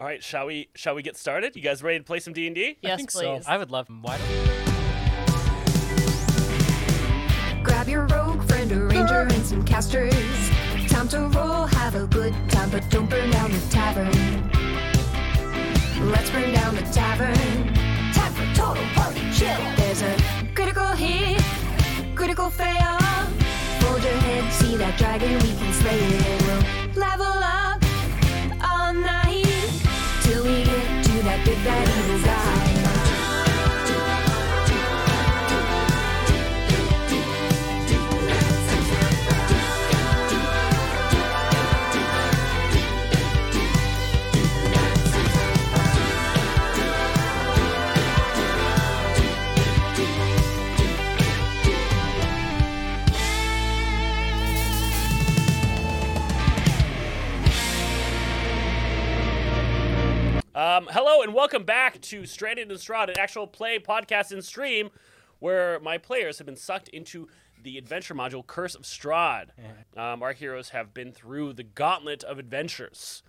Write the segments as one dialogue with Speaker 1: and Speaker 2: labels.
Speaker 1: All right, shall we shall we get started? You guys ready to play some D and D?
Speaker 2: Yes,
Speaker 3: think so.
Speaker 2: please.
Speaker 3: I would love. Why?
Speaker 4: Grab your rogue friend, a ranger, and some casters. Time to roll, have a good time, but don't burn down the tavern. Let's burn down the tavern. Time for total party chill. There's a critical hit, critical fail. Hold your head, see that dragon, we can slay it. We'll level up all night till we get to that big bad evil guy.
Speaker 1: Um, hello and welcome back to Stranded and Strahd, an actual play podcast and stream where my players have been sucked into the adventure module Curse of Strahd. Um, our heroes have been through the gauntlet of adventures.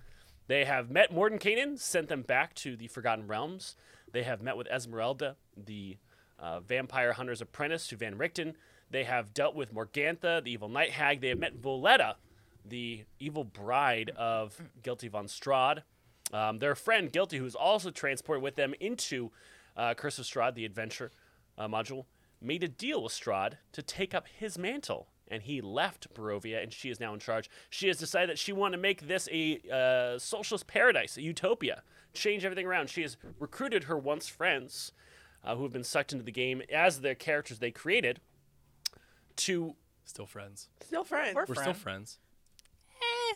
Speaker 1: They have met Mordenkainen, sent them back to the Forgotten Realms. They have met with Esmeralda, the uh, vampire hunter's apprentice to Van Richten. They have dealt with Morgantha, the evil night hag. They have met Voletta, the evil bride of Guilty von Strahd. Um, their friend Guilty, who is also transported with them into uh, Curse of Strahd, the adventure uh, module, made a deal with Strahd to take up his mantle, and he left Barovia, and she is now in charge. She has decided that she wanted to make this a uh, socialist paradise, a utopia, change everything around. She has recruited her once friends, uh, who have been sucked into the game as the characters they created, to
Speaker 3: Still friends.
Speaker 2: Still friends. We're,
Speaker 3: We're still friends.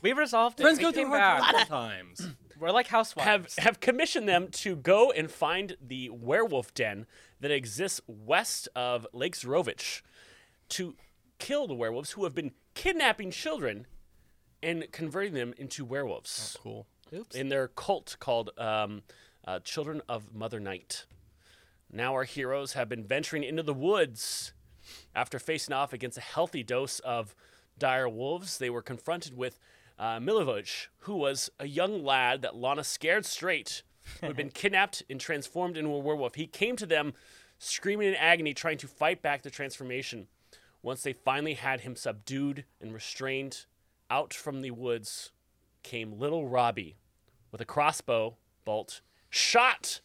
Speaker 2: We resolved it.
Speaker 3: Friends
Speaker 2: We
Speaker 3: go
Speaker 2: came
Speaker 3: through
Speaker 2: back.
Speaker 3: hard times sometimes.
Speaker 2: We're like
Speaker 1: have
Speaker 2: housewives.
Speaker 1: have commissioned them to go and find the werewolf den that exists west of Lake Zorovich to kill the werewolves who have been kidnapping children and converting them into werewolves
Speaker 3: cool. Oops.
Speaker 1: in their cult called um, uh, Children of Mother Night. Now our heroes have been venturing into the woods. After facing off against a healthy dose of dire wolves, they were confronted with uh, Milivoje, who was a young lad that Lana scared straight, who had been kidnapped and transformed into a werewolf. He came to them screaming in agony, trying to fight back the transformation. Once they finally had him subdued and restrained, out from the woods came little Robbie with a crossbow bolt, shot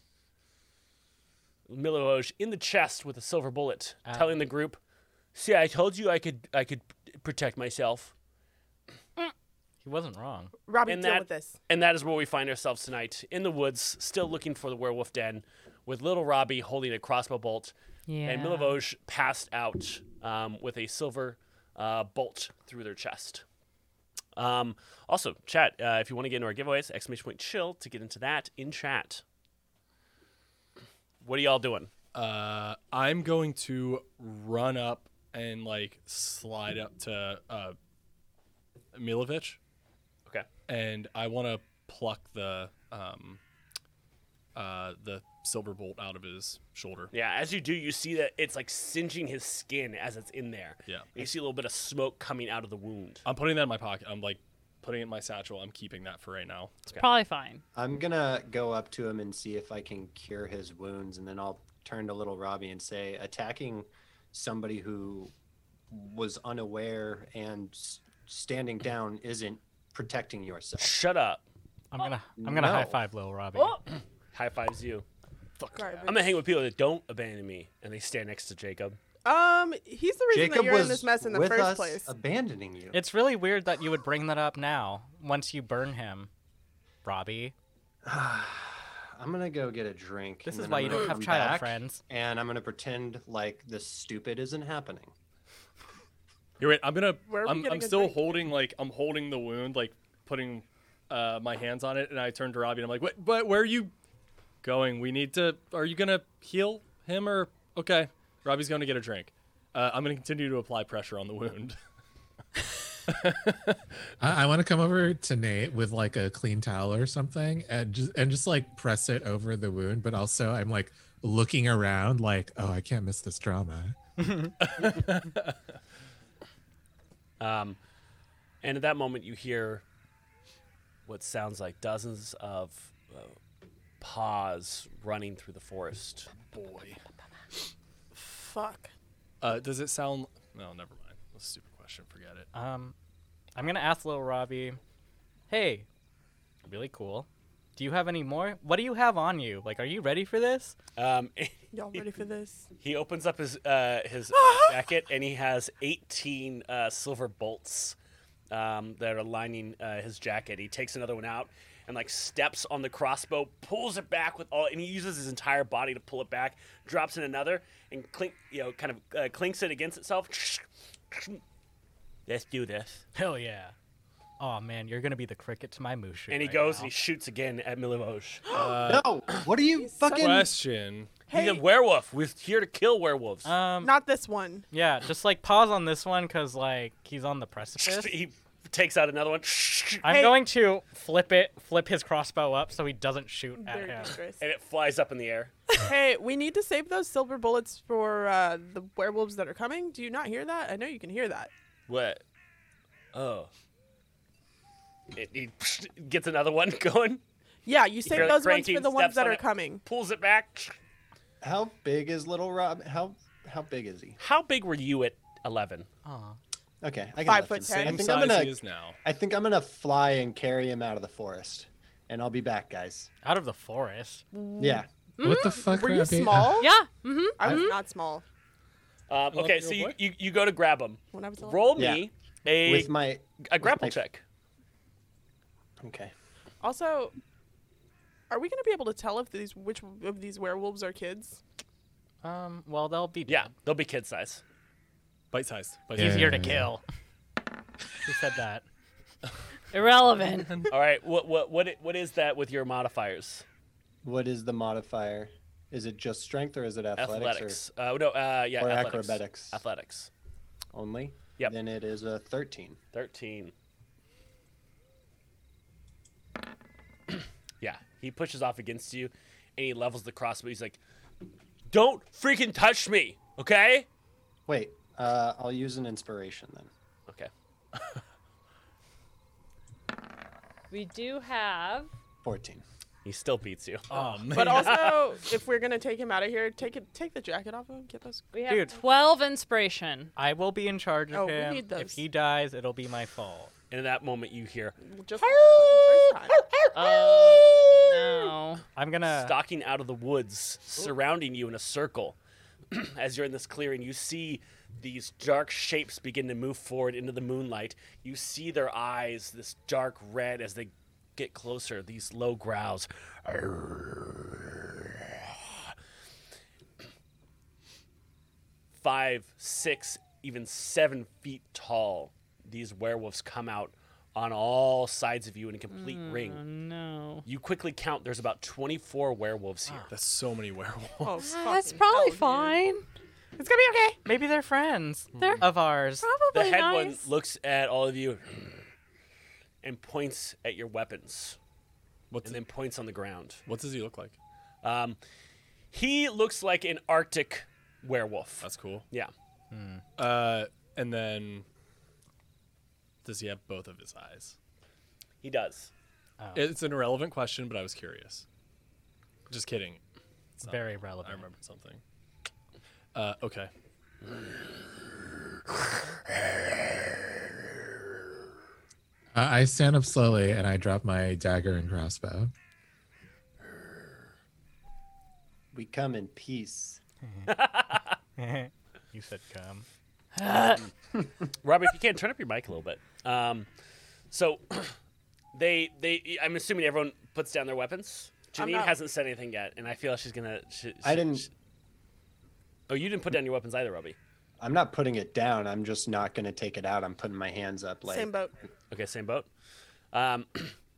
Speaker 1: Milivoje in the chest with a silver bullet, telling the group, "See, I told you I could I could protect myself."
Speaker 3: He wasn't wrong.
Speaker 5: Robbie,
Speaker 1: And
Speaker 5: deal
Speaker 1: that-
Speaker 5: with this.
Speaker 1: And that is where we find ourselves tonight in the woods, still looking for the werewolf den, with little Robbie holding a crossbow bolt, and
Speaker 2: Yeah.
Speaker 1: Milivoje passed out um, with a silver uh, bolt through their chest. Um, also, chat uh, if you want to get into our giveaways, exclamation point chill to get into that in chat. What are y'all doing?
Speaker 3: Uh, I'm going to run up and like slide up to uh, Milovic,
Speaker 1: Okay.
Speaker 3: and I want to pluck the um, uh, the silver bolt out of his shoulder.
Speaker 1: Yeah, as you do, you see that it's like singeing his skin as it's in there.
Speaker 3: Yeah.
Speaker 1: You see a little bit of smoke coming out of the wound.
Speaker 3: I'm putting that in my pocket. I'm like putting it in my satchel. I'm keeping that for right now.
Speaker 6: Probably fine.
Speaker 7: I'm gonna go up to him and see if I can cure his wounds, and then I'll turn to little Robbie and say, attacking somebody who was unaware and s- standing down isn't protecting yourself.
Speaker 1: Shut up.
Speaker 8: I'm gonna I'm gonna
Speaker 7: No.
Speaker 8: high five Lil Robbie.
Speaker 3: Oh.
Speaker 1: High fives you. I'm
Speaker 5: Garbage.
Speaker 1: gonna hang with people that don't abandon me and they stand next to Jacob.
Speaker 5: Um, he's the reason that
Speaker 7: Jacob
Speaker 5: you're in
Speaker 7: was
Speaker 5: this mess in the
Speaker 7: with us, Uh,
Speaker 5: first place.
Speaker 7: abandoning you.
Speaker 8: It's really weird that you would bring that up now once you burn him, Robbie.
Speaker 7: I'm gonna go get a drink.
Speaker 8: This
Speaker 7: and
Speaker 8: is
Speaker 7: then
Speaker 8: why
Speaker 7: I'm
Speaker 8: you
Speaker 7: gonna
Speaker 8: don't have
Speaker 7: come
Speaker 8: child
Speaker 7: back,
Speaker 8: friends.
Speaker 7: And I'm gonna pretend like this stupid isn't happening.
Speaker 3: You're right. I'm gonna.
Speaker 5: Where are we
Speaker 3: I'm,
Speaker 5: getting
Speaker 3: I'm
Speaker 5: a
Speaker 3: still
Speaker 5: drink?
Speaker 3: holding like I'm holding the wound, like putting uh, my hands on it, and I turn to Robbie and I'm like, "What? But where are you going? We need to. Are you gonna heal him or okay? Robbie's going to get a drink. Uh, I'm gonna continue to apply pressure on the wound.
Speaker 9: I, I want to come over to Nate with like a clean towel or something and just and just like press it over the wound, but also I'm like looking around like, oh, I can't miss this drama.
Speaker 1: Um, and at that moment, you hear what sounds like dozens of uh, paws running through the forest.
Speaker 3: Boy.
Speaker 5: Fuck.
Speaker 3: Uh, does it sound? No, never mind. That's a stupid question. Forget it.
Speaker 8: Um, I'm gonna ask little Robbie, hey, really cool. Do you have any more? What do you have on you? Like, are you ready for this?
Speaker 1: Um,
Speaker 5: Y'all ready for this?
Speaker 1: he opens up his uh, his
Speaker 5: Uh-huh.
Speaker 1: jacket and he has 18 uh, silver bolts um, that are lining uh, his jacket. He takes another one out and like steps on the crossbow, pulls it back with all, and he uses his entire body to pull it back. Drops in another and clink, you know, kind of uh, clinks it against itself. Let's do this.
Speaker 8: Hell yeah. Oh man, you're gonna be the cricket to my mooshu.
Speaker 1: And he
Speaker 8: right
Speaker 1: goes
Speaker 8: now.
Speaker 1: and he shoots again at Milivoge.
Speaker 8: Uh,
Speaker 7: no, what are you fucking?
Speaker 3: Question.
Speaker 1: He's a
Speaker 5: Hey, Uh,
Speaker 1: werewolf. We're here to kill werewolves.
Speaker 8: Um,
Speaker 5: not this one.
Speaker 8: yeah, just like pause on this one because like he's on the precipice.
Speaker 1: he takes out another one.
Speaker 8: I'm
Speaker 5: Hey.
Speaker 8: going to flip it, flip his crossbow up so he doesn't shoot at
Speaker 5: Very
Speaker 8: him.
Speaker 5: dangerous.
Speaker 1: and it flies up in the air.
Speaker 5: hey, we need to save those silver bullets for uh, the werewolves that are coming. Do you not hear that? I know you can hear that.
Speaker 1: What? Oh. It, he gets another one going,
Speaker 5: Yeah, you
Speaker 1: hear
Speaker 5: save
Speaker 1: the
Speaker 5: those ones
Speaker 1: cranking
Speaker 5: for the ones
Speaker 1: steps
Speaker 5: that
Speaker 1: on
Speaker 5: are
Speaker 1: it.
Speaker 5: coming.
Speaker 1: pulls it back.
Speaker 7: How big is little Rob? How how big is he?
Speaker 1: How big were you at 11?
Speaker 7: Okay, I can
Speaker 5: Five
Speaker 7: lift
Speaker 5: foot
Speaker 7: him.
Speaker 5: ten.
Speaker 3: Same
Speaker 7: I think I'm
Speaker 3: size
Speaker 7: gonna.
Speaker 3: he is now.
Speaker 7: I think I'm gonna fly and carry him out of the forest, and I'll be back, guys.
Speaker 8: Out of the forest.
Speaker 5: Mm.
Speaker 7: Yeah.
Speaker 9: What the fuck,
Speaker 5: Were you
Speaker 9: Robbie? Uh,
Speaker 5: small?
Speaker 2: Yeah. Mm-hmm.
Speaker 5: I was not small
Speaker 1: Um, okay, so you, you, you go to grab him.
Speaker 5: when I was little.
Speaker 1: Roll
Speaker 7: Yeah.
Speaker 1: me a,
Speaker 7: With my
Speaker 1: a grapple
Speaker 7: my-
Speaker 1: check.
Speaker 7: okay.
Speaker 5: Also, are we going to be able to tell if these which of these werewolves are kids?
Speaker 8: Um, well they'll be
Speaker 1: Yeah, they'll be kid size.
Speaker 3: Bite sized. Bite
Speaker 9: Yeah.
Speaker 3: sized.
Speaker 8: easier to kill. Who said that?
Speaker 2: Irrelevant.
Speaker 1: All right, what, what, what, i- what is that with your modifiers?
Speaker 7: What is the modifier? Is it just strength or is it athletics, or-
Speaker 1: Athletics. Uh, no, uh, yeah,
Speaker 7: or,
Speaker 1: athletics.
Speaker 7: acrobatics
Speaker 1: Athletics.
Speaker 7: only?
Speaker 1: Yep.
Speaker 7: Then it is a 13.
Speaker 1: 13. yeah, he pushes off against you and he levels the crossbow. He's like, Don't freaking touch me, okay?
Speaker 7: Wait, uh, I'll use an inspiration then.
Speaker 1: Okay.
Speaker 2: we do have.
Speaker 7: 14.
Speaker 1: He still beats you.
Speaker 8: Oh man.
Speaker 5: But also, if we're going to take him out of here, take it, take the jacket off of him. Get those.
Speaker 2: We have
Speaker 8: Dude.
Speaker 2: 12 inspiration.
Speaker 8: I will be in charge of
Speaker 5: Oh, we
Speaker 8: him.
Speaker 5: need
Speaker 8: If
Speaker 5: those.
Speaker 8: he dies, it'll be my fault.
Speaker 1: And in that moment, you hear
Speaker 5: Just like the first time.
Speaker 2: Oh, no.
Speaker 8: I'm gonna
Speaker 1: stalking out of the woods, surrounding you in a circle. As you're in this clearing, you see these dark shapes begin to move forward into the moonlight. You see their eyes, this dark red as they get closer, these low growls. Five, six, even seven feet tall, these werewolves come out on all sides of you in a complete ring.
Speaker 2: No.
Speaker 1: You quickly count. There's about 24 werewolves here.
Speaker 3: That's so many werewolves.
Speaker 5: Oh,
Speaker 2: that's
Speaker 5: fucking
Speaker 2: probably
Speaker 5: hell, dude.
Speaker 2: fine.
Speaker 8: It's gonna be okay. Maybe they're friends. They're of ours.
Speaker 1: The
Speaker 2: Probably
Speaker 1: head one
Speaker 2: nice.
Speaker 1: looks at all of you and points at your weapons,
Speaker 3: What's
Speaker 1: and then points on the ground.
Speaker 3: what does he look like?
Speaker 1: Um, he looks like an Arctic werewolf.
Speaker 3: That's cool.
Speaker 1: yeah.
Speaker 3: Uh, and then does he have both of his eyes?
Speaker 1: He does.
Speaker 3: It's an irrelevant question, but I was curious. Just kidding.
Speaker 8: It's very
Speaker 3: I
Speaker 8: relevant.
Speaker 3: remembered something. Uh, okay.
Speaker 9: I stand up slowly and I drop my dagger and crossbow.
Speaker 7: We come in peace.
Speaker 8: you said come.
Speaker 1: Robbie, if you can turn up your mic a little bit. Um, so they they I'm assuming everyone puts down their weapons.
Speaker 5: I'm
Speaker 1: Janine
Speaker 5: not-
Speaker 1: hasn't said anything yet, and I feel she's gonna. She,
Speaker 7: I
Speaker 1: she-
Speaker 7: didn't.
Speaker 1: she- oh, you didn't put down your weapons either, Robbie.
Speaker 7: I'm not putting it down. I'm just not going to take it out. I'm putting my hands up. Like,
Speaker 5: Same boat.
Speaker 1: Okay, same boat. Um,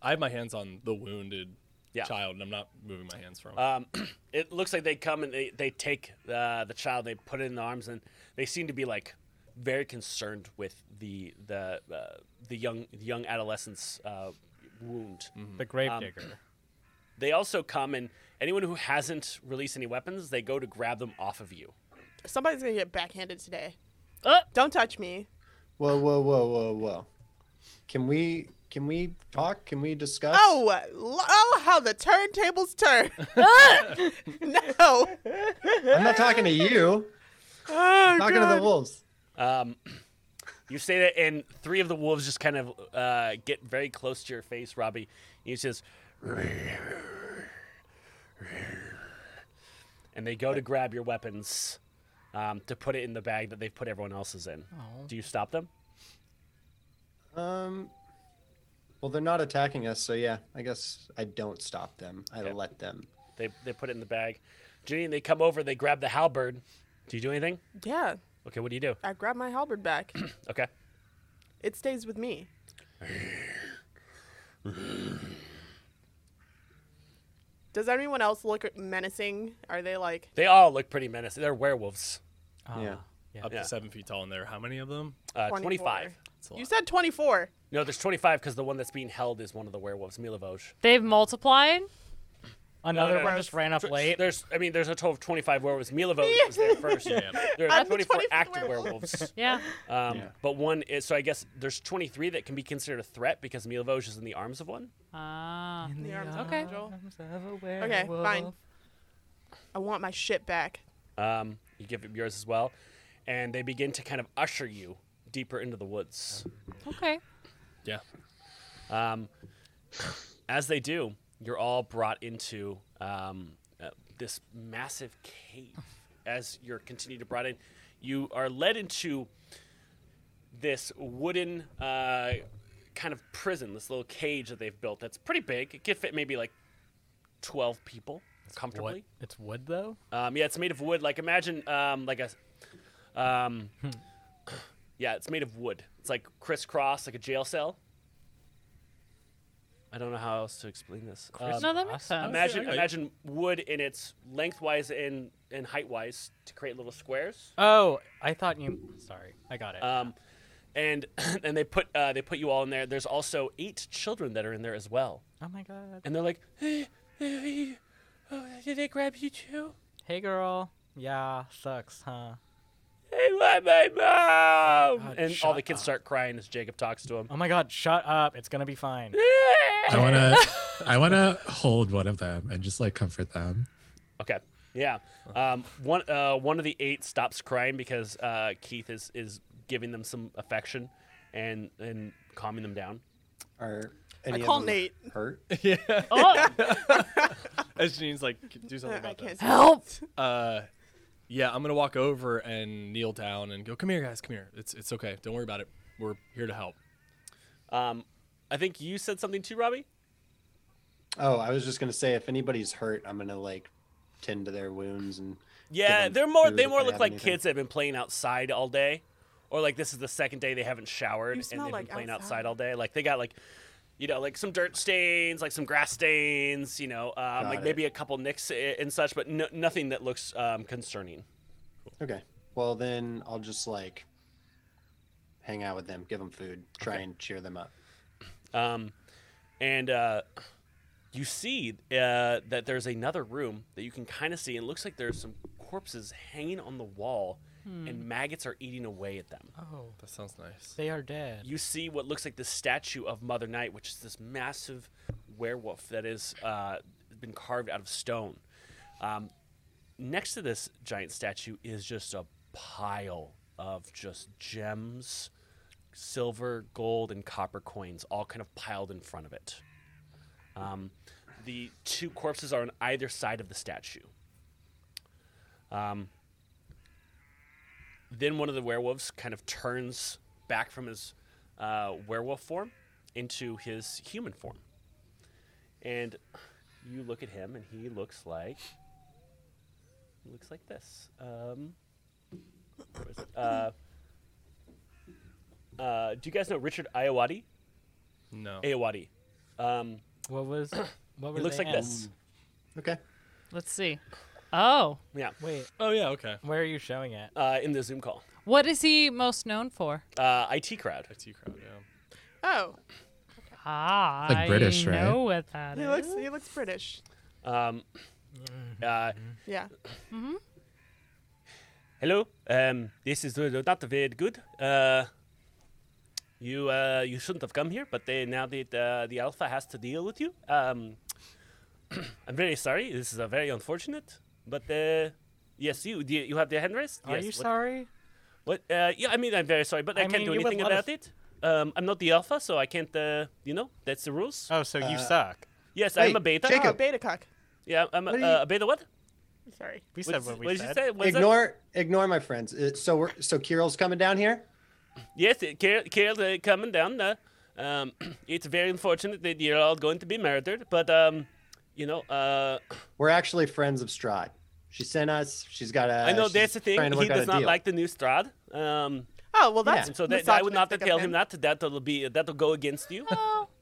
Speaker 3: I have my hands on the wounded
Speaker 1: Yeah.
Speaker 3: child, and I'm not moving my hands from. him.
Speaker 1: Um, it looks like they come and they, they take uh, the child, they put it in the arms, and they seem to be like very concerned with the the uh, the young the young adolescent's uh, wound.
Speaker 8: The gravedigger.
Speaker 1: They also come and anyone who hasn't released any weapons, they go to grab them off of you.
Speaker 5: Somebody's going to get backhanded today.
Speaker 2: Uh.
Speaker 5: Don't touch me.
Speaker 7: whoa, whoa, whoa, whoa, whoa. Can we Can we talk? Can we discuss?
Speaker 5: Oh, uh, lo- oh, how the turntables turn. no.
Speaker 7: I'm not talking to you.
Speaker 5: Oh,
Speaker 7: I'm talking to
Speaker 5: God.
Speaker 7: the wolves.
Speaker 1: Um, you say that, and three of the wolves just kind of uh, get very close to your face, Robbie. And he says, and they go to grab your weapons um, to put it in the bag that they've put everyone else's in. Do you stop them?
Speaker 7: Um. Well, they're not attacking us, so yeah. I guess I don't stop them. I let them.
Speaker 1: They they put it in the bag. Ginny, they come over. They grab the halberd. Do you do anything?
Speaker 5: Yeah,
Speaker 1: Okay, what do you do?
Speaker 5: I grabbed my halberd back.
Speaker 1: Okay.
Speaker 5: It stays with me. Does anyone else look menacing? Are they like
Speaker 1: They all look pretty menacing. They're werewolves.
Speaker 7: yeah.
Speaker 3: Up
Speaker 1: Yeah.
Speaker 3: to seven feet tall in there. How many of them?
Speaker 1: Uh,
Speaker 5: 24?
Speaker 1: 25.
Speaker 5: You said 24.
Speaker 1: No, there's 25 because the one that's being held is one of the werewolves, Milovoj.
Speaker 2: They've multiplied.
Speaker 8: Another
Speaker 1: no, no,
Speaker 8: one
Speaker 1: no.
Speaker 8: just ran up late.
Speaker 1: There's, I mean, there's a total of 25 werewolves. Milovoj was there first. There are
Speaker 5: I'm the
Speaker 1: 24
Speaker 5: 25th
Speaker 1: active
Speaker 5: werewolf.
Speaker 1: werewolves.
Speaker 2: Yeah.
Speaker 1: Um,
Speaker 7: Yeah.
Speaker 1: But one is, so I guess there's 23 that can be considered a threat because Milovoj is in the arms of one.
Speaker 2: Ah.
Speaker 5: The arms of
Speaker 2: Okay.
Speaker 5: Angel.
Speaker 8: Okay,
Speaker 5: Okay, fine. I want my shit back.
Speaker 1: Um, you give it yours as well. And they begin to kind of usher you deeper into the woods.
Speaker 2: Okay.
Speaker 3: Yeah.
Speaker 1: Um, as they do, you're all brought into um, uh, this massive cave. As you're continued to brought in, you are led into this wooden uh, kind of prison, this little cage that they've built. That's pretty big. It could fit maybe like twelve people comfortably.
Speaker 8: What? It's wood though.
Speaker 1: Um, yeah, it's made of wood. Like imagine um, like a, um, yeah, it's made of wood. It's like crisscross, like a jail cell. I don't know how else to explain this. Um,
Speaker 2: No, that makes sense.
Speaker 1: imagine
Speaker 3: Okay.
Speaker 1: imagine wood in its lengthwise and and heightwise to create little squares.
Speaker 8: Oh, I thought you. Sorry, I got it.
Speaker 1: Um, and and they put uh, they put you all in there. There's also eight children that are in there as well.
Speaker 8: oh my god.
Speaker 1: And they're like, hey, hey, oh, did they grab you too?
Speaker 8: Hey girl. Yeah, sucks, huh?
Speaker 1: Hey, my, my mom!
Speaker 8: God,
Speaker 1: and all
Speaker 8: shut
Speaker 1: the kids
Speaker 8: up.
Speaker 1: start crying as Jacob talks to him.
Speaker 8: Oh my god, shut up. It's gonna be fine.
Speaker 9: I wanna I wanna hold one of them and just like comfort them.
Speaker 1: Okay. Yeah. Um, one uh, one of the eight stops crying because uh, Keith is is giving them some affection and and calming them down.
Speaker 7: Are any
Speaker 5: call
Speaker 7: of them
Speaker 5: Nate.
Speaker 7: hurt?
Speaker 2: Oh,
Speaker 3: As Janine's like, do something
Speaker 5: I
Speaker 3: about that.
Speaker 5: can't see.
Speaker 2: help!
Speaker 3: Uh, yeah, I'm gonna walk over and kneel down and go. Come here, guys. Come here. It's it's okay. Don't worry about it. We're here to help.
Speaker 1: Um, I think you said something too, Robbie.
Speaker 7: Oh, I was just gonna say if anybody's hurt, I'm gonna like tend to their wounds and.
Speaker 1: Yeah,
Speaker 7: them
Speaker 1: they're more
Speaker 7: food
Speaker 1: they
Speaker 7: if
Speaker 1: more
Speaker 7: they
Speaker 1: look
Speaker 7: have
Speaker 1: like
Speaker 7: anything.
Speaker 1: kids that have been playing outside all day, or like this is the second day they haven't showered
Speaker 5: You
Speaker 1: and
Speaker 5: smell
Speaker 1: they've
Speaker 5: like
Speaker 1: been playing outside.
Speaker 5: outside.
Speaker 1: all day. Like they got like, you know, like some dirt stains, like some grass stains, you know, um, like
Speaker 7: it.
Speaker 1: maybe a couple nicks a- and such, but no, nothing that looks um, concerning.
Speaker 7: Okay. Well, then I'll just like hang out with them, give them food, try and cheer them up.
Speaker 1: Um, and uh, you see uh, that there's another room that you can kind of see, and it looks like there's some corpses hanging on the wall, and
Speaker 5: Hmm.
Speaker 1: maggots are eating away at them.
Speaker 8: Oh,
Speaker 3: That sounds nice.
Speaker 8: they are dead.
Speaker 1: You see what looks like the statue of Mother Night, which is this massive werewolf that is uh, been carved out of stone. Um, next to this giant statue is just a pile of just gems, silver, gold, and copper coins, all kind of piled in front of it. Um, the two corpses are on either side of the statue. Um, then one of the werewolves kind of turns back from his uh, werewolf form into his human form. And you look at him, and he looks like he looks like this. Um, where is it? Uh, uh, do you guys know Richard Iowati?
Speaker 3: No.
Speaker 1: Iowati. Um,
Speaker 8: What was? What were
Speaker 1: it looks
Speaker 8: they
Speaker 1: like
Speaker 8: in?
Speaker 1: this.
Speaker 7: Okay.
Speaker 2: Let's see. Oh,
Speaker 1: Yeah.
Speaker 8: Wait,
Speaker 3: Oh yeah. Okay.
Speaker 8: where are you showing it?
Speaker 1: Uh, in the Zoom call,
Speaker 2: what is he most known for?
Speaker 1: uh, IT crowd.
Speaker 3: IT crowd. Yeah.
Speaker 5: Oh,
Speaker 2: Ah,
Speaker 9: Like British,
Speaker 2: I
Speaker 9: right?
Speaker 2: know what that
Speaker 5: he
Speaker 2: is.
Speaker 5: looks he looks British.
Speaker 1: Um, uh,
Speaker 5: Yeah.
Speaker 1: Hello. Um, this is uh, not very good. Uh, You uh, you shouldn't have come here, but they, now that uh, the alpha has to deal with you, um, I'm very sorry. This is uh, very unfortunate, but uh, yes, you do you, you have the hand raised.
Speaker 8: Are
Speaker 1: yes.
Speaker 8: you
Speaker 1: what-
Speaker 8: sorry?
Speaker 1: What? Uh, yeah, I mean, I'm very sorry, but I,
Speaker 8: I
Speaker 1: can't
Speaker 8: mean,
Speaker 1: do
Speaker 8: you would
Speaker 1: anything
Speaker 8: love
Speaker 1: about it. Um, I'm not the alpha, so I can't. Uh, you know, that's the rules.
Speaker 8: Oh, so you suck.
Speaker 1: yes,
Speaker 7: hey,
Speaker 1: I'm a beta.
Speaker 5: Oh,
Speaker 7: Jacob.
Speaker 5: beta cock.
Speaker 1: Yeah, I'm a,
Speaker 7: what are
Speaker 1: uh,
Speaker 7: you-
Speaker 1: a beta. What?
Speaker 5: Sorry.
Speaker 8: We
Speaker 1: What
Speaker 8: said
Speaker 1: did-
Speaker 8: what we
Speaker 1: what did you
Speaker 8: said.
Speaker 1: say? What is that?
Speaker 7: Ignore, ignore my friends. Uh, so we're so Kirill's coming down here.
Speaker 1: Yes, uh, Kirill, Kirill uh, coming down. Uh, um, it's very unfortunate that you're all going to be murdered, but um, you know, uh,
Speaker 7: We're actually friends of Strahd. She sent us. She's got a.
Speaker 1: I know
Speaker 7: Uh, she's
Speaker 1: that's the thing.
Speaker 7: trying to
Speaker 1: He
Speaker 7: work out
Speaker 1: does
Speaker 7: a
Speaker 1: not
Speaker 7: deal.
Speaker 1: like the new Strad, um,
Speaker 5: Oh well, that's
Speaker 1: and so that, I would not
Speaker 5: misogynistic of
Speaker 1: tell him that. That'll be that'll go against you.
Speaker 2: Oh.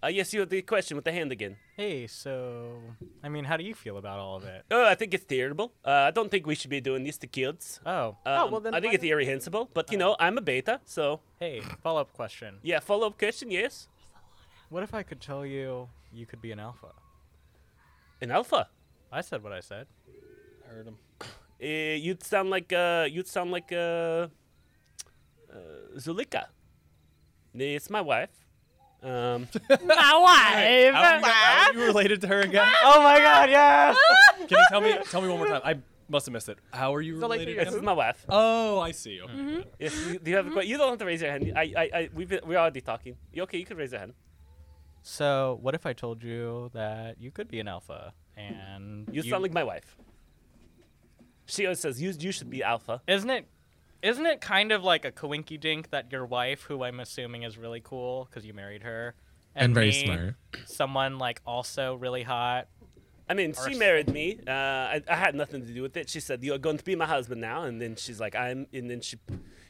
Speaker 1: Uh, yes, you had the question with the hand again.
Speaker 8: Hey, so I mean, how do you feel about all of it?
Speaker 1: Oh, I think it's terrible. Uh, I don't think we should be doing this to kids.
Speaker 8: Oh,
Speaker 1: Um,
Speaker 5: well, then
Speaker 1: I think
Speaker 5: why Uh.
Speaker 1: it's irrehensible, but you know, I'm a beta, so
Speaker 8: hey, follow-up question.
Speaker 1: yeah. Follow up question, yes.
Speaker 8: What if I could tell you you could be an alpha?
Speaker 1: An alpha.
Speaker 8: I said what I said.
Speaker 3: I heard him.
Speaker 1: Uh, you'd sound like uh, you'd sound like uh, uh, Zulika. Eh, It's my wife. Um,
Speaker 2: My
Speaker 3: How,
Speaker 2: wife.
Speaker 3: how are you related to her again?
Speaker 8: Oh my God, yes!
Speaker 3: Can you tell me? Tell me one more time. I must have missed it. How are you
Speaker 5: So, like,
Speaker 3: related?
Speaker 5: you're-
Speaker 1: this is
Speaker 3: again?
Speaker 1: my wife.
Speaker 3: oh, I see. Okay.
Speaker 1: Yes, you, do you have a que- You don't have to raise your hand. I, I, I we've been, we're already talking. You okay? You can raise your hand.
Speaker 8: So, what if I told you that you could be an alpha and
Speaker 1: You, sound like my wife. She always says you you should be alpha.
Speaker 8: Isn't it? Isn't it kind of like a coinky dink that your wife, who I'm assuming is really cool because you married her,
Speaker 9: And very
Speaker 8: me,
Speaker 9: smart.
Speaker 8: someone like also really hot?
Speaker 1: I mean,
Speaker 8: Or
Speaker 1: she
Speaker 8: s-
Speaker 1: married me. Uh, I, I had nothing to do with it. She said, "You're going to be my husband now," and then she's like, "I'm," and then she,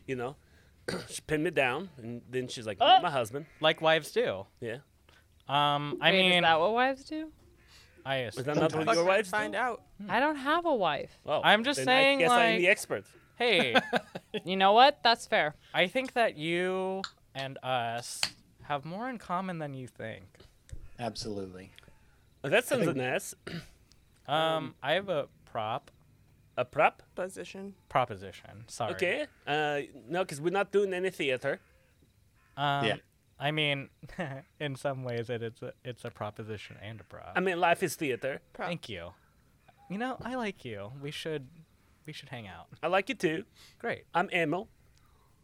Speaker 1: you know, she pinned me down, and then she's like, "You're "My husband."
Speaker 8: like wives do.
Speaker 1: Yeah.
Speaker 8: Um, I
Speaker 2: Wait,
Speaker 8: mean,
Speaker 2: is that what wives do?
Speaker 8: I assume.
Speaker 1: Is that not what
Speaker 5: Fuck,
Speaker 1: your wife
Speaker 5: Find out.
Speaker 2: I don't have a wife.
Speaker 1: Oh,
Speaker 8: I'm just
Speaker 1: then
Speaker 8: saying,
Speaker 1: I guess I'm the
Speaker 8: like-
Speaker 1: expert.
Speaker 8: hey,
Speaker 2: You know what? That's fair.
Speaker 8: I think that you and us have more in common than you think.
Speaker 7: Absolutely.
Speaker 1: Oh, that sounds nice.
Speaker 8: Um, I have a prop
Speaker 1: A prop.
Speaker 5: Position.
Speaker 8: proposition. Sorry.
Speaker 1: Okay. Uh, no, because we're not doing any theater.
Speaker 8: Um,
Speaker 7: Yeah.
Speaker 8: I mean, in some ways, it, it's a, it's a proposition and a prop.
Speaker 1: I mean, life is theater.
Speaker 5: prop.
Speaker 8: Thank you. You know, I like you. We should we should hang out.
Speaker 1: I like you too.
Speaker 8: Great.
Speaker 1: I'm Emil.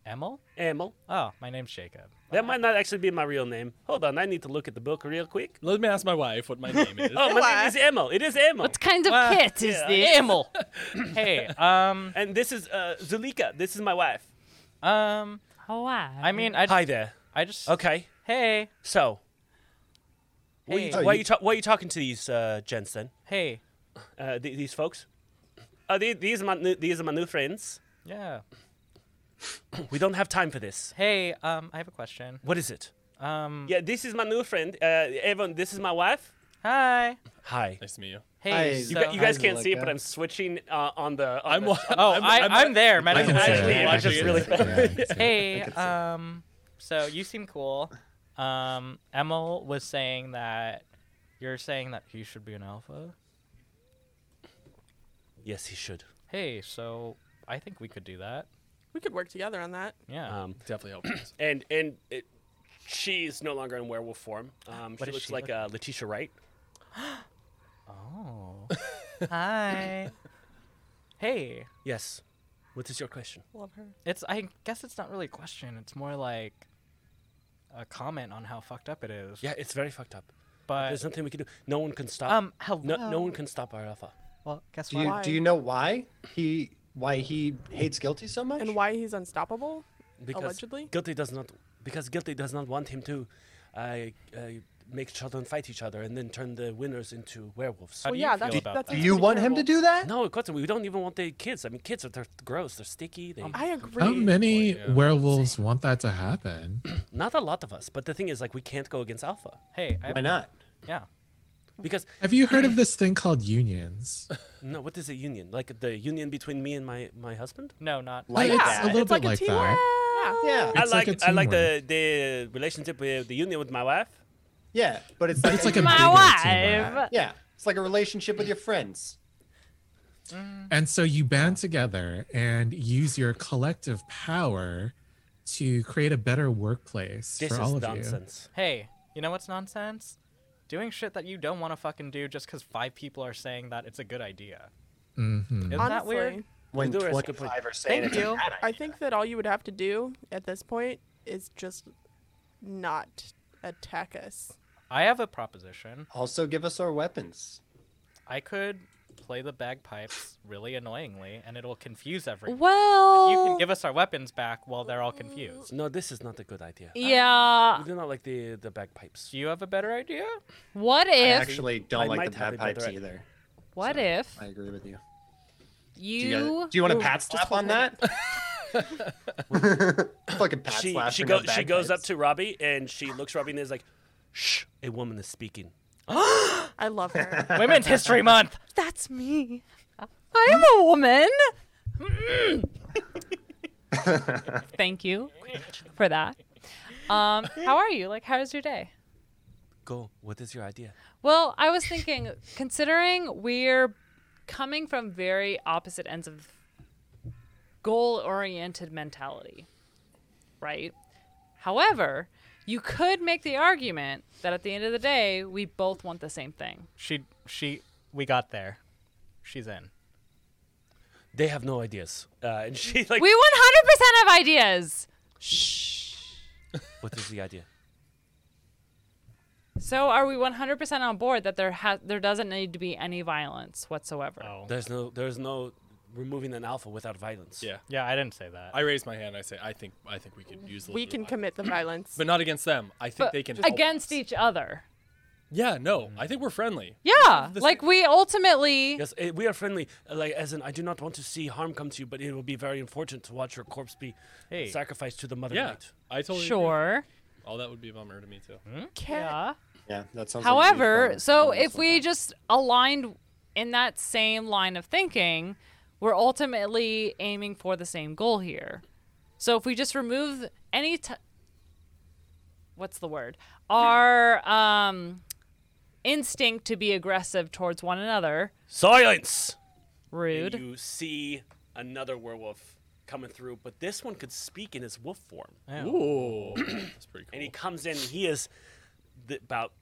Speaker 8: Emil?
Speaker 1: Emil.
Speaker 8: Oh, my name's Jacob.
Speaker 1: That might not actually be my real name. Hold on, I need to look at the book real quick.
Speaker 3: Let me ask my wife what my name is.
Speaker 1: Oh, my name is Emil. It is Emil.
Speaker 2: What kind of
Speaker 8: Well,
Speaker 2: kit is
Speaker 1: yeah,
Speaker 2: this?
Speaker 8: Emil. hey, um,
Speaker 1: And this is uh, Zulika. This is my wife.
Speaker 8: um,
Speaker 2: Oh,
Speaker 8: I mean, I
Speaker 1: Hi
Speaker 8: just,
Speaker 1: there.
Speaker 8: I just
Speaker 1: Okay,
Speaker 8: Hey,
Speaker 1: so what are
Speaker 8: hey, Oh,
Speaker 1: you, why are you, ta- why are you talking to these uh, gents then?
Speaker 8: hey,
Speaker 1: Uh, th- these folks? Uh, the- these are my new, these are my new friends.
Speaker 8: yeah,
Speaker 1: We don't have time for this.
Speaker 8: hey. Um, I have a question.
Speaker 1: What is it?
Speaker 8: Um,
Speaker 1: Yeah, this is my new friend. Uh, Evan, this is my wife.
Speaker 8: hi.
Speaker 1: Hi.
Speaker 3: Nice to meet you.
Speaker 8: Hey,
Speaker 7: Hi,
Speaker 8: so,
Speaker 1: You, ga- you guys
Speaker 7: Hi,
Speaker 1: can't see it, but
Speaker 7: Zuleika.
Speaker 1: I'm switching uh, on the. On
Speaker 3: I'm.
Speaker 1: the,
Speaker 3: wa-
Speaker 8: oh,
Speaker 3: I'm,
Speaker 8: I,
Speaker 3: I'm,
Speaker 8: I'm there. My
Speaker 9: I
Speaker 8: name's
Speaker 9: can see
Speaker 1: actually
Speaker 9: it. I
Speaker 1: watch
Speaker 9: can
Speaker 1: this
Speaker 9: see
Speaker 1: really
Speaker 9: it. Yeah, I can see it.
Speaker 8: Hey,
Speaker 7: I can see it.
Speaker 8: um, so you seem cool. Um, Emil was saying that you're saying that he should be an alpha.
Speaker 1: yes, he should.
Speaker 8: Hey, so I think we could do that.
Speaker 5: We could work together on that.
Speaker 8: Yeah.
Speaker 1: Um,
Speaker 3: definitely helpful.
Speaker 1: and and it, she is no longer in werewolf form. Um,
Speaker 8: What
Speaker 1: she
Speaker 8: does
Speaker 1: looks
Speaker 8: she
Speaker 1: like
Speaker 8: look
Speaker 1: uh, Letitia Wright.
Speaker 8: oh. hi. Hey,
Speaker 1: Yes. What is your question?
Speaker 5: Love her.
Speaker 8: it's. I guess it's not really a question. It's more like a comment on how fucked up it is.
Speaker 1: Yeah, it's very fucked up.
Speaker 8: But
Speaker 1: There's nothing we can do. No one can stop.
Speaker 8: um, hello.
Speaker 1: no, no one can stop our alpha.
Speaker 8: Well, guess
Speaker 7: Do you
Speaker 8: what?
Speaker 7: do you know why he why he hates guilty so much?
Speaker 5: And why he's unstoppable?
Speaker 1: Because
Speaker 5: Allegedly?
Speaker 1: guilty does not. Because guilty does not want him to, uh, uh, make children fight each other and then turn the winners into werewolves.
Speaker 8: How
Speaker 5: Well,
Speaker 8: do you
Speaker 5: yeah,
Speaker 8: feel
Speaker 5: that's,
Speaker 8: about
Speaker 5: that's
Speaker 8: that?
Speaker 7: Do you
Speaker 5: actually
Speaker 7: want him to
Speaker 5: terrible.
Speaker 7: do that?
Speaker 1: No, of course we don't even want the kids. I mean, kids are they're gross. They're sticky. They
Speaker 5: I agree.
Speaker 7: Oh,
Speaker 9: How many
Speaker 3: yeah.
Speaker 9: werewolves want that to happen?
Speaker 1: not a lot of us. But the thing is, like, we can't go against alpha
Speaker 8: Hey, I,
Speaker 7: Why not?
Speaker 8: yeah.
Speaker 1: because
Speaker 9: Have you heard of this thing called unions?
Speaker 1: no, what is a union? Like the union between me and my my husband.
Speaker 8: No, not.
Speaker 7: Like
Speaker 9: it's
Speaker 7: that.
Speaker 9: a little
Speaker 5: It's
Speaker 9: bit
Speaker 5: like a
Speaker 9: like,
Speaker 5: teamwork.
Speaker 9: that.
Speaker 5: Yeah.
Speaker 7: Yeah,
Speaker 1: I
Speaker 9: It's like
Speaker 1: like,
Speaker 9: a
Speaker 1: I like the
Speaker 9: teamwork.
Speaker 1: the relationship with the union with my wife.
Speaker 7: yeah, but it's
Speaker 9: But
Speaker 7: like
Speaker 9: it's like a
Speaker 2: My
Speaker 9: bigger
Speaker 2: wife.
Speaker 9: teamwork.
Speaker 7: yeah, it's like a relationship with your friends.
Speaker 9: And so you band together and use your collective power to create a better workplace
Speaker 1: This
Speaker 9: for
Speaker 1: is
Speaker 9: all of
Speaker 1: nonsense.
Speaker 8: Hey, you know what's nonsense? Doing shit that you don't want to fucking do just because five people are saying that it's a good idea.
Speaker 9: you. hmm
Speaker 8: Isn't that
Speaker 5: Honestly,
Speaker 8: weird?
Speaker 7: When
Speaker 1: Honduras could put-
Speaker 7: 25 are saying
Speaker 8: Thank
Speaker 7: it's a
Speaker 8: you.
Speaker 7: bad
Speaker 5: I
Speaker 7: idea.
Speaker 5: think that all you would have to do at this point is just not attack us.
Speaker 8: I have a proposition.
Speaker 7: Also, give us our weapons.
Speaker 8: I could play the bagpipes really annoyingly, and it'll confuse everyone.
Speaker 2: Well,
Speaker 8: You can give us our weapons back while they're all confused.
Speaker 1: No, this is not a good idea. I
Speaker 2: yeah.
Speaker 1: do not like the the bagpipes.
Speaker 8: Do you have a better idea?
Speaker 2: What
Speaker 7: I
Speaker 2: if?
Speaker 7: actually don't
Speaker 1: I might
Speaker 7: like the
Speaker 1: have a
Speaker 7: bad pipes
Speaker 1: better-
Speaker 7: either.
Speaker 2: what if
Speaker 7: I agree with you.
Speaker 2: you?
Speaker 7: Do you, guys- do you want a pat slap on that? Fucking pat
Speaker 1: She
Speaker 7: slap.
Speaker 1: she
Speaker 7: for no
Speaker 1: goes she goes up
Speaker 7: bagpipes.
Speaker 1: to Robbie and she looks Robbie and is like, "Shh, a woman is speaking."
Speaker 5: I love her.
Speaker 8: Women's History Month.
Speaker 2: That's me. I'm a woman. Thank you for that. Um, how are you? Like, how was your day?
Speaker 1: Go. What is your idea?
Speaker 2: Well, I was thinking, considering we're coming from very opposite ends of goal oriented mentality, right? However, you could make the argument that at the end of the day, we both want the same thing.
Speaker 8: She, she, we got there. She's in.
Speaker 1: They have no ideas. Uh, and she like,
Speaker 2: We 100% have ideas.
Speaker 1: "What is the idea?"
Speaker 2: So are we 100% on board that there has there doesn't need to be any violence whatsoever?
Speaker 8: Oh.
Speaker 1: There's no there's no removing an alpha without violence.
Speaker 3: Yeah.
Speaker 8: Yeah, I didn't say that.
Speaker 3: I raise my hand. I say, I think, I think we could use. a
Speaker 5: we
Speaker 3: little bit
Speaker 5: can
Speaker 3: of violence.
Speaker 5: commit the violence.
Speaker 3: but not against them. I think
Speaker 2: But
Speaker 3: they can help
Speaker 2: against
Speaker 3: us.
Speaker 2: each other.
Speaker 3: Yeah, no,
Speaker 7: Mm-hmm.
Speaker 3: I think we're friendly.
Speaker 2: Yeah,
Speaker 3: the
Speaker 2: like we ultimately
Speaker 1: Yes, eh, we are friendly. uh, Like, as in, I do not want to see harm come to you, but it will be very unfortunate to watch your corpse be
Speaker 8: Hey.
Speaker 1: sacrificed to the mother
Speaker 3: Yeah,
Speaker 1: knight.
Speaker 3: I totally agree.
Speaker 2: sure.
Speaker 3: Oh, that would be a bummer to me too.
Speaker 7: Hmm.
Speaker 2: Yeah.
Speaker 7: Yeah, that sounds. like a huge
Speaker 2: However,
Speaker 7: bonus.
Speaker 2: so
Speaker 7: Bonus
Speaker 2: if
Speaker 7: like
Speaker 2: we
Speaker 7: that.
Speaker 2: just aligned in that same line of thinking, we're ultimately aiming for the same goal here. So if we just remove any t- what's the word? Our um instinct to be aggressive towards one another,
Speaker 1: Silence. And
Speaker 2: rude.
Speaker 1: you see another werewolf coming through, but this one could speak in his wolf form.
Speaker 3: Ooh, that's pretty cool.
Speaker 1: And he comes in. He is th- about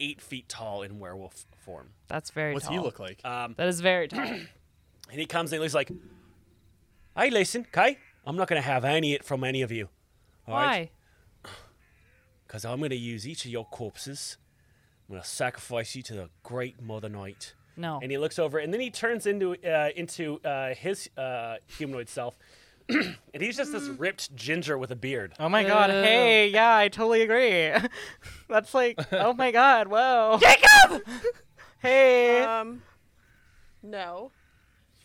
Speaker 1: eight feet tall in werewolf form.
Speaker 2: That's very
Speaker 3: What's
Speaker 2: tall.
Speaker 3: he look like?
Speaker 7: Uh,
Speaker 2: That is very tall.
Speaker 1: And he comes in. and He's like, "Hey, listen, Kai. I'm not going to have any it from any of you. all right?
Speaker 2: Why?
Speaker 1: because I'm going to use each of your corpses. I'm going to sacrifice you to the great Mother Knight.
Speaker 2: No.
Speaker 1: And he looks over, and then he turns into uh, into uh, his uh, humanoid self, and he's just this ripped ginger with a beard.
Speaker 8: Oh my god, hey, yeah, I totally agree. That's like, oh my god, whoa. Jacob! Hey!
Speaker 5: um, no.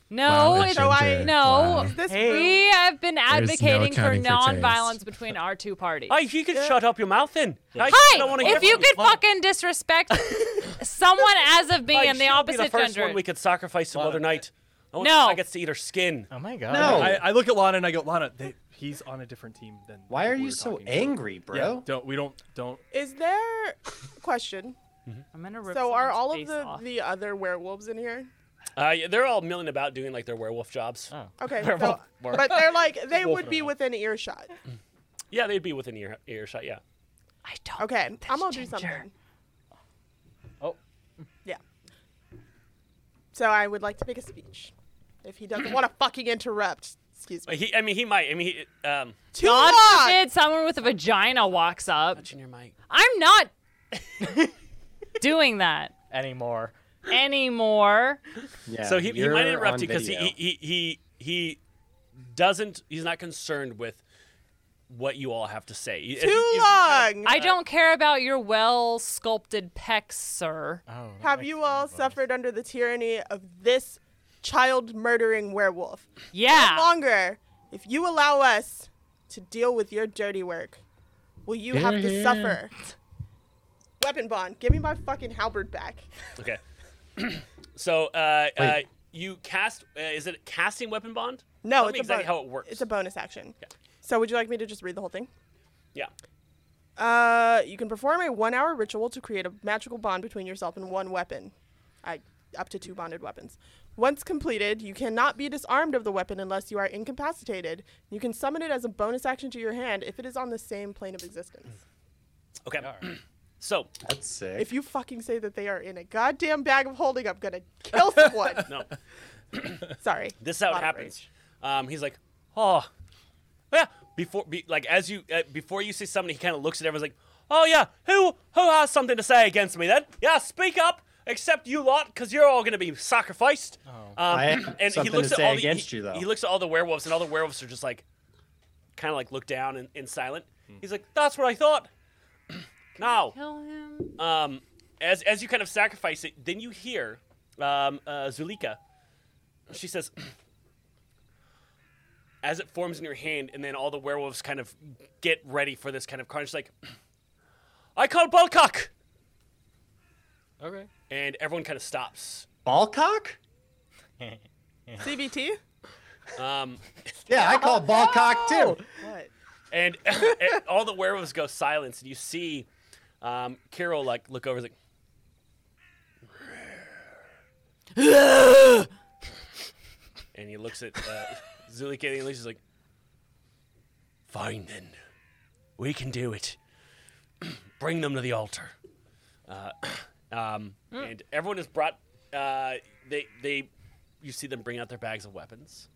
Speaker 2: No,
Speaker 9: Wow, that
Speaker 2: it's
Speaker 9: So I-
Speaker 2: no.
Speaker 9: wow.
Speaker 5: This
Speaker 8: Hey.
Speaker 5: room-
Speaker 2: We have been
Speaker 9: no
Speaker 2: advocating for
Speaker 9: accounting for taste.
Speaker 2: non-violence between our two parties.
Speaker 1: Hey, you can shut up your mouth then. I
Speaker 2: Hi,
Speaker 1: don't want to
Speaker 2: if you could fucking disrespect someone as of being in the opposite
Speaker 1: be the first
Speaker 2: gender,
Speaker 1: one we could sacrifice to Mother Knight. I want-
Speaker 2: No.
Speaker 1: I gets to eat her skin.
Speaker 8: Oh my god.
Speaker 7: No.
Speaker 3: I, I look at Lana and I go, Lana, they, he's on a different team than. the
Speaker 7: Why are
Speaker 3: people
Speaker 7: you
Speaker 3: we're
Speaker 7: so
Speaker 3: talking to."
Speaker 7: angry,
Speaker 3: Yeah,
Speaker 7: bro?
Speaker 3: don't we don't don't.
Speaker 5: Is there question?
Speaker 2: I'm gonna rip
Speaker 5: So are
Speaker 2: someone's
Speaker 5: all of
Speaker 2: face
Speaker 5: the
Speaker 2: off.
Speaker 5: the other werewolves in here?
Speaker 1: Uh, yeah, they're all milling about doing like their werewolf jobs.
Speaker 7: Oh.
Speaker 5: Okay, so, but they're like they would be within earshot.
Speaker 2: Mm.
Speaker 1: Yeah, they'd be within ear earshot. Yeah.
Speaker 2: I don't.
Speaker 5: Okay,
Speaker 2: this
Speaker 5: I'm gonna do
Speaker 2: ginger.
Speaker 5: something.
Speaker 8: Oh.
Speaker 5: Yeah. So I would like to make a speech. If he doesn't want to fucking interrupt, excuse me.
Speaker 1: He, I mean, he might. I mean, he, um.
Speaker 5: Too
Speaker 2: God
Speaker 5: long!
Speaker 2: forbid someone with a vagina walks up.
Speaker 1: Junior Mike.
Speaker 2: I'm not doing that
Speaker 8: Anymore.
Speaker 2: anymore.
Speaker 7: Yeah,
Speaker 1: So he, he might
Speaker 7: you're
Speaker 1: interrupt
Speaker 7: on
Speaker 1: you because he,
Speaker 7: video.
Speaker 1: he he he doesn't. He's not concerned with what you all have to say. If you-
Speaker 5: Too
Speaker 1: if-
Speaker 5: long!
Speaker 2: I don't care about your well sculpted pecs, sir.
Speaker 8: Oh.
Speaker 5: Have you all suffered under the tyranny of this child murdering werewolf?
Speaker 1: Ah.
Speaker 5: No
Speaker 2: Yeah.
Speaker 5: longer, if you allow us to deal with your dirty work, will you have to
Speaker 9: Hear, hear.
Speaker 5: suffer? Weapon bond, give me my fucking halberd back.
Speaker 1: Okay. so uh, uh,
Speaker 7: Wait.
Speaker 1: you cast. Uh, is it casting weapon bond?
Speaker 5: No,
Speaker 1: Tell
Speaker 5: it's
Speaker 1: me
Speaker 5: a
Speaker 1: exactly
Speaker 5: bon-
Speaker 1: how it works.
Speaker 5: It's a bonus action. So, would you like me to just read the whole thing?
Speaker 1: yeah.
Speaker 5: Uh, you can perform a one-hour ritual to create a magical bond between yourself and one weapon. I up to two bonded weapons. Once completed, you cannot be disarmed of the weapon unless you are incapacitated. You can summon it as a bonus action to your hand if it is on the same plane of existence.
Speaker 1: Okay. So,
Speaker 7: That's sick.
Speaker 5: If you fucking say that they are in a goddamn bag of holding, I'm gonna kill someone.
Speaker 1: no,
Speaker 5: Sorry.
Speaker 1: this is how
Speaker 5: Lot
Speaker 1: it
Speaker 5: of
Speaker 1: happens.
Speaker 5: rage.
Speaker 1: Um, he's like, oh, yeah. Before, be, like, as you uh, before you see somebody, he kind of looks at everyone's like, oh yeah, who who has something to say against me? Then yeah, speak up. Except you lot, because you're all going to be sacrificed. Oh. Um,
Speaker 7: I have something to say
Speaker 1: the,
Speaker 7: against
Speaker 1: he,
Speaker 7: you, though.
Speaker 1: He looks at all the werewolves, and all the werewolves are just like, kind of like look down and, and silent.
Speaker 5: Hmm.
Speaker 1: He's like, "That's what I thought." now,
Speaker 2: Kill him.
Speaker 1: um, as as you kind of sacrifice it, then you hear um, uh, Zulika. She says, as it forms in your hand, and then all the werewolves kind of get ready for this kind of carnage. Like, I call Balcock,
Speaker 8: Okay.
Speaker 1: and everyone kind of stops.
Speaker 7: Ballcock?
Speaker 5: CBT?
Speaker 1: Um,
Speaker 7: Yeah, I call Ballcock too.
Speaker 5: What?
Speaker 1: and, and all the werewolves go silence, and you see um, Carol like look over, like, and he looks at uh, Zulika, and he's just like, "Fine then, we can do it. Bring them to the altar." Uh, um, And everyone is brought. Uh, they they, you see them bring out their bags of weapons.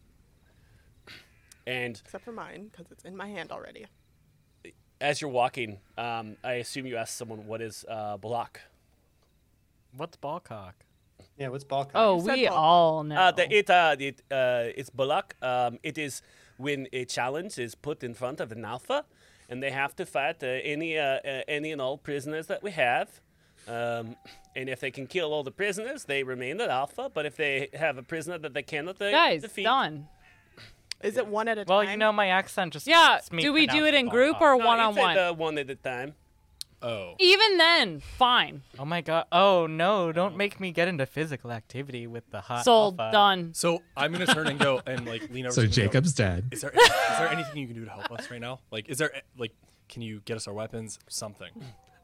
Speaker 1: And
Speaker 5: Except for mine, because it's in my hand already.
Speaker 1: as you're walking, um, I assume you ask someone what is uh, block.
Speaker 8: What's ballcock?
Speaker 7: Yeah, what's Ballcock?
Speaker 2: Oh,
Speaker 5: said
Speaker 2: we
Speaker 5: ball.
Speaker 2: all know.
Speaker 1: Uh, the, it, uh, it, uh, it's Balak. Um, it is when a challenge is put in front of an alpha, and they have to fight uh, any, uh, uh, any and all prisoners that we have. Um, and if they can kill all the prisoners, they remain at alpha. But if they have a prisoner that they cannot uh,
Speaker 2: Guys,
Speaker 1: defeat,
Speaker 2: done.
Speaker 5: Is it one at a
Speaker 8: Well,
Speaker 5: time?
Speaker 8: you know my accent just.
Speaker 2: Yeah.
Speaker 8: lets me
Speaker 2: Do we do
Speaker 8: pronounce
Speaker 2: it in
Speaker 8: ballcock.
Speaker 2: group or
Speaker 1: No,
Speaker 2: one on
Speaker 1: it's at,
Speaker 2: one?
Speaker 1: uh, one at a time.
Speaker 3: Oh.
Speaker 2: Even then, fine.
Speaker 8: Oh my god. Oh no! Don't make me get into physical activity with the hot.
Speaker 2: Sold.
Speaker 5: uh,
Speaker 8: alpha.
Speaker 2: Done.
Speaker 3: So I'm gonna turn and go and like lean over.
Speaker 9: So
Speaker 3: to him and go,
Speaker 9: Jacob's dead.
Speaker 3: Is there is there anything you can do to help us right now? Like, is there like can you get us our weapons? Something.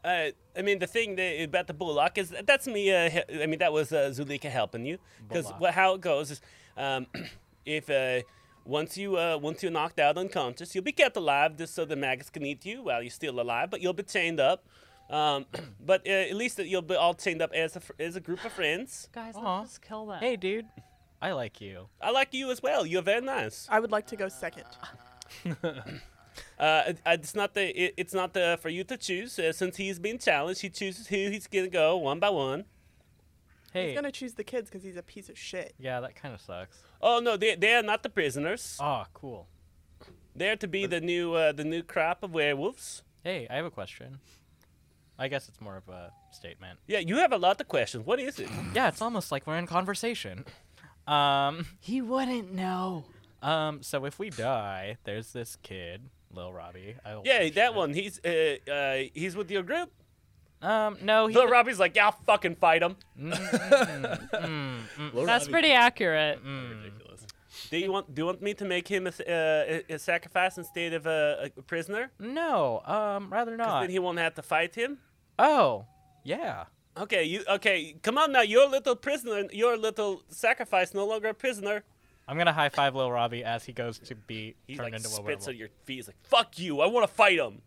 Speaker 1: Uh, I mean, the thing that, about the bullock is that's me. Uh, he- I mean, that was uh, Zulika helping you because
Speaker 8: Bullock.
Speaker 1: what how it goes is, um, if uh, once you uh, once you're knocked out unconscious, you'll be kept alive just so the maggots can eat you while you're still alive, but you'll be chained up. Um, but uh, at least that you'll be all chained up as a fr- as a group of friends.
Speaker 2: Guys,
Speaker 8: Aw.
Speaker 2: let's just kill them.
Speaker 8: Hey, dude. I like you.
Speaker 1: I like you as well. You're very nice.
Speaker 5: I would like to go second.
Speaker 1: Uh, it- it's not the it, it's not the for you to choose uh, since he's being challenged. He chooses who he's gonna go one by one.
Speaker 8: Hey.
Speaker 5: He's gonna choose the kids because he's a piece of shit.
Speaker 8: Yeah, that kind of sucks.
Speaker 1: Oh no, they they are not the prisoners.
Speaker 8: Oh, cool.
Speaker 1: There to be the new uh, the new crop of werewolves.
Speaker 8: Hey, I have a question. I guess it's more of a statement.
Speaker 1: Yeah, you have a lot of questions. What is it?
Speaker 8: Yeah, it's almost like we're in conversation. Um,
Speaker 2: He wouldn't know.
Speaker 8: um. So if we die, there's this kid, Lil Robbie. I don't
Speaker 1: Yeah,
Speaker 8: give a
Speaker 1: that
Speaker 8: shit.
Speaker 1: one. He's uh, uh, he's with your group.
Speaker 8: Um, no, he.
Speaker 1: Little Robbie's like, yeah, I'll fucking fight him.
Speaker 2: That's pretty accurate.
Speaker 8: Hmm.
Speaker 3: Ridiculous.
Speaker 1: Do you want do you want me to make him a, s- uh, a, a sacrifice instead of a, a prisoner? 'Cause
Speaker 8: No, um, rather not.
Speaker 1: Then he won't have to fight him.
Speaker 8: Oh, yeah.
Speaker 1: Okay, you okay? Come on now, your little prisoner, your little sacrifice, no longer a prisoner.
Speaker 8: I'm gonna high five Lil Robbie as he goes to be
Speaker 1: He
Speaker 8: turned
Speaker 1: like
Speaker 8: into a
Speaker 1: spits
Speaker 8: werewolf.
Speaker 1: at your feet. He's like, fuck you, I want to fight him.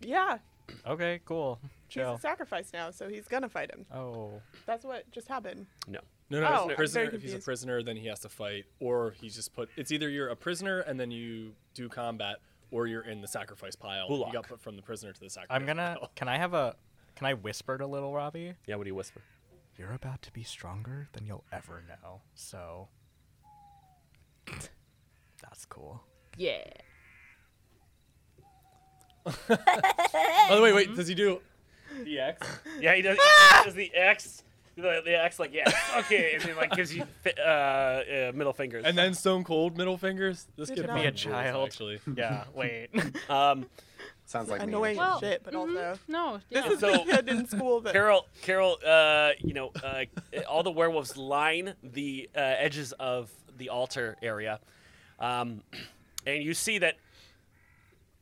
Speaker 5: Yeah,
Speaker 8: Okay, cool.
Speaker 5: he's
Speaker 8: Chill.
Speaker 5: a sacrifice now, so he's gonna fight him.
Speaker 8: Oh,
Speaker 5: That's what just happened.
Speaker 1: No.
Speaker 3: No, no,
Speaker 5: Oh,
Speaker 3: no.
Speaker 5: I'm
Speaker 3: prisoner.
Speaker 5: very
Speaker 3: If he's a
Speaker 5: confused.
Speaker 3: prisoner, then he has to fight, or he's just put. It's either you're a prisoner and then you do combat, or you're in the sacrifice pile.
Speaker 1: Bullock.
Speaker 3: You got put from the prisoner to the sacrifice.
Speaker 8: I'm gonna. Can I have a? Can I whisper to Little Robbie?
Speaker 1: Yeah, what do you whisper?
Speaker 8: You're about to be stronger than you'll ever know. So. That's cool.
Speaker 2: Yeah.
Speaker 3: Oh wait,
Speaker 8: Mm-hmm.
Speaker 3: wait. Does he do? The X.
Speaker 1: Yeah, he does, he does the X. The, the X, like, yeah, okay, and then, like, gives you fi- uh, uh, middle fingers.
Speaker 3: And then Stone Cold middle fingers. This
Speaker 5: Good
Speaker 3: kid
Speaker 5: job.
Speaker 3: fucking
Speaker 5: Be a
Speaker 3: rules,
Speaker 8: child.
Speaker 3: Actually,
Speaker 8: Yeah. Wait.
Speaker 1: um,
Speaker 7: Sounds like
Speaker 5: Annoying as
Speaker 7: me.
Speaker 2: Well, mm-hmm.
Speaker 5: shit, but also
Speaker 2: No.
Speaker 5: this
Speaker 2: yeah.
Speaker 5: is the
Speaker 1: So-
Speaker 5: kid in school that
Speaker 1: Carol, Carol, uh, you know, uh, all the werewolves line the uh, edges of the altar area, um, and you see that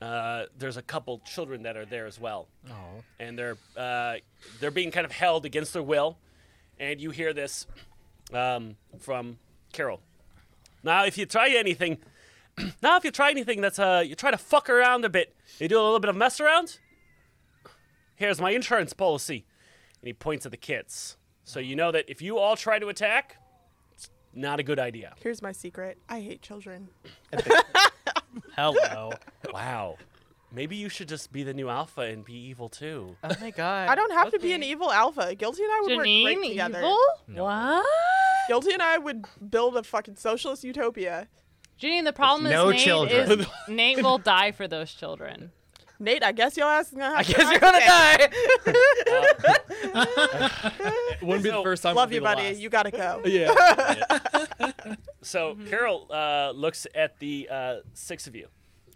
Speaker 1: uh, there's a couple children that are there as well,
Speaker 8: oh.
Speaker 1: and they're uh, they're being kind of held against their will, and you hear this. um, from Carol. Now, if you try anything, now if you try anything that's uh, you try to fuck around a bit, you do a little bit of mess around. Here's my insurance policy, and he points at the kids. So you know that if you all try to attack, it's not a good idea.
Speaker 5: Here's my secret. I hate children.
Speaker 8: Hello.
Speaker 1: Wow. Maybe you should just be the new alpha and be evil too.
Speaker 8: oh my god.
Speaker 5: I don't have to be an evil alpha. Guilty and I would work
Speaker 2: Janine,
Speaker 5: great together.
Speaker 2: evil? What?
Speaker 5: Guilty and I would build a fucking socialist utopia.
Speaker 2: Janine, the problem is
Speaker 7: No
Speaker 2: Nate
Speaker 7: children.
Speaker 2: is Nate will die for those children.
Speaker 5: Nate, I guess your ass is gonna have to
Speaker 8: Guess you're gonna die.
Speaker 3: It wouldn't be the
Speaker 1: So,
Speaker 3: first time.
Speaker 5: Love
Speaker 3: it
Speaker 5: you,
Speaker 3: would be
Speaker 5: buddy.
Speaker 3: the
Speaker 5: You gotta go.
Speaker 3: last. Yeah.
Speaker 1: So Carol uh, looks at the uh, six of you.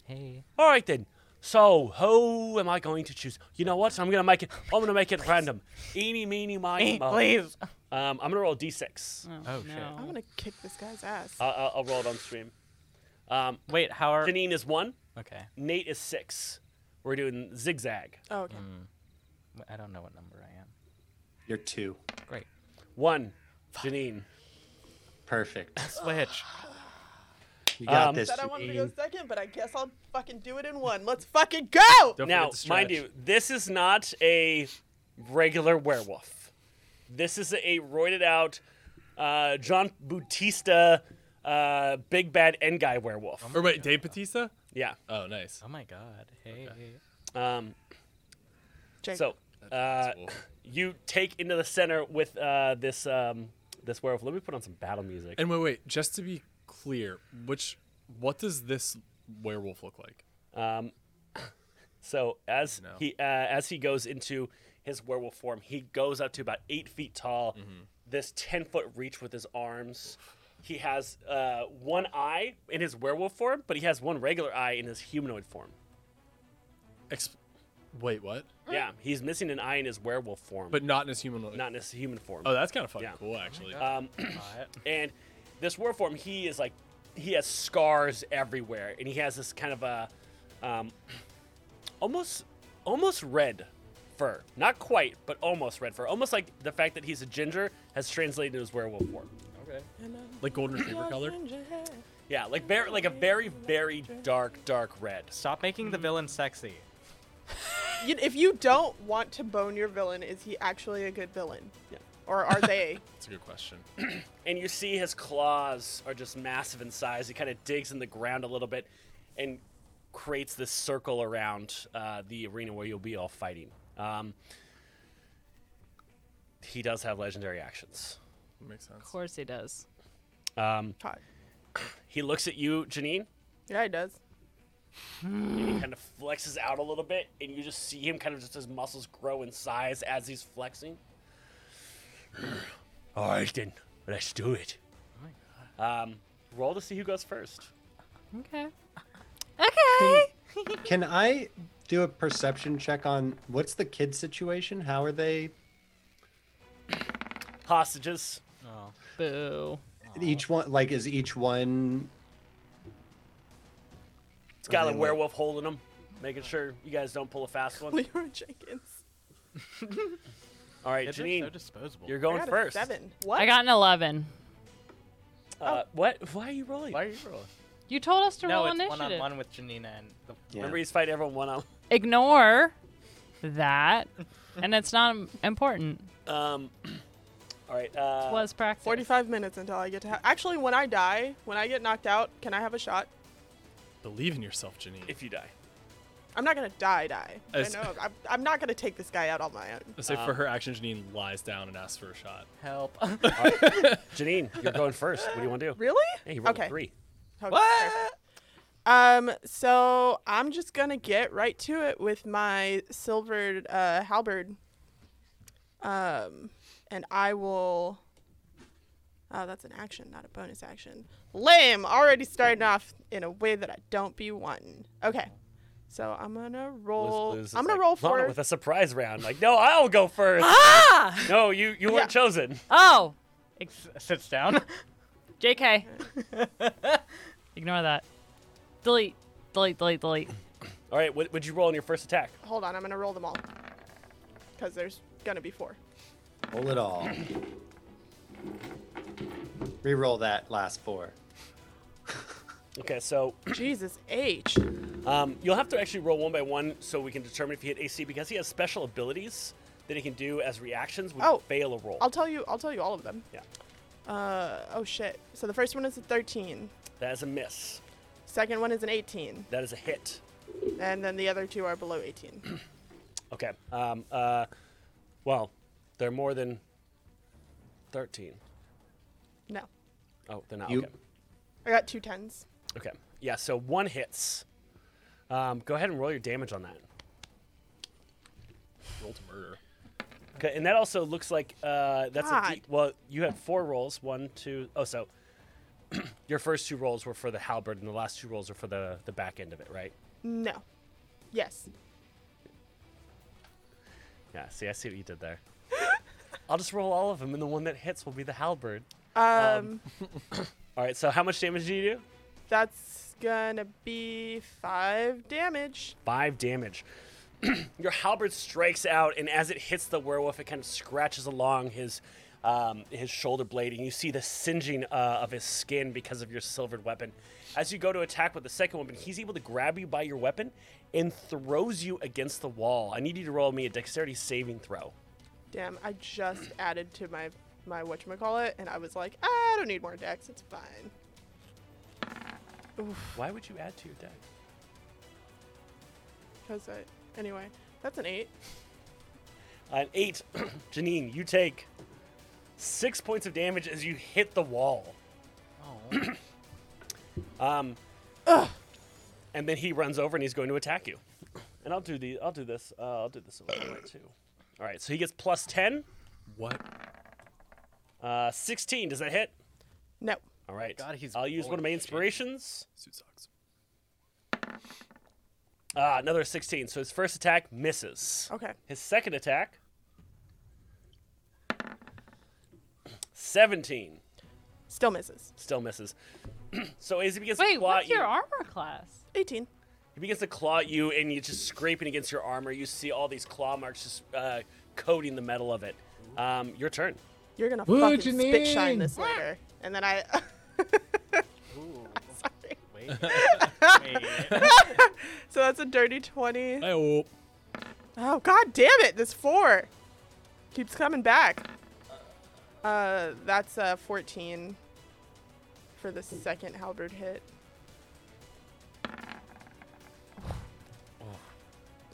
Speaker 8: hey.
Speaker 1: All right then. So who am I going to choose? You know what? I'm gonna make it. I'm gonna make it random. Eeny, meeny, miny, mo.
Speaker 8: Please.
Speaker 1: Um, I'm gonna roll d6.
Speaker 2: Oh,
Speaker 8: Oh, shit.
Speaker 2: no.
Speaker 5: I'm gonna kick this guy's ass.
Speaker 1: I- Uh, I'll, I'll roll it on stream. Um,
Speaker 8: Wait, how are?
Speaker 1: Janine is one.
Speaker 8: Okay.
Speaker 1: Nate is six. We're doing zigzag.
Speaker 5: Oh, okay.
Speaker 8: I don't know what number I am.
Speaker 7: You're two.
Speaker 8: Great.
Speaker 1: One. Janine.
Speaker 7: Perfect.
Speaker 8: Switch.
Speaker 7: You got
Speaker 1: Um,
Speaker 7: this.
Speaker 5: Said I wanted to go
Speaker 7: Janine.
Speaker 5: second, but I guess I'll fucking do it in one. Let's fucking go!
Speaker 3: Don't
Speaker 1: Now,
Speaker 3: forget to
Speaker 1: mind
Speaker 3: stretch.
Speaker 1: you, this is not a regular werewolf. This is a roided out uh, John Bautista, uh, big bad end guy werewolf.
Speaker 3: Or wait, Dave Batista?
Speaker 1: Yeah.
Speaker 3: Oh, nice.
Speaker 8: Oh my god. Hey.
Speaker 1: Um,
Speaker 5: Jake,
Speaker 1: so uh,
Speaker 3: cool.
Speaker 1: you take into the center with uh, this um, this werewolf. Let me put on some battle music.
Speaker 3: And wait, wait. Just to be clear, which what does this werewolf look like?
Speaker 1: Um, so as
Speaker 3: No.
Speaker 1: he uh, as he goes into his werewolf form, he goes up to about eight feet tall.
Speaker 3: Mm-hmm.
Speaker 1: This ten foot reach with his arms. He has uh, one eye in his werewolf form, but he has one regular eye in his humanoid form.
Speaker 3: Exp- wait, what?
Speaker 1: Yeah, he's missing an eye in his werewolf form,
Speaker 3: But not in his human.
Speaker 1: not in his human form.
Speaker 3: Oh, that's kind of fucking
Speaker 1: Yeah.
Speaker 3: cool, actually.
Speaker 1: Um, and this war form, he is like, he has scars everywhere, and he has this kind of a, um, almost, almost red fur. Not quite, but almost red fur. Almost like the fact that he's a ginger has translated into his werewolf form.
Speaker 3: like golden retriever colored.
Speaker 1: Yeah, like very, like a very, very dark, dark red.
Speaker 8: Stop making the villain sexy.
Speaker 5: You- if you don't want to bone your villain, is he actually a good villain?
Speaker 1: Yeah.
Speaker 5: Or are they?
Speaker 3: That's a good question.
Speaker 1: and you see his claws are just massive in size. He kind of digs in the ground a little bit and creates this circle around uh, the arena where you'll be all fighting. Um, he does have legendary actions.
Speaker 3: Makes sense.
Speaker 2: Of course he does.
Speaker 1: Um,
Speaker 5: Hot.
Speaker 1: he looks at you, Janine,
Speaker 5: Yeah, he does.
Speaker 1: and he kind of flexes out a little bit, and you just see him kind of just his muscles grow in size as he's flexing. All right, then, let's do it. Um, roll to see who goes first.
Speaker 2: Okay. Okay.
Speaker 7: Can I do a perception check on what's the kid situation? How are they?
Speaker 1: Hostages.
Speaker 8: Oh.
Speaker 2: Boo.
Speaker 7: Each one, like, is each one?
Speaker 1: It's got
Speaker 7: Or
Speaker 1: a
Speaker 7: they
Speaker 1: werewolf holding him, making sure you guys don't pull a fast one.
Speaker 5: Leroy Jenkins.
Speaker 1: All right,
Speaker 8: Kids are so
Speaker 1: Janine,
Speaker 8: disposable.
Speaker 1: you're
Speaker 5: I
Speaker 1: going
Speaker 5: got a
Speaker 1: first.
Speaker 5: Seven. Oh. What?
Speaker 2: I got an 11.
Speaker 1: Uh, what? Why are you rolling?
Speaker 8: Why are you rolling?
Speaker 2: You told us to
Speaker 8: No,
Speaker 2: roll
Speaker 8: it's
Speaker 2: initiative.
Speaker 8: one on one with Janina and the.
Speaker 7: Yeah.
Speaker 1: Remember, he's fighting everyone one on.
Speaker 2: Ignore that, and it's not important.
Speaker 1: Um, all right. Uh,
Speaker 2: Was practice.
Speaker 5: 45 minutes until I get to ha- Actually, when I die, when I get knocked out, can I have a shot?
Speaker 3: Believe in yourself, Janine.
Speaker 1: if you die.
Speaker 5: I'm not gonna die, die. I
Speaker 3: As-
Speaker 5: know. I'm, I'm not gonna take this guy out on my own.
Speaker 3: I say
Speaker 8: um,
Speaker 3: for her action, Janine lies down and asks for a shot.
Speaker 8: Help.
Speaker 1: Janine, you're going first. What do you want to do?
Speaker 5: Really?
Speaker 1: Hey, you rolled a
Speaker 5: okay.
Speaker 1: three.
Speaker 5: Okay,
Speaker 8: What?
Speaker 5: perfect. Um, so I'm just gonna get right to it with my silvered uh, halberd. Um, and I will. Oh, that's an action, not a bonus action. Lame. Already starting off in a way that I don't be wanting. Okay, so I'm gonna roll.
Speaker 1: Liz- Liz is
Speaker 5: I'm gonna
Speaker 1: like,
Speaker 5: roll
Speaker 1: "Lana
Speaker 5: for.
Speaker 1: with a surprise round. Like, no, I'll go first.
Speaker 2: Ah!
Speaker 1: No, you you weren't
Speaker 5: Yeah.
Speaker 1: chosen.
Speaker 2: Oh,
Speaker 8: Ex- sits down.
Speaker 2: JK. Ignore that. Delete. Delete. Delete. Delete.
Speaker 1: All right, what would you roll on your first attack?
Speaker 5: Hold on, I'm gonna roll them all. Cause there's gonna be four.
Speaker 7: Roll it all. Reroll that last four.
Speaker 1: Okay, so
Speaker 5: Jesus H.
Speaker 1: um, you'll have to actually roll one by one so we can determine if he hit AC because he has special abilities that he can do as reactions when
Speaker 5: Oh,
Speaker 1: you fail a roll.
Speaker 5: I'll tell you. I'll tell you all of them.
Speaker 1: Yeah.
Speaker 5: Uh, oh shit. So the first one is a 13.
Speaker 1: That is a miss.
Speaker 5: Second one is an 18,
Speaker 1: That is a hit.
Speaker 5: and then the other two are below 18.
Speaker 1: Okay. Um, uh, well, they're more than 13.
Speaker 5: No,
Speaker 1: Oh, they're not.
Speaker 7: You-
Speaker 1: Okay.
Speaker 5: I got two tens.
Speaker 1: Okay. Yeah, so one hits. Um, go ahead and roll your damage on that.
Speaker 3: Roll to murder.
Speaker 1: Okay, and that also looks like uh, that's a D-
Speaker 5: God.
Speaker 1: well. You had four rolls. One, two. Oh, so your first two rolls were for the halberd, and the last two rolls are for the the back end of it, right?
Speaker 5: No. Yes.
Speaker 1: Yeah. See, I see what you did there. I'll just roll all of them, and the one that hits will be the halberd.
Speaker 5: Um,
Speaker 1: All right. So how much damage do you do?
Speaker 5: that's gonna be five damage.
Speaker 1: Five damage. your halberd strikes out, and as it hits the werewolf, it kind of scratches along his um, his shoulder blade, and you see the singeing uh, of his skin because of your silvered weapon. As you go to attack with the second weapon, he's able to grab you by your weapon and throws you against the wall. I need you to roll me a dexterity saving throw.
Speaker 5: Damn, I just added to my my whatchamacallit, and I was like, I don't need more decks. It's fine.
Speaker 1: Why would you add to your dex?
Speaker 5: Cause I, anyway, that's an eight.
Speaker 1: An eight, Janine, you take six points of damage as you hit the wall.
Speaker 8: Oh.
Speaker 1: um, and then he runs over and he's going to attack you. And I'll do the, I'll do this, uh, I'll do this over there too. All right, so he gets plus ten,
Speaker 3: What?
Speaker 1: uh, sixteen. Does that hit?
Speaker 5: No.
Speaker 1: All right.
Speaker 8: God, he's
Speaker 1: I'll use one of my
Speaker 8: rolling
Speaker 1: inspirations.
Speaker 3: Suit sucks.
Speaker 1: Ah, another sixteen. So his first attack misses.
Speaker 5: Okay.
Speaker 1: His second attack, seventeen.
Speaker 5: Still misses.
Speaker 1: Still misses. so as he begins to
Speaker 2: Wait,
Speaker 1: claw at
Speaker 2: what's
Speaker 1: you,
Speaker 2: your armor class?
Speaker 5: 18.
Speaker 1: he begins to claw at you, and you're just scraping against your armor. You see all these claw marks just uh, coating the metal of it. Um, your turn.
Speaker 5: You're gonna
Speaker 9: Woo,
Speaker 5: fucking spit shine
Speaker 9: Janine.
Speaker 5: this later. And then I. Sorry.
Speaker 8: Wait.
Speaker 5: So that's a dirty 20.
Speaker 3: Oh,
Speaker 5: Oh, god damn it. This four keeps coming back. Uh, that's a 14 for the second halberd hit.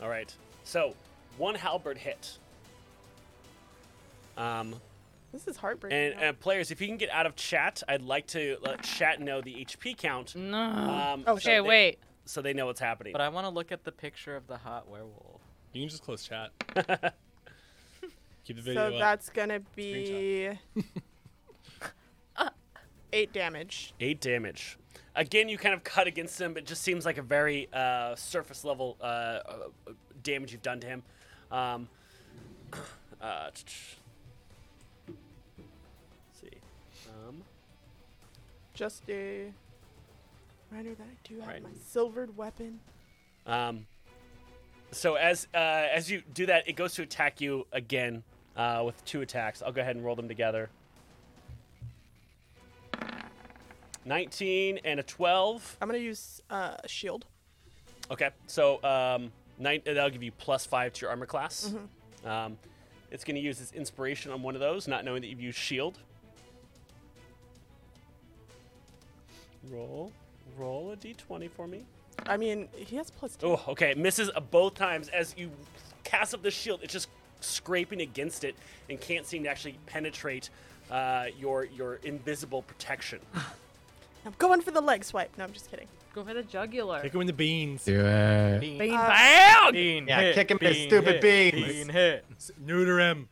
Speaker 1: All right. So one halberd hit. Um,
Speaker 5: This is heartbreaking.
Speaker 1: and uh, players, if you can get out of chat, I'd like to let chat know the HP count.
Speaker 2: No.
Speaker 1: Um,
Speaker 5: Oh,
Speaker 1: so
Speaker 2: Uh, okay,
Speaker 1: they-
Speaker 2: Mm. wait.
Speaker 1: So they know what's happening.
Speaker 8: But I want to look at the picture of the hot werewolf.
Speaker 3: you can just close chat. Keep the video
Speaker 5: so
Speaker 3: up.
Speaker 5: that's gonna be eight damage.
Speaker 1: Eight damage. Again, you kind of cut against him. It just seems like a very uh, surface level uh, uh, damage you've done to him. Um, uh, tch, tch. see. Um,
Speaker 5: Just a reminder that I do have
Speaker 1: Right.
Speaker 5: my silvered weapon.
Speaker 1: um, so as uh, as you do that, it goes to attack you again uh, with two attacks. I'll go ahead and roll them together. 19 and a 12.
Speaker 5: I'm gonna use uh, a shield.
Speaker 1: Okay, so um, nine, that'll give you plus five to your armor class. Um, it's going to use its inspiration on one of those, not knowing that you've used shield. Roll, roll a d20 for me.
Speaker 5: I mean, he has plus two.
Speaker 1: Oh, okay, it misses uh, both times as you cast up the shield. It's just scraping against it and can't seem to actually penetrate uh, your your invisible protection.
Speaker 5: I'm going for the leg swipe. No, I'm just kidding.
Speaker 2: Go for the jugular.
Speaker 3: Take away the beans.
Speaker 9: Do it.
Speaker 8: Bean,
Speaker 2: Bean.
Speaker 8: bean
Speaker 7: Yeah,
Speaker 8: hit,
Speaker 7: kick him in his
Speaker 8: bean
Speaker 7: stupid
Speaker 8: hit,
Speaker 7: beans.
Speaker 8: Bean hit.
Speaker 3: Neuter him.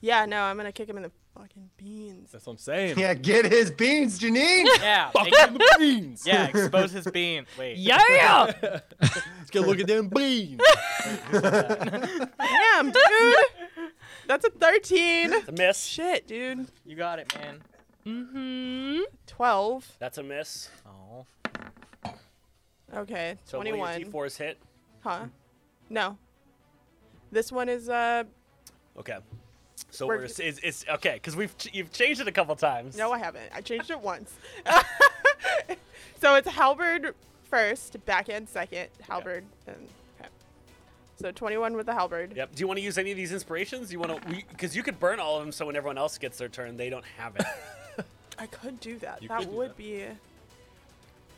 Speaker 5: Yeah, no, I'm gonna kick him in the fucking beans.
Speaker 3: That's what I'm saying.
Speaker 7: Yeah, get his beans, Janine.
Speaker 8: Yeah.
Speaker 3: Fuck
Speaker 8: make-
Speaker 3: him in the beans.
Speaker 8: yeah. Expose his bean. Wait.
Speaker 2: Yeah!
Speaker 3: Let's get a look at them beans.
Speaker 5: Damn, dude. That's a 13.
Speaker 1: It's a miss.
Speaker 5: Shit, dude.
Speaker 8: You got it, man.
Speaker 2: mm-hmm.
Speaker 5: 12.
Speaker 1: That's a miss.
Speaker 8: Oh.
Speaker 5: Okay,
Speaker 1: So
Speaker 5: 21.
Speaker 1: one of your d4s hit.
Speaker 5: Huh? No. This one is uh
Speaker 1: Okay. So
Speaker 5: We're-
Speaker 1: we're, it's, it's, it's okay because we've ch- you've changed it a couple times.
Speaker 5: No, I haven't. I changed it once. so it's halberd first, back end second, halberd, and okay. So 21 with the halberd.
Speaker 1: Yep. Do you want to use any of these inspirations? Do you want to because you could burn all of them so when everyone else gets their turn they don't have it.
Speaker 5: I could do that.
Speaker 3: You
Speaker 5: that
Speaker 3: could do
Speaker 5: would
Speaker 3: that.
Speaker 5: be.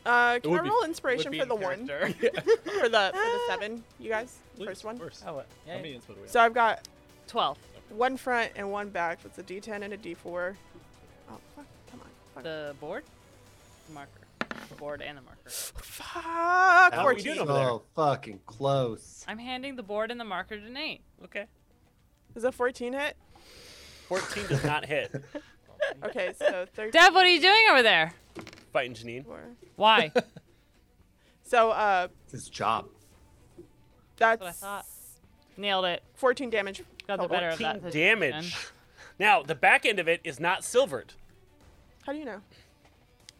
Speaker 5: Uh, can I
Speaker 3: would be-
Speaker 5: roll
Speaker 3: would
Speaker 5: inspiration
Speaker 3: be
Speaker 5: for
Speaker 3: in
Speaker 5: the one?
Speaker 3: character.
Speaker 5: For the for
Speaker 2: Ah.
Speaker 5: the seven, you guys?
Speaker 3: Please,
Speaker 5: First one?
Speaker 3: Of course.
Speaker 8: Oh,
Speaker 3: How
Speaker 8: yeah,
Speaker 3: many inspo do we have?
Speaker 5: So I've got
Speaker 2: 12.
Speaker 5: one front and one back. That's a D10 and a D4. Oh, fuck. Come on. Fuck.
Speaker 2: The board? Marker. The board and the marker.
Speaker 5: Fuck.
Speaker 1: How are we doing
Speaker 5: 14.
Speaker 1: over there?
Speaker 7: So fucking close.
Speaker 2: I'm handing the board and the marker to Nate.
Speaker 1: Okay.
Speaker 5: Is a 14 hit?
Speaker 1: Fourteen does not hit.
Speaker 5: Okay, so 13.
Speaker 2: Dev, what are you doing over there?
Speaker 1: Fighting Janine.
Speaker 2: Why?
Speaker 5: So uh,
Speaker 7: It's his job.
Speaker 5: that's
Speaker 2: what I thought. Nailed it.
Speaker 5: 14 damage.
Speaker 2: Got the
Speaker 5: total.
Speaker 2: better of that.
Speaker 1: Fourteen
Speaker 2: situation.
Speaker 1: damage. Now the back end of it is not silvered
Speaker 5: How do you know?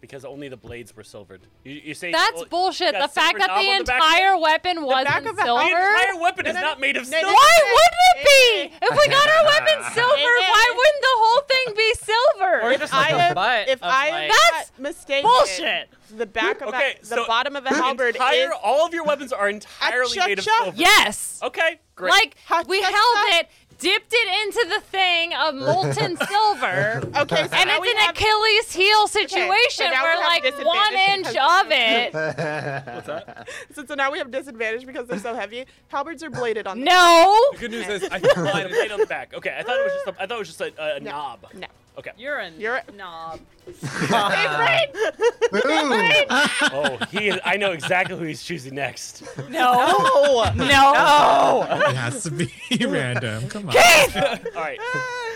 Speaker 1: because only the blades were silvered. You, you say
Speaker 2: That's
Speaker 1: well,
Speaker 2: bullshit.
Speaker 1: got
Speaker 2: The
Speaker 1: silver
Speaker 2: fact that
Speaker 1: knob
Speaker 2: the
Speaker 1: on the back
Speaker 2: entire
Speaker 1: end?
Speaker 2: weapon
Speaker 5: back
Speaker 2: wasn't
Speaker 5: of the- the
Speaker 2: silver.
Speaker 1: the entire weapon is
Speaker 5: No, no,
Speaker 1: not made of
Speaker 5: no, no,
Speaker 1: silver.
Speaker 2: Why wouldn't it be? If we got our weapon silver, why wouldn't the whole thing be silver?
Speaker 8: Or just like
Speaker 5: I
Speaker 8: a
Speaker 5: am-
Speaker 8: butt
Speaker 5: if
Speaker 8: of,
Speaker 5: I
Speaker 8: like-
Speaker 5: am
Speaker 2: That's
Speaker 5: not mistaken,
Speaker 2: bullshit.
Speaker 5: The back of
Speaker 1: Okay,
Speaker 5: a, the
Speaker 1: so
Speaker 5: bottom of a
Speaker 1: The
Speaker 5: halberd
Speaker 1: entire-
Speaker 5: is
Speaker 1: all of your weapons are entirely made of
Speaker 5: Achacha.
Speaker 1: silver.
Speaker 2: yes.
Speaker 1: Okay, great.
Speaker 2: Like
Speaker 5: Ha-
Speaker 2: we
Speaker 5: ha-
Speaker 2: held
Speaker 5: ha-
Speaker 2: it, dipped it into the thing of molten silver,
Speaker 5: okay. So
Speaker 2: and
Speaker 5: now
Speaker 2: it's
Speaker 5: we
Speaker 2: an
Speaker 5: have,
Speaker 2: Achilles heel situation
Speaker 5: now we
Speaker 2: where
Speaker 5: have
Speaker 2: like one inch
Speaker 5: disadvantage
Speaker 2: of it.
Speaker 7: What's that?
Speaker 5: so, so now we have disadvantage because they're so heavy. Halberds are bladed on.
Speaker 2: No.
Speaker 3: The good news is I
Speaker 1: Line of
Speaker 3: can
Speaker 1: blade on the back. Okay, I thought it was just a, I thought it was just a, a
Speaker 5: No.
Speaker 1: knob.
Speaker 5: No.
Speaker 1: Okay.
Speaker 2: You're a
Speaker 5: You're a-
Speaker 2: knob.
Speaker 1: Oh, he is, I know exactly who he's choosing next.
Speaker 2: No. No. No.
Speaker 9: It has to be random. Come on.
Speaker 1: All right.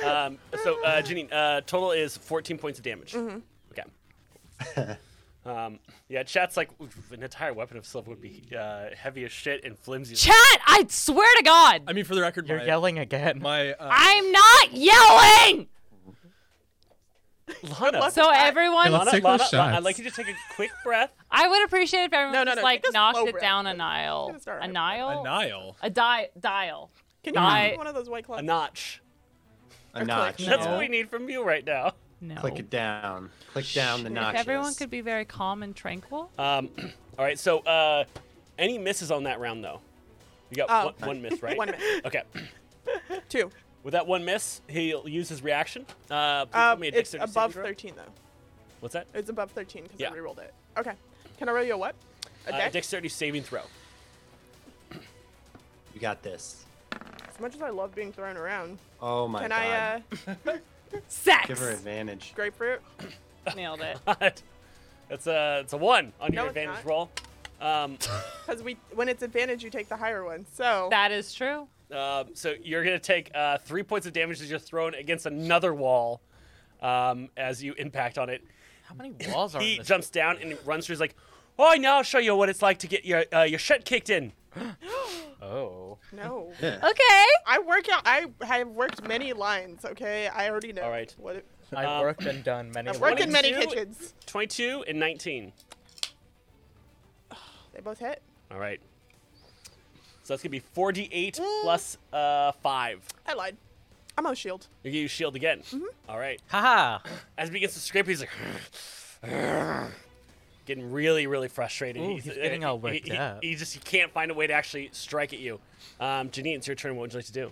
Speaker 1: Um, so, uh, Janine, uh, total is 14 points of damage.
Speaker 5: Mm-hmm.
Speaker 1: Okay. Um, yeah, chat's like "Oof, an entire weapon of silver would be uh, heavy as shit and flimsy. as-"
Speaker 2: Chat, I swear to God.
Speaker 3: I mean, for the record,
Speaker 8: You're
Speaker 3: my,
Speaker 8: yelling again.
Speaker 3: my uh,
Speaker 2: I'm not yelling.
Speaker 1: Lana,
Speaker 2: So everyone,
Speaker 9: Hey, Lana-
Speaker 1: Lana,
Speaker 9: Take
Speaker 1: Lana,
Speaker 9: those
Speaker 1: Lana, I'd
Speaker 9: shots.
Speaker 1: like you to take a quick breath.
Speaker 2: I would appreciate if everyone
Speaker 5: No, no,
Speaker 2: just
Speaker 5: no,
Speaker 2: like
Speaker 5: take a
Speaker 2: knocked
Speaker 5: slow
Speaker 2: it
Speaker 5: breath.
Speaker 2: down a nile,
Speaker 5: Just start
Speaker 2: a
Speaker 5: with-
Speaker 2: nile,
Speaker 3: a Nile.
Speaker 2: a di- dial.
Speaker 5: Can you
Speaker 2: I-
Speaker 5: give me one of those white claws?
Speaker 1: A notch.
Speaker 7: A notch.
Speaker 5: click.
Speaker 1: That's
Speaker 7: yeah.
Speaker 1: what we need from you right now.
Speaker 2: No.
Speaker 7: Click it down. Click down the
Speaker 2: If
Speaker 7: notch.
Speaker 2: everyone could be very calm and tranquil.
Speaker 7: Uh,
Speaker 1: Um, all right, so uh, any misses on that round, though? You got
Speaker 5: Oh.
Speaker 1: one, one miss, right?
Speaker 5: One miss.
Speaker 1: Okay.
Speaker 5: Two.
Speaker 1: With that one miss, he'll use his reaction. Uh, please give
Speaker 5: Um,
Speaker 1: me a
Speaker 5: it's
Speaker 1: dexterity saving
Speaker 5: above
Speaker 1: throw.
Speaker 5: 13 though.
Speaker 1: What's that?
Speaker 5: It's above 13 because
Speaker 1: Yeah.
Speaker 5: I rerolled it. Okay. Can I roll you a what? A
Speaker 1: Uh,
Speaker 5: dex?
Speaker 1: dexterity saving throw.
Speaker 7: You got this.
Speaker 5: As much as I love being thrown around,
Speaker 7: Oh my
Speaker 5: can
Speaker 7: god.
Speaker 5: I uh,
Speaker 2: Sex.
Speaker 7: Give her advantage.
Speaker 5: grapefruit?
Speaker 2: Nailed it.
Speaker 1: That's a it's a one on your
Speaker 5: No, it's
Speaker 1: advantage
Speaker 5: not.
Speaker 1: roll. Um,
Speaker 5: Because we, when it's advantage, you take the higher one. So
Speaker 2: That is true.
Speaker 1: uh, so you're gonna take uh, three points of damage as you're thrown against another wall um, as you impact on it.
Speaker 8: How many walls are in
Speaker 1: He
Speaker 8: this?
Speaker 1: jumps down and runs through. He's like, "Oh, now I'll show you what it's like to get your uh, your shit kicked in."
Speaker 8: Oh.
Speaker 5: no.
Speaker 2: Okay.
Speaker 5: I work out. I have worked many lines. Okay, I already know.
Speaker 1: All right.
Speaker 5: What it,
Speaker 8: I've
Speaker 1: Um,
Speaker 8: worked and done many.
Speaker 5: I've worked in many
Speaker 1: 22.
Speaker 5: kitchens.
Speaker 1: Twenty-two and nineteen.
Speaker 5: They both hit.
Speaker 1: All right. So that's gonna be four d eight plus uh, five.
Speaker 5: I lied. I'm on shield.
Speaker 1: You get your shield again.
Speaker 8: Mm-hmm.
Speaker 1: All right.
Speaker 8: Haha.
Speaker 1: As he begins to scrape, he's like, getting really, really frustrated. uh,
Speaker 8: Ooh, he's getting all worked
Speaker 1: he, he-
Speaker 8: up.
Speaker 1: He, just he can't find a way to actually strike at you. Um, Janine, it's your turn. What would you like to do?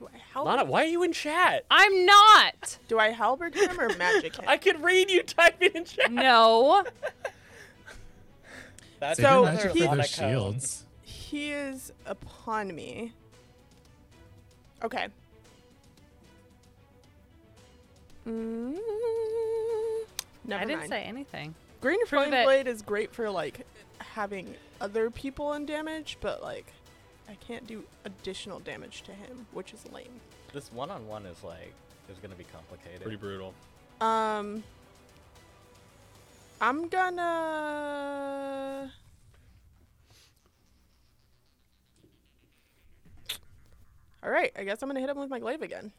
Speaker 5: Do I halberd?
Speaker 1: Lana, why are you in chat?
Speaker 2: I'm not.
Speaker 5: Do I halberd him or magic him?
Speaker 1: I can read you typing in chat.
Speaker 2: No.
Speaker 8: That's
Speaker 9: Save
Speaker 5: So,
Speaker 9: your magic
Speaker 5: he-
Speaker 9: for their shields.
Speaker 5: he is upon me. Okay. Mm, never
Speaker 2: I didn't
Speaker 5: mind.
Speaker 2: say anything.
Speaker 5: Green
Speaker 2: Prove
Speaker 5: flame
Speaker 2: it.
Speaker 5: blade is great for like having other people in damage, but like I can't do additional damage to him, which is lame.
Speaker 8: This one-on-one is like is gonna be complicated.
Speaker 3: Pretty brutal.
Speaker 5: Um, I'm gonna. All right, I guess I'm gonna hit him with my glaive again.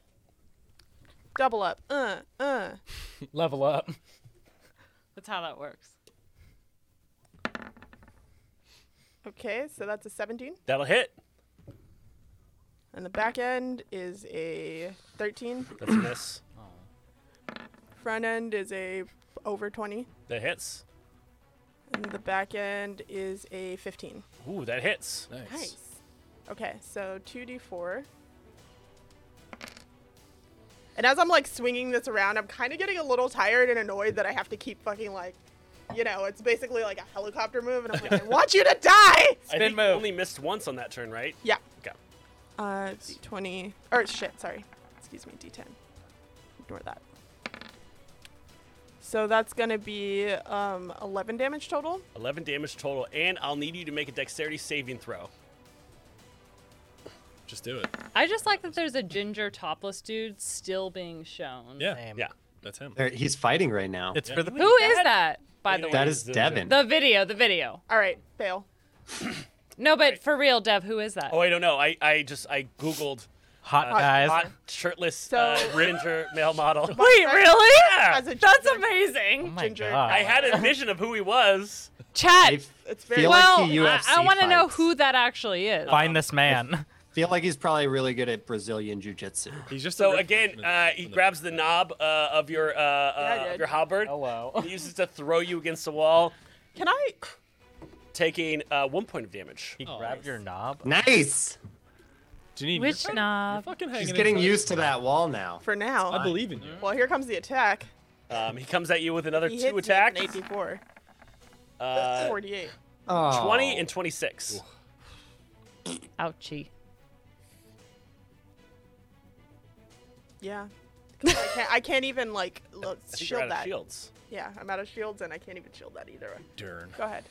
Speaker 5: Double up. Uh, uh.
Speaker 8: Level up.
Speaker 2: That's how that works.
Speaker 5: Okay, so that's a 17.
Speaker 1: That'll hit.
Speaker 5: And the back end is a 13.
Speaker 1: That's a miss.
Speaker 5: Front end is a over 20.
Speaker 1: That hits.
Speaker 5: And the back end is a 15.
Speaker 1: Ooh, that hits.
Speaker 3: Nice.
Speaker 5: Okay, so 2d4. And as I'm like swinging this around, I'm kind of getting a little tired and annoyed that I have to keep fucking like, you know, it's basically like a helicopter move, and I'm like, I want you to die!
Speaker 1: I
Speaker 8: Spin
Speaker 1: think you
Speaker 8: move.
Speaker 1: only missed once on that turn, right?
Speaker 5: Yeah.
Speaker 1: Okay.
Speaker 5: Uh, d20. Or shit, sorry. Excuse me, d10. Ignore that. So that's gonna be um, 11 damage total.
Speaker 1: 11 damage total, and I'll need you to make a dexterity saving throw.
Speaker 3: Just do it.
Speaker 2: I just like that there's a ginger topless dude still being shown.
Speaker 3: Yeah.
Speaker 8: Same.
Speaker 1: Yeah.
Speaker 3: That's him.
Speaker 7: There- he's fighting right now.
Speaker 8: It's for the
Speaker 2: Who is that, by
Speaker 1: You
Speaker 2: the
Speaker 1: know
Speaker 2: way?
Speaker 7: that
Speaker 1: what
Speaker 7: is
Speaker 1: the-
Speaker 7: Devin.
Speaker 2: The video, the video.
Speaker 5: All right, fail.
Speaker 2: No, but for real, Dev, who is that?
Speaker 1: Oh, I don't know. I, I just, I Googled
Speaker 8: hot
Speaker 1: uh,
Speaker 8: guys.
Speaker 1: hot, shirtless, uh, ginger male model.
Speaker 2: Wait, really?
Speaker 1: Yeah.
Speaker 5: As a
Speaker 2: That's
Speaker 5: ginger.
Speaker 8: oh
Speaker 2: amazing.
Speaker 8: my
Speaker 5: Ginger.
Speaker 8: god.
Speaker 1: I had a vision of who he was.
Speaker 7: I
Speaker 2: Chat.
Speaker 7: f-
Speaker 5: It's very-
Speaker 7: feel
Speaker 2: Well,
Speaker 7: like he
Speaker 2: I,
Speaker 7: UFC
Speaker 2: want to know
Speaker 7: fights.
Speaker 2: who that actually is.
Speaker 8: Find this man.
Speaker 7: Feel like he's probably really good at Brazilian jiu-jitsu.
Speaker 3: He's just a
Speaker 1: So
Speaker 3: rip
Speaker 1: again,
Speaker 3: from the-
Speaker 1: uh, he
Speaker 3: from the-
Speaker 1: grabs the knob uh, of your uh,
Speaker 5: I
Speaker 1: uh,
Speaker 5: did. Oh,
Speaker 1: of your halberd.
Speaker 8: Hello.
Speaker 1: He uses it to throw you against the wall,
Speaker 5: Can I?
Speaker 1: taking uh, one point of damage.
Speaker 8: He grabbed your knob.
Speaker 7: Nice.
Speaker 3: Janine,
Speaker 2: Which
Speaker 3: you're fucking-
Speaker 2: knob?
Speaker 3: You're fucking hanging
Speaker 7: He's
Speaker 3: in
Speaker 7: getting
Speaker 3: tight.
Speaker 7: used to that wall now.
Speaker 5: For now.
Speaker 3: I believe in you.
Speaker 5: well, here comes the attack.
Speaker 1: Um, he comes at you with another
Speaker 5: He hits
Speaker 1: two
Speaker 5: me with an
Speaker 1: attacks,
Speaker 5: 84.
Speaker 1: uh,
Speaker 5: 48.
Speaker 7: Oh.
Speaker 1: twenty and twenty-six.
Speaker 2: Ouchie.
Speaker 5: Yeah. 'Cause I can't, I can't even like look,
Speaker 1: I think you're
Speaker 5: shield
Speaker 1: out of
Speaker 5: that.
Speaker 1: shields.
Speaker 5: Yeah, I'm out of shields and I can't even shield that either.
Speaker 3: Darn.
Speaker 5: Go ahead.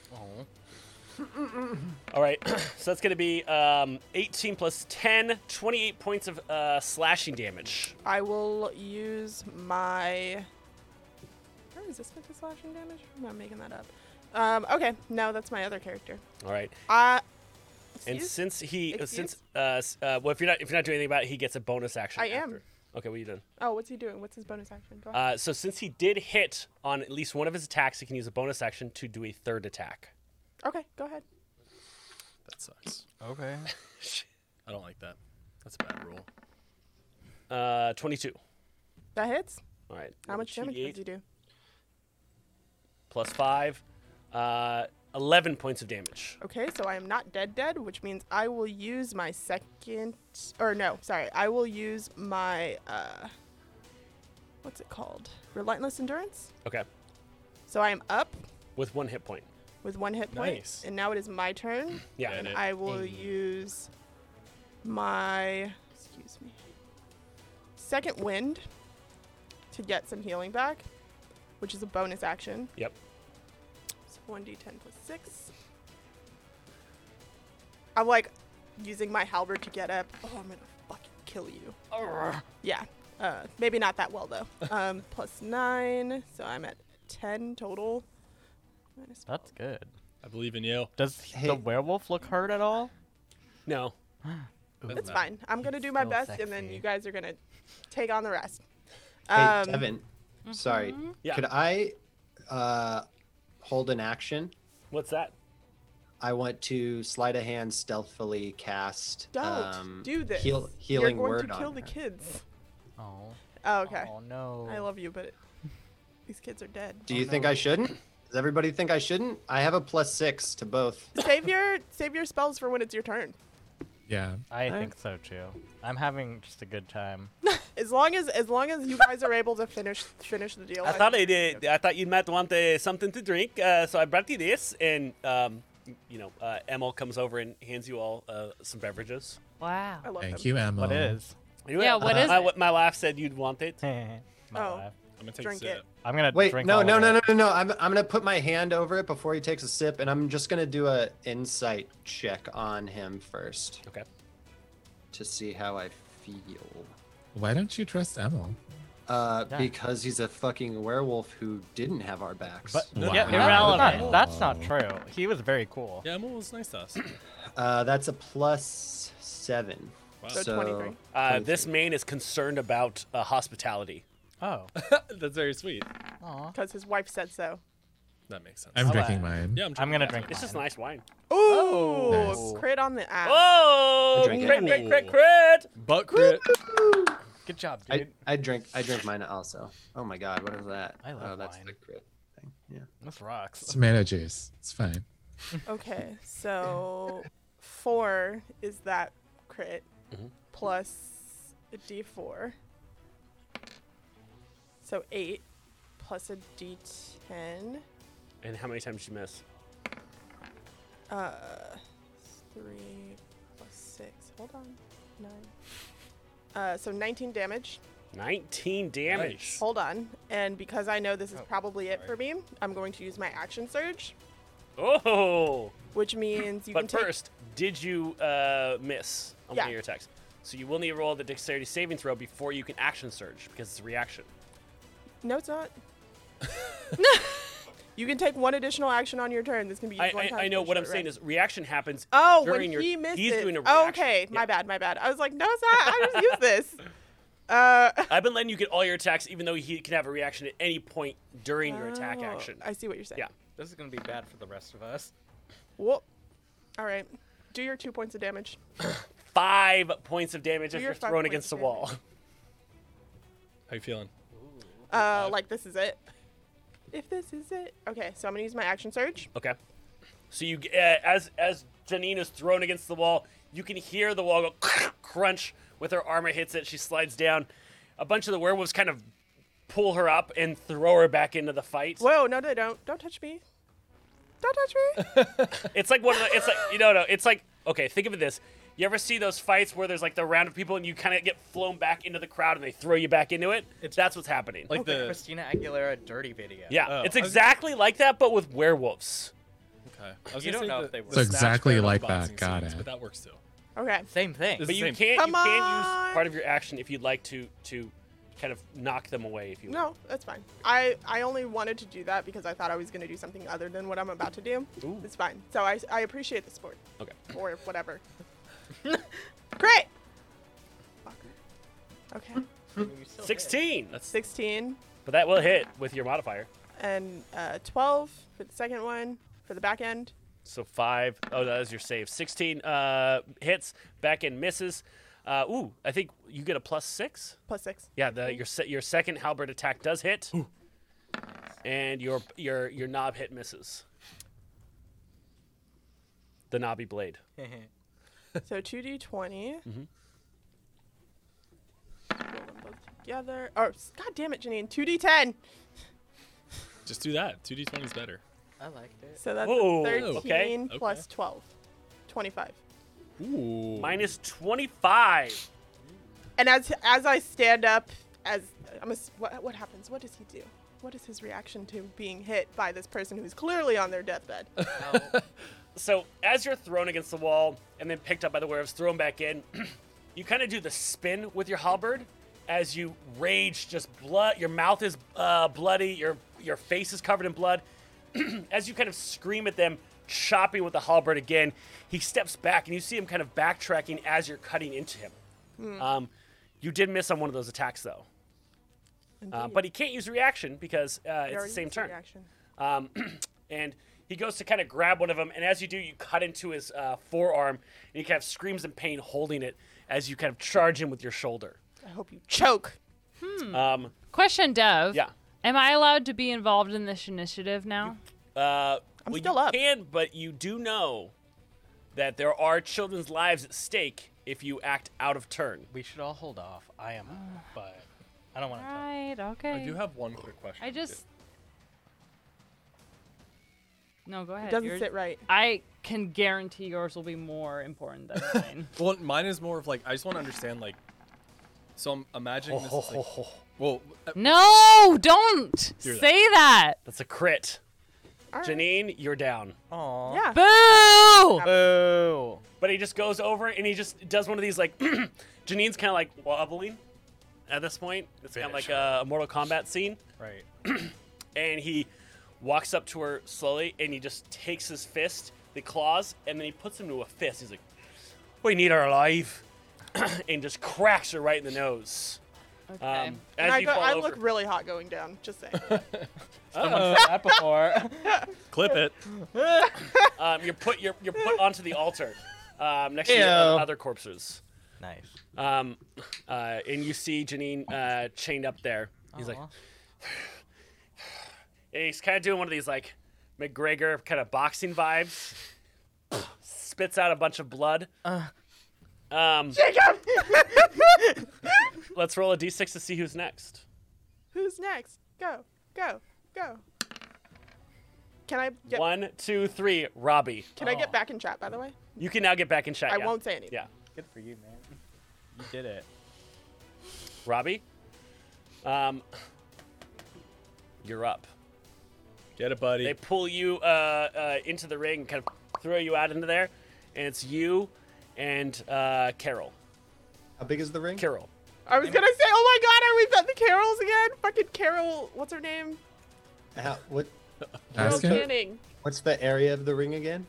Speaker 1: All right, so that's going to be um, 18 plus 10, 28 points of uh, slashing damage.
Speaker 5: I will use my. Or resistant to slashing damage? I'm not making that up. Um, okay, no, that's my other character.
Speaker 1: All right,
Speaker 5: Uh,
Speaker 1: and
Speaker 5: excuse-
Speaker 1: since he, uh,
Speaker 5: Excuse?
Speaker 1: since uh, s- uh, well, if you're not if you're not doing anything about it, he gets a bonus action.
Speaker 5: I am.
Speaker 1: after. Okay, what are you doing?
Speaker 5: oh, what's he doing? What's his bonus action? Go ahead.
Speaker 1: Uh, so since he did hit on at least one of his attacks, he can use a bonus action to do a third attack.
Speaker 5: okay, go ahead.
Speaker 3: That sucks.
Speaker 8: Okay.
Speaker 3: I don't like that. That's a bad rule.
Speaker 1: Uh, 22.
Speaker 5: That hits.
Speaker 1: All right.
Speaker 5: How much damage
Speaker 1: 2d8
Speaker 5: does he do?
Speaker 1: Plus five. Uh, 11 points of damage.
Speaker 5: Okay, so I am not dead dead, which means I will use my second or no, sorry, I will use my uh what's it called? Relentless endurance.
Speaker 1: Okay,
Speaker 5: So I am up
Speaker 1: with one hit point.
Speaker 5: with one hit point.
Speaker 3: Nice.
Speaker 5: And now it is my turn.
Speaker 1: Yeah.
Speaker 3: Yeah, it
Speaker 5: And
Speaker 3: is.
Speaker 5: I will use my excuse me. Second wind to get some healing back, which is a bonus action.
Speaker 1: Yep.
Speaker 5: So 1d10 plus 6. I'm like using my halberd to get up. Oh, I'm gonna fucking kill you. Yeah. Uh, maybe not that well though. Um, plus 9, so I'm at 10 total. Minus
Speaker 8: That's good.
Speaker 3: I believe in you.
Speaker 8: Does
Speaker 7: Hey.
Speaker 8: the werewolf look hurt at all?
Speaker 1: No.
Speaker 3: Doesn't
Speaker 5: It's
Speaker 3: matter.
Speaker 5: fine. I'm gonna do my
Speaker 8: still
Speaker 5: best, and then
Speaker 8: sexy.
Speaker 5: you guys are gonna take on the rest.
Speaker 7: Hey,
Speaker 5: Um, mm-hmm.
Speaker 7: Devin. Sorry.
Speaker 1: Yeah.
Speaker 7: Could I uh, hold an action?
Speaker 1: What's that?
Speaker 7: I want to sleight of hand stealthily cast.
Speaker 5: Don't
Speaker 7: um,
Speaker 5: do this.
Speaker 7: Heal, healing
Speaker 5: You're going
Speaker 7: word
Speaker 5: to kill
Speaker 7: on
Speaker 5: the
Speaker 7: her.
Speaker 5: kids.
Speaker 8: Oh.
Speaker 5: Oh, okay.
Speaker 8: Oh no.
Speaker 5: I love you, but these kids are dead.
Speaker 7: Do you think I shouldn't? Does everybody think I shouldn't? I have a plus six to both.
Speaker 5: save your save your spells for when it's your turn.
Speaker 9: Yeah.
Speaker 8: I think so too. I'm having just a good time.
Speaker 5: As long as as long as you guys are able to finish finish the deal.
Speaker 1: I thought I did. I thought you might want uh, something to drink, uh, so I brought you this. And um, you know, uh, Emil comes over and hands you all uh, some beverages.
Speaker 2: Wow.
Speaker 5: I love
Speaker 9: Thank
Speaker 5: them.
Speaker 9: you, Emma.
Speaker 7: Oh.
Speaker 8: What is?
Speaker 1: Anyway,
Speaker 2: Yeah, what
Speaker 1: uh,
Speaker 2: is
Speaker 1: my,
Speaker 2: it?
Speaker 1: my wife said you'd want it.
Speaker 8: My
Speaker 5: Oh.
Speaker 8: life.
Speaker 3: I'm gonna take
Speaker 5: Drink
Speaker 3: a sip.
Speaker 5: it.
Speaker 8: I'm gonna
Speaker 7: Oh. Wait,
Speaker 8: drink
Speaker 7: no,
Speaker 8: all
Speaker 7: no,
Speaker 8: of
Speaker 7: no, no,
Speaker 8: it.
Speaker 7: no, no. I'm, I'm gonna put my hand over it before he takes a sip, and I'm just gonna do a insight check on him first
Speaker 1: Okay.
Speaker 7: to see how I feel.
Speaker 9: Why don't you trust Emma?
Speaker 7: Uh,
Speaker 8: Yeah.
Speaker 7: because he's a fucking werewolf who didn't have our backs.
Speaker 3: But- No,
Speaker 8: Yeah,
Speaker 3: no,
Speaker 9: Wow.
Speaker 8: irrelevant. That's not true. He was very cool.
Speaker 3: Yeah, Emil was nice to us.
Speaker 7: Uh, that's a plus seven.
Speaker 3: Wow.
Speaker 5: So 23.
Speaker 1: Uh, this
Speaker 7: 23.
Speaker 1: man is concerned about uh, hospitality.
Speaker 8: Oh.
Speaker 3: That's very sweet.
Speaker 8: Aw.
Speaker 5: Because his wife said so.
Speaker 3: That makes sense.
Speaker 9: I'm drinking mine.
Speaker 3: yeah, I'm,
Speaker 8: I'm
Speaker 3: drinking
Speaker 8: gonna
Speaker 3: that.
Speaker 8: drink.
Speaker 1: This is
Speaker 8: mine.
Speaker 1: nice wine.
Speaker 5: Ooh,
Speaker 9: Nice.
Speaker 5: crit on the app.
Speaker 1: Oh,
Speaker 7: I
Speaker 1: crit,
Speaker 7: drank it.
Speaker 1: crit, crit, crit.
Speaker 3: Butt crit.
Speaker 8: Good job,
Speaker 7: I,
Speaker 8: dude.
Speaker 7: I drink I drink mine also. Oh my god, what is that?
Speaker 8: I
Speaker 7: oh,
Speaker 8: love
Speaker 7: that's
Speaker 8: wine.
Speaker 7: the crit thing. Yeah.
Speaker 8: This rocks.
Speaker 9: Tomato juice. It's fine.
Speaker 5: Okay, so four is that crit
Speaker 1: Mm-hmm.
Speaker 5: plus a d4. So eight plus a d10.
Speaker 1: And how many times did you miss?
Speaker 5: Uh, three plus six. Hold on, nine. Uh, so 19 damage.
Speaker 1: 19 damage.
Speaker 5: Hold on, and because I know this is probably it for me, I'm going to use my action surge,
Speaker 1: Oh.
Speaker 5: which means you can
Speaker 1: But
Speaker 5: take.
Speaker 1: first, did you uh, miss on one
Speaker 5: Yeah.
Speaker 1: of your attacks? So you will need to roll the dexterity saving throw before you can action surge because it's a reaction.
Speaker 5: No, it's not. you can take one additional action on your turn. This can be used
Speaker 1: I,
Speaker 5: one
Speaker 1: I,
Speaker 5: time
Speaker 1: I know
Speaker 5: for
Speaker 1: what I'm
Speaker 5: short
Speaker 1: saying
Speaker 5: rest.
Speaker 1: is reaction happens
Speaker 5: Oh,
Speaker 1: during
Speaker 5: when
Speaker 1: your
Speaker 5: he missed
Speaker 1: he's
Speaker 5: it.
Speaker 1: doing a
Speaker 5: oh,
Speaker 1: reaction.
Speaker 5: okay, my
Speaker 1: Yeah.
Speaker 5: bad, my bad. I was like, no, it's not. I just use this. Uh,
Speaker 1: I've been letting you get all your attacks, even though he can have a reaction at any point during your attack
Speaker 5: oh,
Speaker 1: action.
Speaker 5: I see what you're saying.
Speaker 1: Yeah.
Speaker 8: This is gonna be bad for the rest of us.
Speaker 5: Whoop. All right. Do your two points of damage.
Speaker 1: Five points of damage if
Speaker 5: your
Speaker 1: you're
Speaker 5: five
Speaker 1: thrown
Speaker 5: points
Speaker 1: against the
Speaker 5: of
Speaker 1: wall.
Speaker 3: How you feeling?
Speaker 5: Uh, like this is it. If this is it. Okay, so I'm gonna use my action surge.
Speaker 1: Okay. So you, g- uh, as as Janine is thrown against the wall, you can hear the wall go crunch with her armor hits it. She slides down. A bunch of the werewolves kind of pull her up and throw her back into the fight.
Speaker 5: Whoa, no, no, don't, don't touch me. Don't touch me.
Speaker 1: It's like one of the. It's like you know, no. It's like okay. Think of it this. You ever see those fights where there's like the round of people and you kind of get flown back into the crowd and they throw you back into it? That's what's happening.
Speaker 3: Like the
Speaker 8: Christina Aguilera dirty video.
Speaker 1: yeah,
Speaker 3: oh,
Speaker 1: it's
Speaker 3: I was-
Speaker 1: exactly like that, but with werewolves.
Speaker 3: okay. I was
Speaker 8: You don't
Speaker 3: gonna say
Speaker 8: know
Speaker 3: the-
Speaker 8: if they
Speaker 3: the
Speaker 8: were.
Speaker 9: So
Speaker 3: Snatch
Speaker 9: exactly
Speaker 3: Guard
Speaker 9: like
Speaker 3: unboxing
Speaker 9: that, got
Speaker 3: scenes,
Speaker 9: it.
Speaker 3: But that works too.
Speaker 5: okay.
Speaker 8: Same thing.
Speaker 3: This-
Speaker 1: But
Speaker 3: the
Speaker 1: you
Speaker 3: same.
Speaker 1: can't
Speaker 5: Come
Speaker 1: you can use
Speaker 5: on.
Speaker 1: part of your action if you'd like to to kind of knock them away if you
Speaker 5: No, that's fine. I, I only wanted to do that because I thought I was gonna do something other than what I'm about to do.
Speaker 1: Ooh.
Speaker 5: It's fine. So I, I appreciate the support
Speaker 1: want. Okay.
Speaker 5: or whatever. Great. Fucker. Okay.
Speaker 1: 16. That's
Speaker 5: 16
Speaker 1: but that will hit with your modifier.
Speaker 5: and uh, 12 for the second one for the back end.
Speaker 1: So 5. Oh, that is your save. 16 uh hits, back end misses. Uh ooh, I think you get a plus 6.
Speaker 5: Plus six.
Speaker 1: Yeah, the your se- your second halberd attack does hit. And your your your knob hit misses. The knobby blade.
Speaker 5: So 2d20.
Speaker 1: Mm-hmm.
Speaker 5: Roll them both together. Oh, s- god damn it, Janine. 2d10.
Speaker 3: Just do that. Two D twenty is better.
Speaker 8: I liked it.
Speaker 5: So that's
Speaker 1: Whoa, Oh, okay,
Speaker 5: 13 plus
Speaker 3: okay.
Speaker 5: 12. 25.
Speaker 3: Ooh.
Speaker 1: Minus 25.
Speaker 5: And as as I stand up, as I'm a, what, what happens? What does he do? What is his reaction to being hit by this person who's clearly on their deathbed?
Speaker 1: so as you're thrown against the wall and then picked up by the werewolves, thrown back in, you kind of do the spin with your halberd as you rage. Just blood. Your mouth is uh, bloody. Your your face is covered in blood. as you kind of scream at them, chopping with the halberd again, he steps back and you see him kind of backtracking as you're cutting into him.
Speaker 5: Hmm.
Speaker 1: Um, you did miss on one of those attacks though, uh, but he can't use reaction because uh, it's the
Speaker 5: Already
Speaker 1: same
Speaker 5: used
Speaker 1: turn.
Speaker 5: Reaction.
Speaker 1: Um, and he goes to kind of grab one of them, and as you do, you cut into his uh, forearm, and he kind of screams in pain, holding it as you kind of charge him with your shoulder.
Speaker 5: I hope you choke.
Speaker 1: Um,
Speaker 2: Question, Dev.
Speaker 1: Yeah.
Speaker 2: Am I allowed to be involved in this initiative now?
Speaker 1: uh, I'm well,
Speaker 5: still
Speaker 1: you
Speaker 5: up.
Speaker 1: Can but you do know that there are children's lives at stake if you act out of turn.
Speaker 8: We should all hold off. I am, but I don't want to.
Speaker 2: Right.
Speaker 3: I
Speaker 2: Okay.
Speaker 3: do have one quick question.
Speaker 2: I just. No, go ahead.
Speaker 5: It doesn't
Speaker 2: You're-
Speaker 5: sit right.
Speaker 2: I can guarantee yours will be more important than mine.
Speaker 3: Well, mine is more of like I just want to understand like. So I'm
Speaker 5: Oh,
Speaker 3: imagining this is like. Well, uh,
Speaker 2: no, don't
Speaker 3: Hear that.
Speaker 2: say that.
Speaker 1: That's a crit.
Speaker 5: All right.
Speaker 1: Janine, you're down.
Speaker 8: Aww.
Speaker 5: Yeah.
Speaker 2: Boo!
Speaker 8: Boo.
Speaker 1: But he just goes over and he just does one of these like Janine's kind of like wobbling at this point. It's kind of like a Mortal Kombat scene.
Speaker 8: Right.
Speaker 1: and he walks up to her slowly and he just takes his fist, the claws, and then he puts them to a fist. He's like, We need her alive. and just cracks her right in the nose.
Speaker 2: Okay.
Speaker 1: Um,
Speaker 5: And
Speaker 1: as
Speaker 5: I,
Speaker 1: you
Speaker 5: go,
Speaker 1: fall
Speaker 5: I
Speaker 1: over,
Speaker 5: look really hot going down. Just saying.
Speaker 8: Someone said that before.
Speaker 3: Clip it.
Speaker 1: um, you're put you're, you're put onto the altar um, next to
Speaker 7: Ew.
Speaker 1: the other corpses.
Speaker 8: nice.
Speaker 1: Um, uh, and you see Janine uh, chained up there. He's like,
Speaker 8: Aw.
Speaker 1: and he's kind of doing one of these like McGregor kind of boxing vibes. Spits out a bunch of blood. Um, let's roll a d6 to see who's next.
Speaker 5: Who's next? Go, go, go. Can I get
Speaker 1: One, two, three. Robbie,
Speaker 5: Can I get back in chat? By the way,
Speaker 1: you can now get back in chat.
Speaker 5: I
Speaker 1: Oh. yeah.
Speaker 5: won't say anything.
Speaker 1: Yeah,
Speaker 8: Good for you, man. You did it.
Speaker 1: Robbie, um, you're up.
Speaker 3: Get it, buddy.
Speaker 1: They pull you uh, uh, into the ring, kind of throw you out into there, and it's you and uh, Carol.
Speaker 7: How big is the ring?
Speaker 1: Carol.
Speaker 5: I was gonna say, oh my god, are we at the Carols again? Fucking Carol, what's her name?
Speaker 7: How, what?
Speaker 5: Carol
Speaker 9: Basket?
Speaker 5: Channing.
Speaker 7: What's the area of the ring again?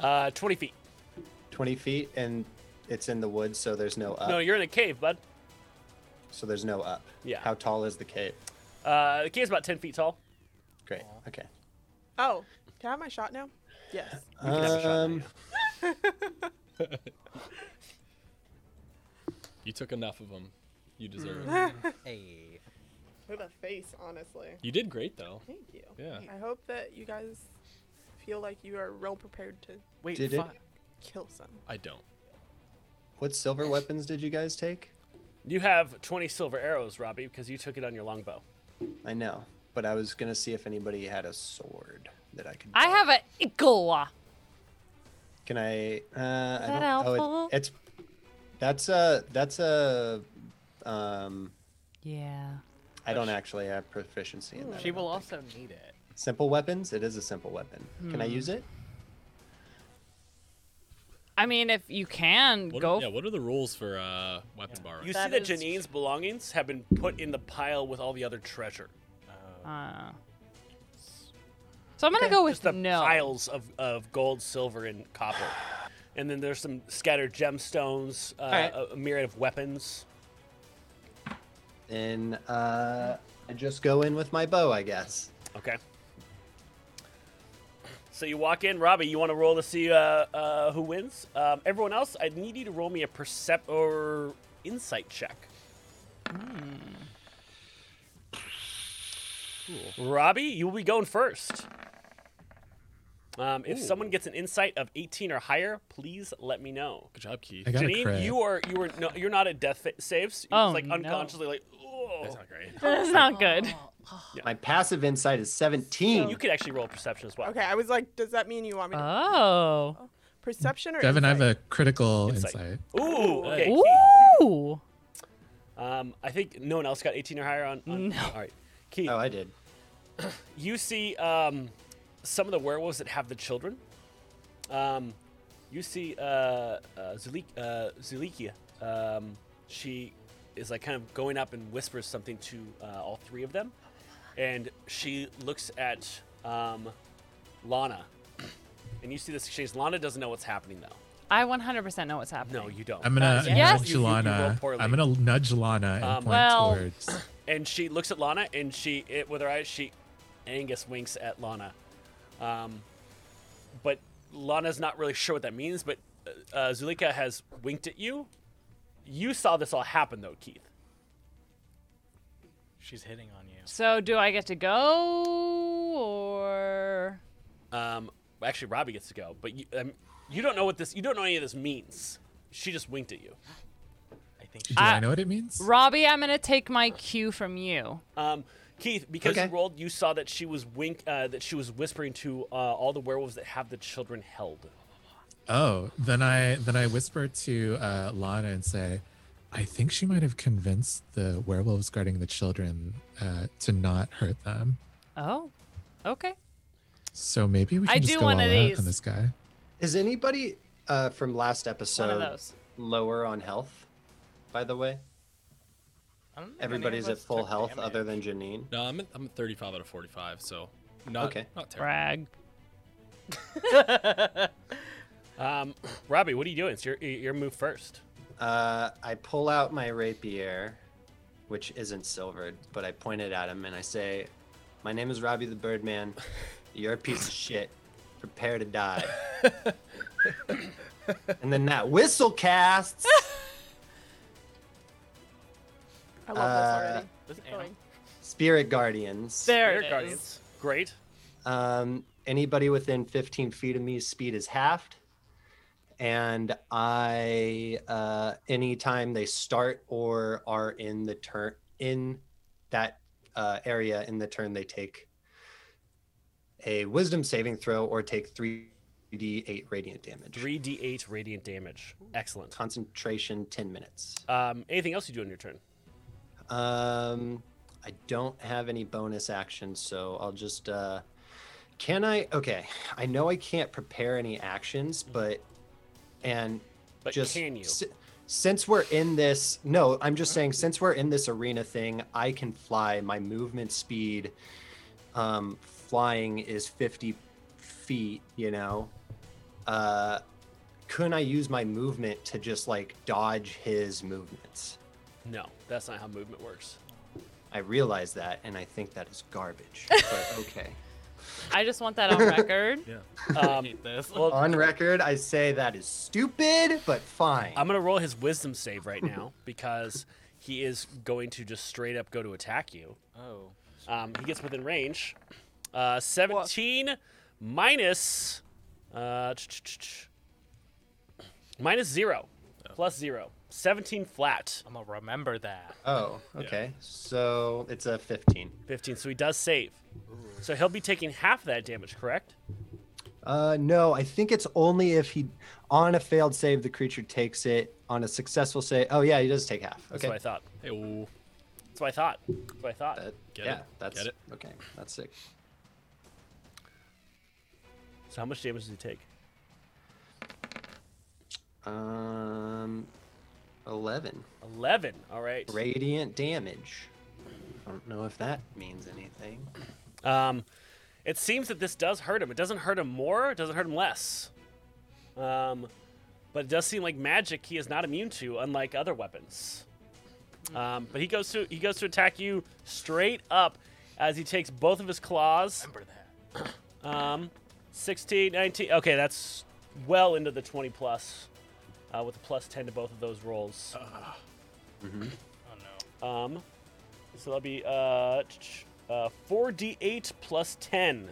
Speaker 1: Uh, 20 feet.
Speaker 7: 20 feet, and it's in the woods, so there's no up.
Speaker 1: No, you're in a cave, bud.
Speaker 7: so there's no up.
Speaker 1: Yeah.
Speaker 7: How tall is the cave?
Speaker 1: Uh, the cave's about 10 feet tall.
Speaker 7: Great. Okay.
Speaker 5: Oh, can I have my shot now? Yes.
Speaker 7: Um,
Speaker 3: you took enough of them. You deserve it.
Speaker 8: Hey.
Speaker 5: With a face, honestly.
Speaker 3: You did great though.
Speaker 5: Thank you.
Speaker 3: Yeah.
Speaker 5: I hope that you guys feel like you are well prepared to
Speaker 8: Wait.
Speaker 7: Did it?
Speaker 8: fuck.
Speaker 5: kill some.
Speaker 3: I don't.
Speaker 7: what silver weapons did you guys take?
Speaker 1: You have 20 silver arrows, Robbie, because you took it on your longbow.
Speaker 7: I know, but I was gonna see if anybody had a sword that I could.
Speaker 2: I
Speaker 7: borrow.
Speaker 2: have a eagle.
Speaker 7: Can I? Uh, I
Speaker 2: that
Speaker 7: don't, oh, it-
Speaker 2: helpful?
Speaker 7: it's that's a that's a um.
Speaker 2: Yeah.
Speaker 7: I don't actually have proficiency in that.
Speaker 8: She will also need it.
Speaker 7: Simple weapons. It is a simple weapon. Can
Speaker 8: Hmm.
Speaker 7: I use it?
Speaker 2: I mean, if you can
Speaker 3: What
Speaker 2: go.
Speaker 3: yeah. What are the rules for uh, weapon borrowing?
Speaker 1: You
Speaker 2: That
Speaker 1: see that
Speaker 2: is-
Speaker 1: Janine's belongings have been put in the pile with all the other treasure.
Speaker 2: uh, so I'm gonna go with
Speaker 1: Just the
Speaker 2: no.
Speaker 1: piles of, of gold, silver, and copper. And then there's some scattered gemstones, uh,
Speaker 7: right.
Speaker 1: a, a myriad of weapons.
Speaker 7: Then uh, I just go in with my bow, I guess.
Speaker 1: Okay. So you walk in, Robbie. You want to roll to see uh, uh, who wins. Um, everyone else, I need you to roll me a percept or insight check. Robbie, you will be going first. Um, if someone gets an insight of 18 or higher, please let me know.
Speaker 3: Good job, Keith.
Speaker 9: I got a
Speaker 1: Janine,
Speaker 9: crit.
Speaker 1: you are you are no, you're not at death fa- saves. You're
Speaker 2: Oh,
Speaker 1: just, like
Speaker 2: no.
Speaker 1: unconsciously like. "Ugh."
Speaker 3: That's not great.
Speaker 2: That's not good.
Speaker 7: My passive insight is 17.
Speaker 1: You could actually roll perception as well.
Speaker 5: Okay, I was like, does that mean you want me to
Speaker 2: Oh.
Speaker 5: perception or
Speaker 9: Devin, I have a
Speaker 5: insight?
Speaker 9: critical
Speaker 1: Insight.
Speaker 9: insight.
Speaker 1: Ooh. Okay.
Speaker 2: Oh. Ooh.
Speaker 1: Keith. Um, I think no one else got 18 or higher on. on All right, Keith,
Speaker 7: Oh, I did.
Speaker 1: you see um, some of the werewolves that have the children. Um, you see uh, uh, Zulik, uh, Zulikia. Um, she is like kind of going up and whispers something to uh, all three of them, and she looks at um, Lana, and you see this exchange. Lana doesn't know what's happening though.
Speaker 2: I 100% know what's happening.
Speaker 1: No, you don't.
Speaker 9: I'm gonna
Speaker 2: yeah.
Speaker 9: nudge
Speaker 1: You- you- you rolled
Speaker 9: Lana.
Speaker 1: poorly.
Speaker 9: I'm gonna nudge Lana and point
Speaker 2: well-
Speaker 9: towards.
Speaker 1: and she looks at Lana, and she it, with her eyes, she Angus winks at Lana, um, but Lana's not really sure what that means. But uh, uh, Zulika has winked at you. You saw this all happen, though, Keith.
Speaker 8: She's hitting on you.
Speaker 2: So do I get to go or
Speaker 1: Um, actually, Robbie gets to go, but you, um, you don't know what this. You don't know any of this means. She just winked at you.
Speaker 8: I think
Speaker 9: Do
Speaker 8: she.
Speaker 9: I
Speaker 2: I-
Speaker 9: know what it means?
Speaker 2: Robbie? I'm gonna take my cue from you.
Speaker 1: Um, Keith, because
Speaker 7: Okay.
Speaker 1: you rolled, you saw that she was wink uh, that she was whispering to uh, all the werewolves that have the children held.
Speaker 9: Oh, then I then I whisper to uh, Lana and say, "I think she might have convinced the werewolves guarding the children uh, to not hurt them.
Speaker 2: Oh, okay.
Speaker 9: So maybe we can
Speaker 2: I
Speaker 9: just
Speaker 2: do
Speaker 9: go
Speaker 2: one
Speaker 9: all
Speaker 2: of
Speaker 9: out
Speaker 2: these.
Speaker 9: on this guy."
Speaker 7: Is anybody uh, from last
Speaker 2: One of
Speaker 7: episode
Speaker 2: those.
Speaker 7: lower on health? By the way,
Speaker 8: I don't think any
Speaker 7: everybody's
Speaker 8: of
Speaker 7: at
Speaker 8: us
Speaker 7: full
Speaker 8: took
Speaker 7: health
Speaker 8: damage.
Speaker 7: other than Janine.
Speaker 3: No, I'm at, I'm at 35 out of 45, so not
Speaker 7: Okay.
Speaker 3: not terrible.
Speaker 2: Brag.
Speaker 1: Um, Robbie, what are you doing? It's your your move first.
Speaker 7: Uh, I pull out my rapier, which isn't silvered, but I point it at him and I say, My name is Robbie the Birdman. You're a piece of shit. Prepare to die. and then that whistle casts.
Speaker 5: I love
Speaker 7: Uh,
Speaker 5: this already.
Speaker 1: This
Speaker 5: Keep
Speaker 1: animal.
Speaker 5: going.
Speaker 7: Spirit Guardians.
Speaker 2: There
Speaker 1: Spirit
Speaker 2: it is.
Speaker 1: Guardians. Great.
Speaker 7: Um, anybody within 15 feet of me, speed is halved. And I, uh, anytime they start or are in the turn in that uh, area in the turn, they take a Wisdom saving throw or take three d eight radiant damage.
Speaker 1: 3d8 radiant damage. Excellent.
Speaker 7: Concentration ten minutes.
Speaker 1: Um, anything else you do on your turn?
Speaker 7: Um, I don't have any bonus actions, so I'll just. Uh, can I? Okay, I know I can't prepare any actions, but and
Speaker 1: But
Speaker 7: just
Speaker 1: can you?
Speaker 7: si- since we're in this, no, I'm just saying since we're in this arena thing, I can fly. My movement speed, um, flying is 50 feet. You know, uh, couldn't I use my movement to just like dodge his movements?
Speaker 1: No, that's not how movement works.
Speaker 7: I realize that, and I think that is garbage. But okay.
Speaker 2: I just want that on record.
Speaker 1: Um, well,
Speaker 7: On record, I say that is stupid, but fine.
Speaker 1: I'm gonna roll his wisdom save right now because he is going to just straight up go to attack you.
Speaker 8: Oh.
Speaker 1: Um, he gets within range. Uh, 17 minus uh, ch- ch- ch- ch- minus zero, plus zero. 17 flat.
Speaker 8: I'm gonna remember that.
Speaker 7: oh, okay. So it's a 15.
Speaker 1: 15. So he does save. So he'll be taking half that damage, correct?
Speaker 7: Uh, no, I think it's only if he, on a failed save, the creature takes it. On a successful save, oh yeah, he does take half.
Speaker 1: That's
Speaker 7: Okay.
Speaker 1: what I thought.
Speaker 3: Hey, ooh.
Speaker 1: That's what I thought. That's what I thought.
Speaker 7: That-
Speaker 3: Get
Speaker 7: yeah,
Speaker 3: it,
Speaker 7: that's
Speaker 3: get it.
Speaker 7: okay. That's sick.
Speaker 1: So how much damage does he take?
Speaker 7: Um, 11
Speaker 1: 11. All right.
Speaker 7: radiant damage. I don't know if that means anything.
Speaker 1: Um, it seems that this does hurt him. It doesn't hurt him more. It doesn't hurt him less. Um, but it does seem like magic he is not immune to, unlike other weapons. Um, but he goes to he goes to attack you straight up as he takes both of his claws.
Speaker 8: Remember that.
Speaker 1: Um, 16, 19. Okay, that's well into the 20 plus uh, with a plus 10 to both of those rolls.
Speaker 7: Mm-hmm.
Speaker 8: Oh no.
Speaker 1: Um, so that'll be uh, ch- ch- uh, 4d8 plus 10.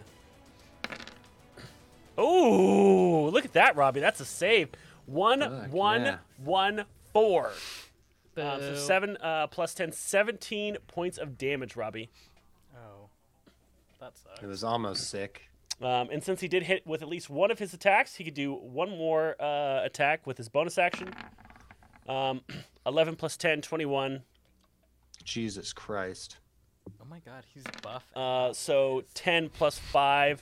Speaker 1: Oh, look at that, Robbie. That's a save. One,
Speaker 7: Fuck,
Speaker 1: one,
Speaker 7: yeah.
Speaker 1: one, four. Um, so
Speaker 2: Boo.
Speaker 1: 7 uh, plus 10, 17 points of damage, Robbie.
Speaker 8: Oh. That sucks.
Speaker 7: It was almost sick.
Speaker 1: Um, and since he did hit with at least one of his attacks, he could do one more uh, attack with his bonus action. Um, 11 plus 10, 21.
Speaker 7: Jesus Christ.
Speaker 8: Oh my god, he's buff.
Speaker 1: Uh, so 10 plus 5,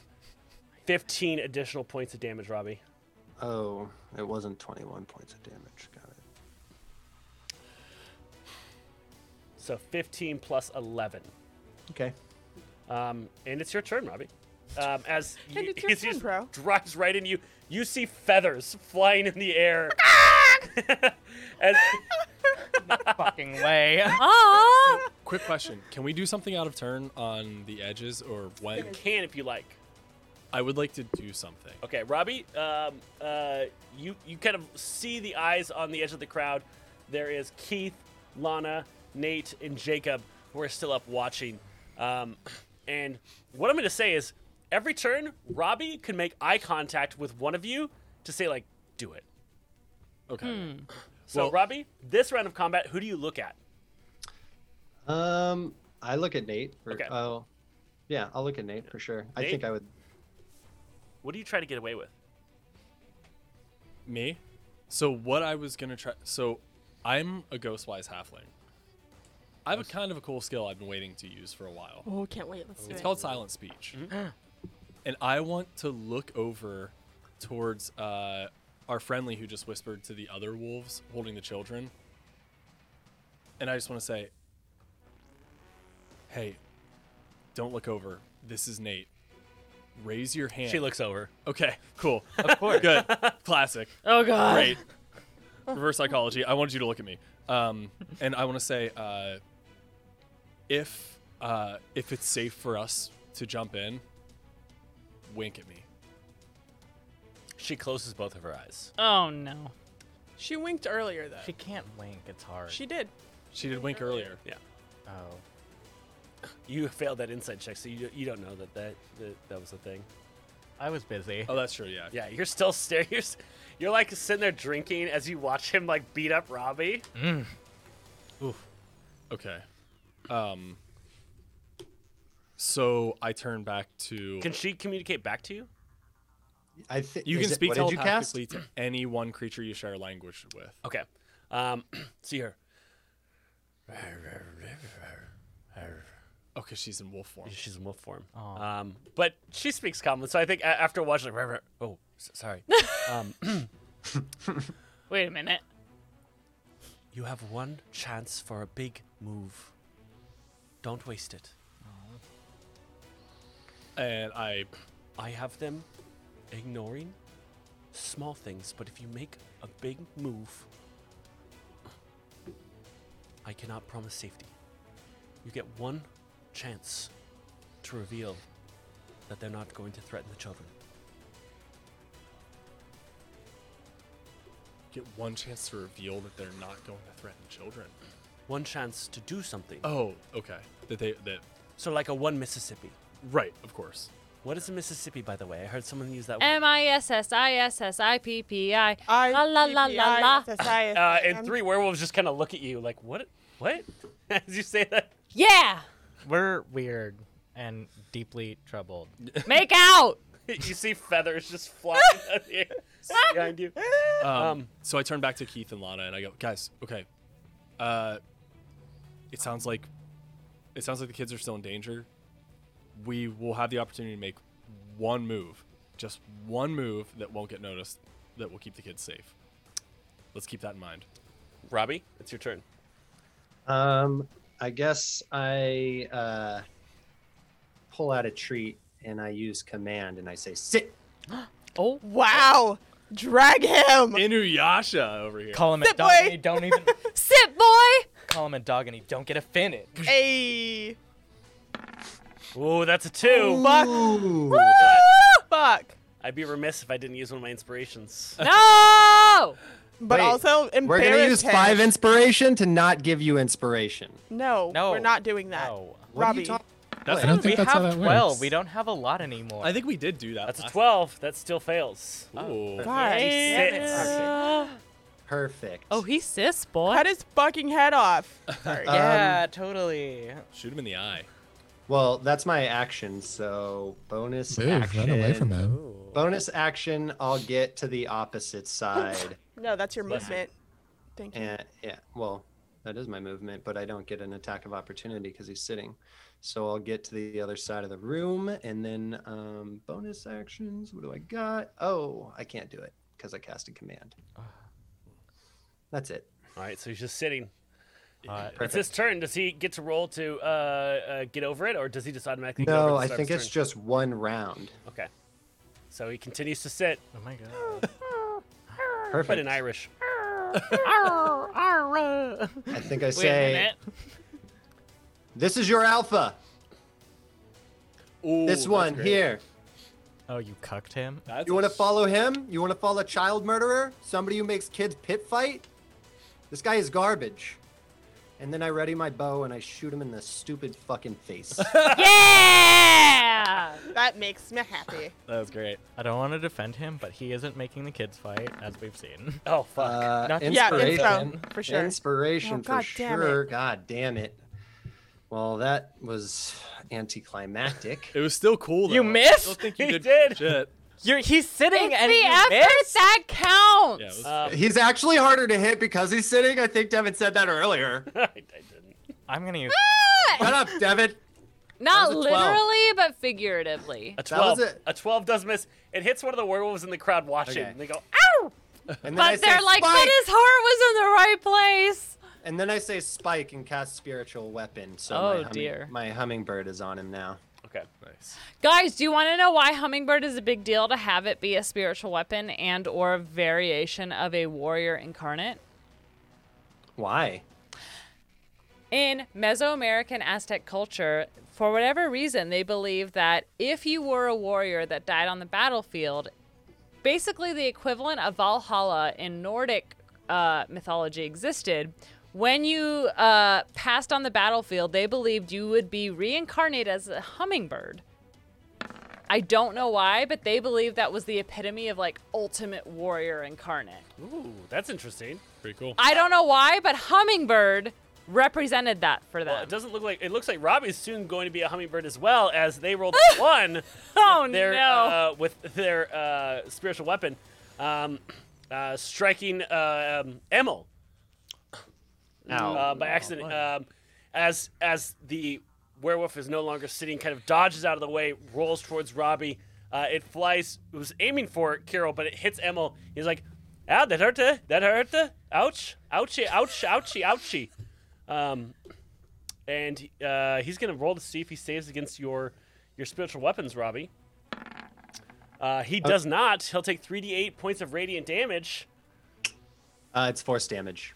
Speaker 1: 15 additional points of damage, Robbie.
Speaker 7: Oh, it wasn't 21 points of damage. Got it.
Speaker 1: So 15 plus 11.
Speaker 7: Okay.
Speaker 1: Um, and it's your turn, Robbie. Um, as
Speaker 5: And
Speaker 1: you,
Speaker 5: it's your
Speaker 1: as he
Speaker 5: turn,
Speaker 1: just
Speaker 5: bro.
Speaker 1: drives right into you, you see feathers flying in the air. as,
Speaker 8: Fucking way.
Speaker 2: Aw.
Speaker 3: Quick question: Can we do something out of turn on the edges, or when?
Speaker 1: can if you like.
Speaker 3: I would like to do something.
Speaker 1: Okay, Robbie, um, uh, you, you kind of see the eyes on the edge of the crowd. There is Keith, Lana, Nate, and Jacob who are still up watching. Um, and what I'm going to say is every turn, Robbie can make eye contact with one of you to say, like, do it.
Speaker 3: Okay.
Speaker 1: So,
Speaker 3: Well-
Speaker 1: Robbie, this round of combat, who do you look at?
Speaker 7: Um, I look at Nate. For,
Speaker 1: Okay.
Speaker 7: Oh, yeah, I'll look at Nate for sure. I think
Speaker 1: Nate?
Speaker 7: I would.
Speaker 1: What do you try to get away with?
Speaker 3: Me? So what I was gonna try. So I'm a Ghostwise halfling. I have a kind of a cool skill I've been waiting to use for a while.
Speaker 5: Oh, can't wait. Let's do
Speaker 3: It's
Speaker 5: it.
Speaker 3: called silent speech. and I want to look over towards uh, our friendly who just whispered to the other wolves holding the children. And I just want to say, hey, don't look over. This is Nate. Raise your hand.
Speaker 1: looks over.
Speaker 3: Okay, cool. Of course. Good. Classic.
Speaker 2: Oh god.
Speaker 3: Great. Reverse psychology. I wanted you to look at me. Um, and I want to say, uh, if uh, if it's safe for us to jump in, wink at me.
Speaker 1: She closes both of her eyes.
Speaker 2: Oh no.
Speaker 5: She winked earlier though.
Speaker 8: She can't wink. It's hard.
Speaker 5: She did.
Speaker 3: She did wink earlier.
Speaker 1: Yeah.
Speaker 8: oh.
Speaker 1: You failed that insight check, so you, you don't know that that, that that was a thing.
Speaker 8: I was busy.
Speaker 3: Oh, that's true. Yeah.
Speaker 1: Yeah, you're still staring. You're, s- you're like sitting there drinking as you watch him like beat up Robbie.
Speaker 3: Okay. Um. So I turn back to.
Speaker 1: Can she communicate back to you?
Speaker 7: I think
Speaker 3: you can speak
Speaker 7: What did you cast?
Speaker 3: telepathically to any one creature you share language with.
Speaker 1: Okay. Um, see her.
Speaker 3: Okay, she's in wolf form.
Speaker 1: She's in wolf form. Um, but she speaks common, so I think a- after watching, like, "Rrr, rrr." oh, s- sorry. um,
Speaker 2: Wait a minute.
Speaker 1: you have one chance for a big move. Don't waste it.
Speaker 3: And I.
Speaker 1: I have them ignoring small things, but if you make a big move, I cannot promise safety. You get one chance to reveal that they're not going to threaten the children.
Speaker 3: get one chance to reveal that they're not going to threaten children.
Speaker 1: One chance to do something.
Speaker 3: Oh, okay. That they that
Speaker 1: So, like a one Mississippi.
Speaker 3: right, of course.
Speaker 1: What is a Mississippi, by the way? I heard someone use that
Speaker 2: M I S S I S S I P P I.
Speaker 5: I
Speaker 2: La la la la la.
Speaker 1: Uh,
Speaker 5: um,
Speaker 1: and three werewolves just kind of look at you like, what? What? As you say that.
Speaker 2: Yeah.
Speaker 8: We're weird and deeply troubled.
Speaker 2: Make out.
Speaker 1: you see feathers just flying out the air behind you.
Speaker 3: Um,
Speaker 1: Um,
Speaker 3: so I turn back to Keith and Lana and I go, guys, okay. Uh, it sounds like it sounds like the kids are still in danger. We will have the opportunity to make one move, just one move that won't get noticed, that will keep the kids safe. Let's keep that in mind.
Speaker 1: Robbie, it's your turn.
Speaker 7: Um, I guess I uh, pull out a treat and I use command and I say sit.
Speaker 5: Wow. Drag him.
Speaker 3: Inuyasha over here.
Speaker 8: Call him a
Speaker 5: Sit
Speaker 8: dog
Speaker 5: boy.
Speaker 8: and he don't even
Speaker 2: Sit boy.
Speaker 8: call him a dog and he don't get offended.
Speaker 5: Hey.
Speaker 1: Ooh, that's a two.
Speaker 5: Fuck.
Speaker 7: Ooh.
Speaker 5: Fuck.
Speaker 1: I'd be remiss if I didn't use one of my inspirations.
Speaker 2: No.
Speaker 5: But
Speaker 7: Wait,
Speaker 5: also embarrass
Speaker 7: We're gonna use
Speaker 5: him.
Speaker 7: five inspiration to not give you inspiration.
Speaker 5: No,
Speaker 8: No.
Speaker 5: we're not doing that.
Speaker 8: No.
Speaker 7: What are
Speaker 5: Robbie.
Speaker 7: you talking?
Speaker 9: I don't
Speaker 8: We
Speaker 9: think that's how
Speaker 8: have
Speaker 9: that
Speaker 8: twelve.
Speaker 9: works.
Speaker 8: We don't have a lot anymore.
Speaker 3: I think we did do that.
Speaker 1: That's a
Speaker 3: last-
Speaker 1: 12. That still fails.
Speaker 3: Ooh.
Speaker 5: God,
Speaker 1: Six.
Speaker 7: Perfect.
Speaker 2: Oh, he's sis boy.
Speaker 5: cut his fucking head off. Sorry.
Speaker 7: Uh,
Speaker 8: yeah, totally.
Speaker 3: Shoot him in the eye.
Speaker 7: Well, that's my action. So bonus
Speaker 9: Move,
Speaker 7: action.
Speaker 9: run away from him.
Speaker 7: Bonus action. I'll get to the opposite side,
Speaker 5: no, that's your movement. Thank you.
Speaker 7: and yeah, well, that is my movement, but I don't get an attack of opportunity because he's sitting. So I'll get to the other side of the room, and then um, bonus actions. What do I got? Oh, I can't do it because I casted command. That's it.
Speaker 1: All right, so he's just sitting. It's
Speaker 7: Perfect.
Speaker 1: his turn. Does he get to roll to uh, uh, get over it, or does he just automatically? get over
Speaker 7: No,
Speaker 1: it at
Speaker 7: I
Speaker 1: the start of
Speaker 7: think
Speaker 1: his
Speaker 7: it's
Speaker 1: turn?
Speaker 7: just one round.
Speaker 1: okay. So he continues to sit,
Speaker 8: Oh my god.
Speaker 7: Perfect.
Speaker 1: but in Irish.
Speaker 8: Arr, arr, uh.
Speaker 7: I think I
Speaker 2: Wait a
Speaker 7: say
Speaker 2: minute.
Speaker 7: this is your alpha.
Speaker 3: Ooh,
Speaker 7: This
Speaker 3: that's
Speaker 7: one
Speaker 3: great.
Speaker 7: here.
Speaker 8: Oh, you cucked him?
Speaker 3: That's
Speaker 7: You want
Speaker 3: a
Speaker 7: to follow him? You want to follow a child murderer? Somebody who makes kids pit fight? This guy is garbage. And then I ready my bow and I shoot him in the stupid fucking face.
Speaker 2: Yeah.
Speaker 5: That makes me happy.
Speaker 3: That was great.
Speaker 8: I don't want to defend him, but he isn't making the kids fight, as we've seen.
Speaker 1: Oh fuck!
Speaker 7: Uh,
Speaker 8: Not-
Speaker 5: yeah,
Speaker 7: inspiration.
Speaker 5: info for sure. Oh,
Speaker 7: Inspiration for
Speaker 5: God damn it.
Speaker 7: sure. God damn it. Well, that was anticlimactic.
Speaker 3: It was still cool. Though.
Speaker 8: You missed?
Speaker 3: I still think you
Speaker 1: He
Speaker 3: did.
Speaker 1: did.
Speaker 3: Shit.
Speaker 8: You're, he's sitting
Speaker 2: It's
Speaker 8: and
Speaker 2: the
Speaker 8: he
Speaker 2: effort
Speaker 8: missed?
Speaker 2: that counts.
Speaker 3: Yeah, it was-
Speaker 1: Um,
Speaker 7: He's actually harder to hit because he's sitting. I think Devin said that earlier.
Speaker 1: I, I didn't.
Speaker 8: I'm gonna use.
Speaker 2: Ah!
Speaker 7: Shut up, Devin.
Speaker 2: Not
Speaker 7: That was a 12.
Speaker 2: literally, but figuratively.
Speaker 1: A
Speaker 7: That was
Speaker 1: twelve.
Speaker 7: it.
Speaker 1: A twelve does miss. It hits one of the werewolves in the crowd watching.
Speaker 7: Okay.
Speaker 1: And they go,
Speaker 7: And then I
Speaker 2: But
Speaker 7: say,
Speaker 2: they're like, but
Speaker 7: "Spike!"
Speaker 2: his heart was in the right place.
Speaker 7: And then I say spike and cast spiritual weapon. So
Speaker 2: Oh,
Speaker 7: my humming-
Speaker 2: dear.
Speaker 7: my hummingbird is on him now.
Speaker 1: "Ah!" okay.
Speaker 3: Nice.
Speaker 2: Guys, do you want to know why hummingbird is a big deal to have it be a spiritual weapon and or a variation of a warrior incarnate?
Speaker 7: Why?
Speaker 2: In Mesoamerican Aztec culture, for whatever reason, they believe that if you were a warrior that died on the battlefield, basically the equivalent of Valhalla in Nordic uh, mythology existed. When you uh, passed on the battlefield, they believed you would be reincarnated as a hummingbird. I don't know why, but they believed that was the epitome of like ultimate warrior incarnate.
Speaker 1: Ooh, that's interesting.
Speaker 3: Pretty cool.
Speaker 2: I don't know why, but hummingbird represented that for
Speaker 1: Well,
Speaker 2: them.
Speaker 1: it doesn't look like it looks like Robbie's soon going to be a hummingbird as well as they rolled a one.
Speaker 2: oh
Speaker 1: their
Speaker 2: no!
Speaker 1: uh, with their uh, spiritual weapon, um, uh, striking uh, um, Emil
Speaker 7: Ow.
Speaker 1: uh, by accident. Um, as as the werewolf is no longer sitting, kind of dodges out of the way, rolls towards Robbie. Uh, it flies. It was aiming for Carol, but it hits Emil. He's like, "Ah, that hurt. eh? That hurt. eh? Ouch! Ouchie! Ouch! Ouchie! Ouchie!" Um, and uh, he's gonna roll to see if he saves against your your spiritual weapons, Robbie. Uh, he does not. He'll take 3d8 points of radiant damage.
Speaker 7: Uh, it's force damage.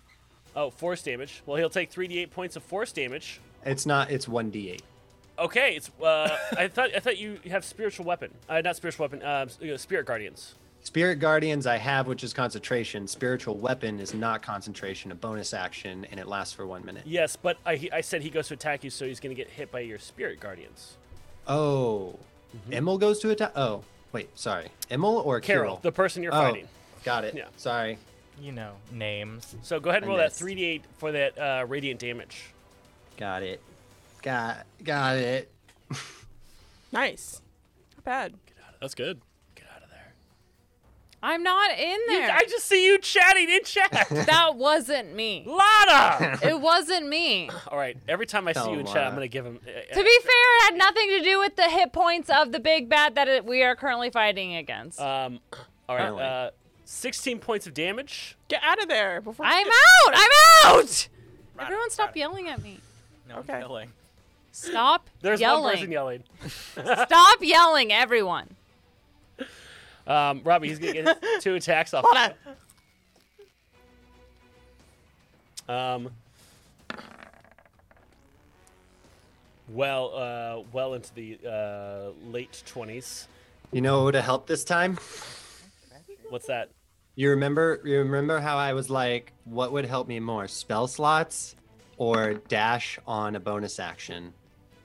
Speaker 1: Oh, force damage. Well, he'll take 3d8 points of force damage.
Speaker 7: It's not. It's one d8.
Speaker 1: Okay, it's uh, I thought I thought you have spiritual weapon. Uh, not spiritual weapon. Uh, s- you know, spirit guardians.
Speaker 7: Spirit Guardians I have, which is concentration. Spiritual Weapon is not concentration, a bonus action, and it lasts for one minute.
Speaker 1: Yes, but I he- I said he goes to attack you, so he's gonna get hit by your spirit guardians.
Speaker 7: Oh,
Speaker 1: Mm-hmm.
Speaker 7: Emil goes to attack. Oh, wait, sorry, Emil or
Speaker 1: Carol,
Speaker 7: Carol?
Speaker 1: the person you're
Speaker 7: oh,
Speaker 1: fighting.
Speaker 7: got it.
Speaker 1: Yeah.
Speaker 7: Sorry.
Speaker 8: You know, names.
Speaker 1: So go ahead and
Speaker 7: I
Speaker 1: roll that
Speaker 7: missed.
Speaker 1: 3d8 for that uh, radiant damage.
Speaker 7: Got it. Got got it.
Speaker 5: Nice. Not bad.
Speaker 3: That's good.
Speaker 1: Get out of there.
Speaker 2: I'm not in there.
Speaker 1: I just see you chatting in chat.
Speaker 2: that wasn't me.
Speaker 1: Lana.
Speaker 2: It wasn't me.
Speaker 1: All right. Every time I see
Speaker 7: Tell
Speaker 1: you in
Speaker 7: him,
Speaker 1: chat, I'm
Speaker 7: Lana.
Speaker 1: gonna give him. uh,
Speaker 2: To be fair, it had nothing to do with the hit points of the big bad that it, we are currently fighting against.
Speaker 1: Um, all right,
Speaker 7: Apparently.
Speaker 1: uh, 16 points of damage.
Speaker 5: Get out of there before.
Speaker 2: I'm
Speaker 5: out.
Speaker 2: out! I'm out! Everyone, stop yelling at me.
Speaker 8: No,
Speaker 5: Okay.
Speaker 8: I'm yelling.
Speaker 2: Stop
Speaker 1: There's
Speaker 2: yelling.
Speaker 1: one person yelling.
Speaker 2: Stop yelling, everyone.
Speaker 1: Um, Robbie, he's gonna get his two attacks off. Um, well, uh, well into the uh, late 20s.
Speaker 7: You know what would have helped this time?
Speaker 1: What's that?
Speaker 7: You remember? You remember how I was like, what would help me more, spell slots or dash on a bonus action,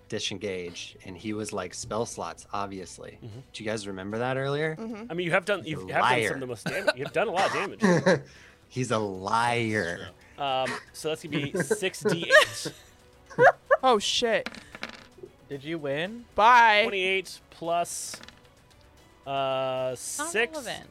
Speaker 7: disengage? And he was like, spell slots, obviously. Do you guys remember that earlier?
Speaker 2: Mm-hmm.
Speaker 1: I mean, you have done you have done some
Speaker 7: Liar.
Speaker 1: of the most damage. You've done a lot of damage.
Speaker 7: He's a liar.
Speaker 1: Um, so that's gonna be 6d8.
Speaker 5: Oh shit.
Speaker 8: Did you win?
Speaker 5: Bye.
Speaker 1: 28 plus uh,
Speaker 2: Not
Speaker 1: 6.
Speaker 2: relevant.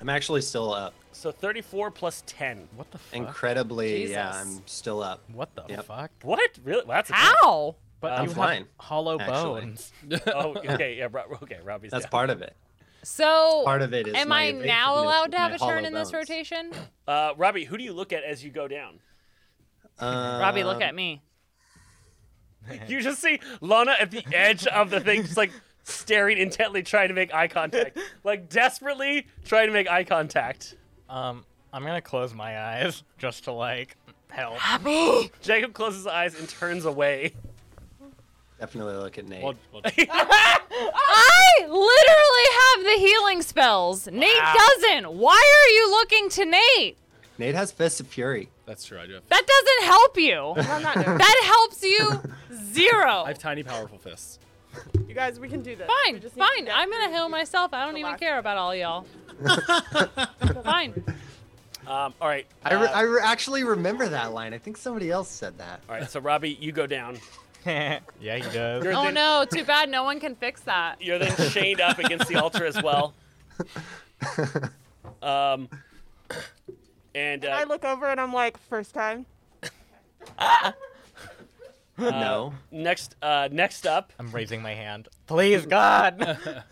Speaker 7: I'm actually still up.
Speaker 1: So 34 plus 10.
Speaker 8: What the fuck?
Speaker 7: Incredibly, yeah,
Speaker 2: Jesus.
Speaker 7: I'm still up.
Speaker 8: what the
Speaker 7: Yep.
Speaker 8: fuck?
Speaker 1: What? Really? Well, that's a
Speaker 2: How?
Speaker 8: But
Speaker 1: I'm
Speaker 8: you have
Speaker 7: fine,
Speaker 8: hollow
Speaker 7: actually.
Speaker 8: bones.
Speaker 1: Oh, okay, yeah, Ro- okay, Robbie's
Speaker 7: That's
Speaker 1: down.
Speaker 7: part of it.
Speaker 2: So,
Speaker 7: Part of it is.
Speaker 2: Oh, am
Speaker 7: my
Speaker 2: I
Speaker 7: evasion
Speaker 2: now
Speaker 7: is
Speaker 2: allowed to
Speaker 7: my
Speaker 2: have a turn
Speaker 7: hollow
Speaker 2: in this
Speaker 7: bones.
Speaker 2: rotation?
Speaker 1: Uh, Robbie, who do you look at as you go down?
Speaker 2: Robbie, look
Speaker 7: Um,
Speaker 2: at me.
Speaker 1: You just see Lana at the edge of the thing, just like staring intently, trying to make eye contact, like desperately trying to make eye contact.
Speaker 8: Um, I'm gonna close my eyes just to like help.
Speaker 1: Jacob closes his eyes and turns away.
Speaker 7: Definitely look at Nate.
Speaker 3: Well, well,
Speaker 2: I literally have the healing spells. Nate doesn't. Why are you looking to Nate?
Speaker 7: Nate has Fist of Fury.
Speaker 3: that's true. I do. Have,
Speaker 2: That doesn't help you.
Speaker 5: I'm not doing
Speaker 2: That helps you zero.
Speaker 3: I have tiny, powerful fists.
Speaker 5: it. You guys, we can do this. We
Speaker 2: Fine,
Speaker 5: just need to
Speaker 2: fine.
Speaker 5: get
Speaker 2: I'm gonna
Speaker 5: through
Speaker 2: heal
Speaker 5: this.
Speaker 2: myself. I don't
Speaker 5: the
Speaker 2: even
Speaker 5: last
Speaker 2: care about all y'all. fine.
Speaker 1: Um, all right,
Speaker 7: I, re-
Speaker 1: uh,
Speaker 7: I re- actually remember that line. I think somebody else said that.
Speaker 1: all right. So Robbie, you go down.
Speaker 8: yeah, he does.
Speaker 1: You're
Speaker 2: Oh
Speaker 1: then,
Speaker 2: no, too bad. No one can fix that.
Speaker 1: You're then chained up against the altar as well. Um, and
Speaker 5: I
Speaker 1: uh,
Speaker 5: look over and I'm like, first time.
Speaker 7: no.
Speaker 1: next, uh, next up,
Speaker 8: I'm raising my hand. Please, God.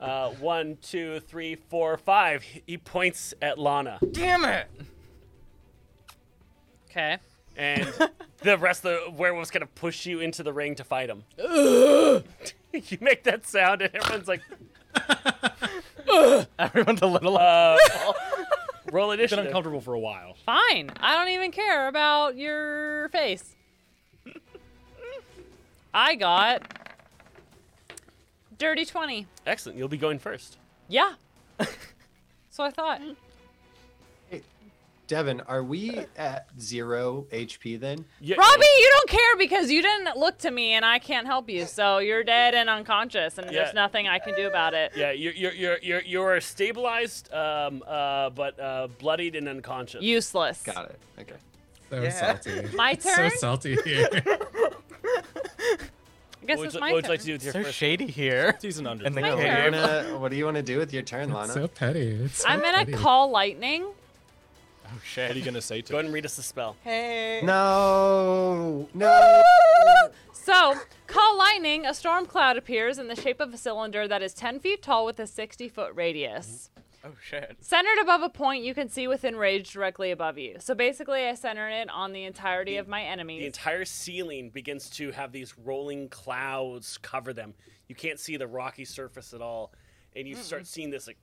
Speaker 1: uh, one, two, three, four, five. He he points at Lana.
Speaker 8: Damn it.
Speaker 2: Okay.
Speaker 1: and the rest of the werewolves kind of push you into the ring to fight them. you make that sound, and everyone's like,
Speaker 8: Everyone's a little.
Speaker 1: uh, roll
Speaker 3: Been
Speaker 1: initiative.
Speaker 3: uncomfortable for a while.
Speaker 2: Fine. I don't even care about your face. I got dirty 20.
Speaker 1: Excellent. You'll be going first.
Speaker 2: Yeah. so I thought.
Speaker 7: Devin, are we at zero HP then?
Speaker 1: Yeah,
Speaker 2: Robbie, you don't care because you didn't look to me and I can't help you. So you're dead and unconscious and
Speaker 1: Yeah.
Speaker 2: there's nothing I can do about it.
Speaker 1: Yeah, you're you're you're you're, you're stabilized, um, uh, but uh, bloodied and unconscious.
Speaker 2: Useless.
Speaker 7: Got it. Okay.
Speaker 9: So
Speaker 6: Yeah.
Speaker 9: salty.
Speaker 2: My
Speaker 9: It's
Speaker 2: turn?
Speaker 9: So salty here.
Speaker 2: I
Speaker 1: what
Speaker 2: guess
Speaker 1: would,
Speaker 2: it's
Speaker 1: you-
Speaker 2: my
Speaker 1: what would you
Speaker 2: turn.
Speaker 1: like to do with your
Speaker 8: So
Speaker 1: first?
Speaker 8: shady here.
Speaker 3: He's an under.
Speaker 8: And they
Speaker 2: My
Speaker 8: go,
Speaker 7: What do, you
Speaker 2: turn.
Speaker 7: wanna, what do you want to do with your turn, Lana?
Speaker 9: It's so petty. It's so
Speaker 2: I'm going
Speaker 9: petty.
Speaker 2: to call lightning.
Speaker 8: oh
Speaker 3: What are
Speaker 8: shit.
Speaker 3: you gonna say to?
Speaker 1: Go ahead and read us the spell.
Speaker 6: Hey.
Speaker 7: No, no.
Speaker 2: So, call lightning, a storm cloud appears in the shape of a cylinder that is 10 feet tall with a 60 foot radius.
Speaker 8: Oh shit.
Speaker 2: Centered above a point you can see within range directly above you. So basically, I centered it on the entirety of my
Speaker 1: The
Speaker 2: enemies.
Speaker 1: entire ceiling begins to have these rolling clouds cover them. You can't see the rocky surface at all, and you start seeing this like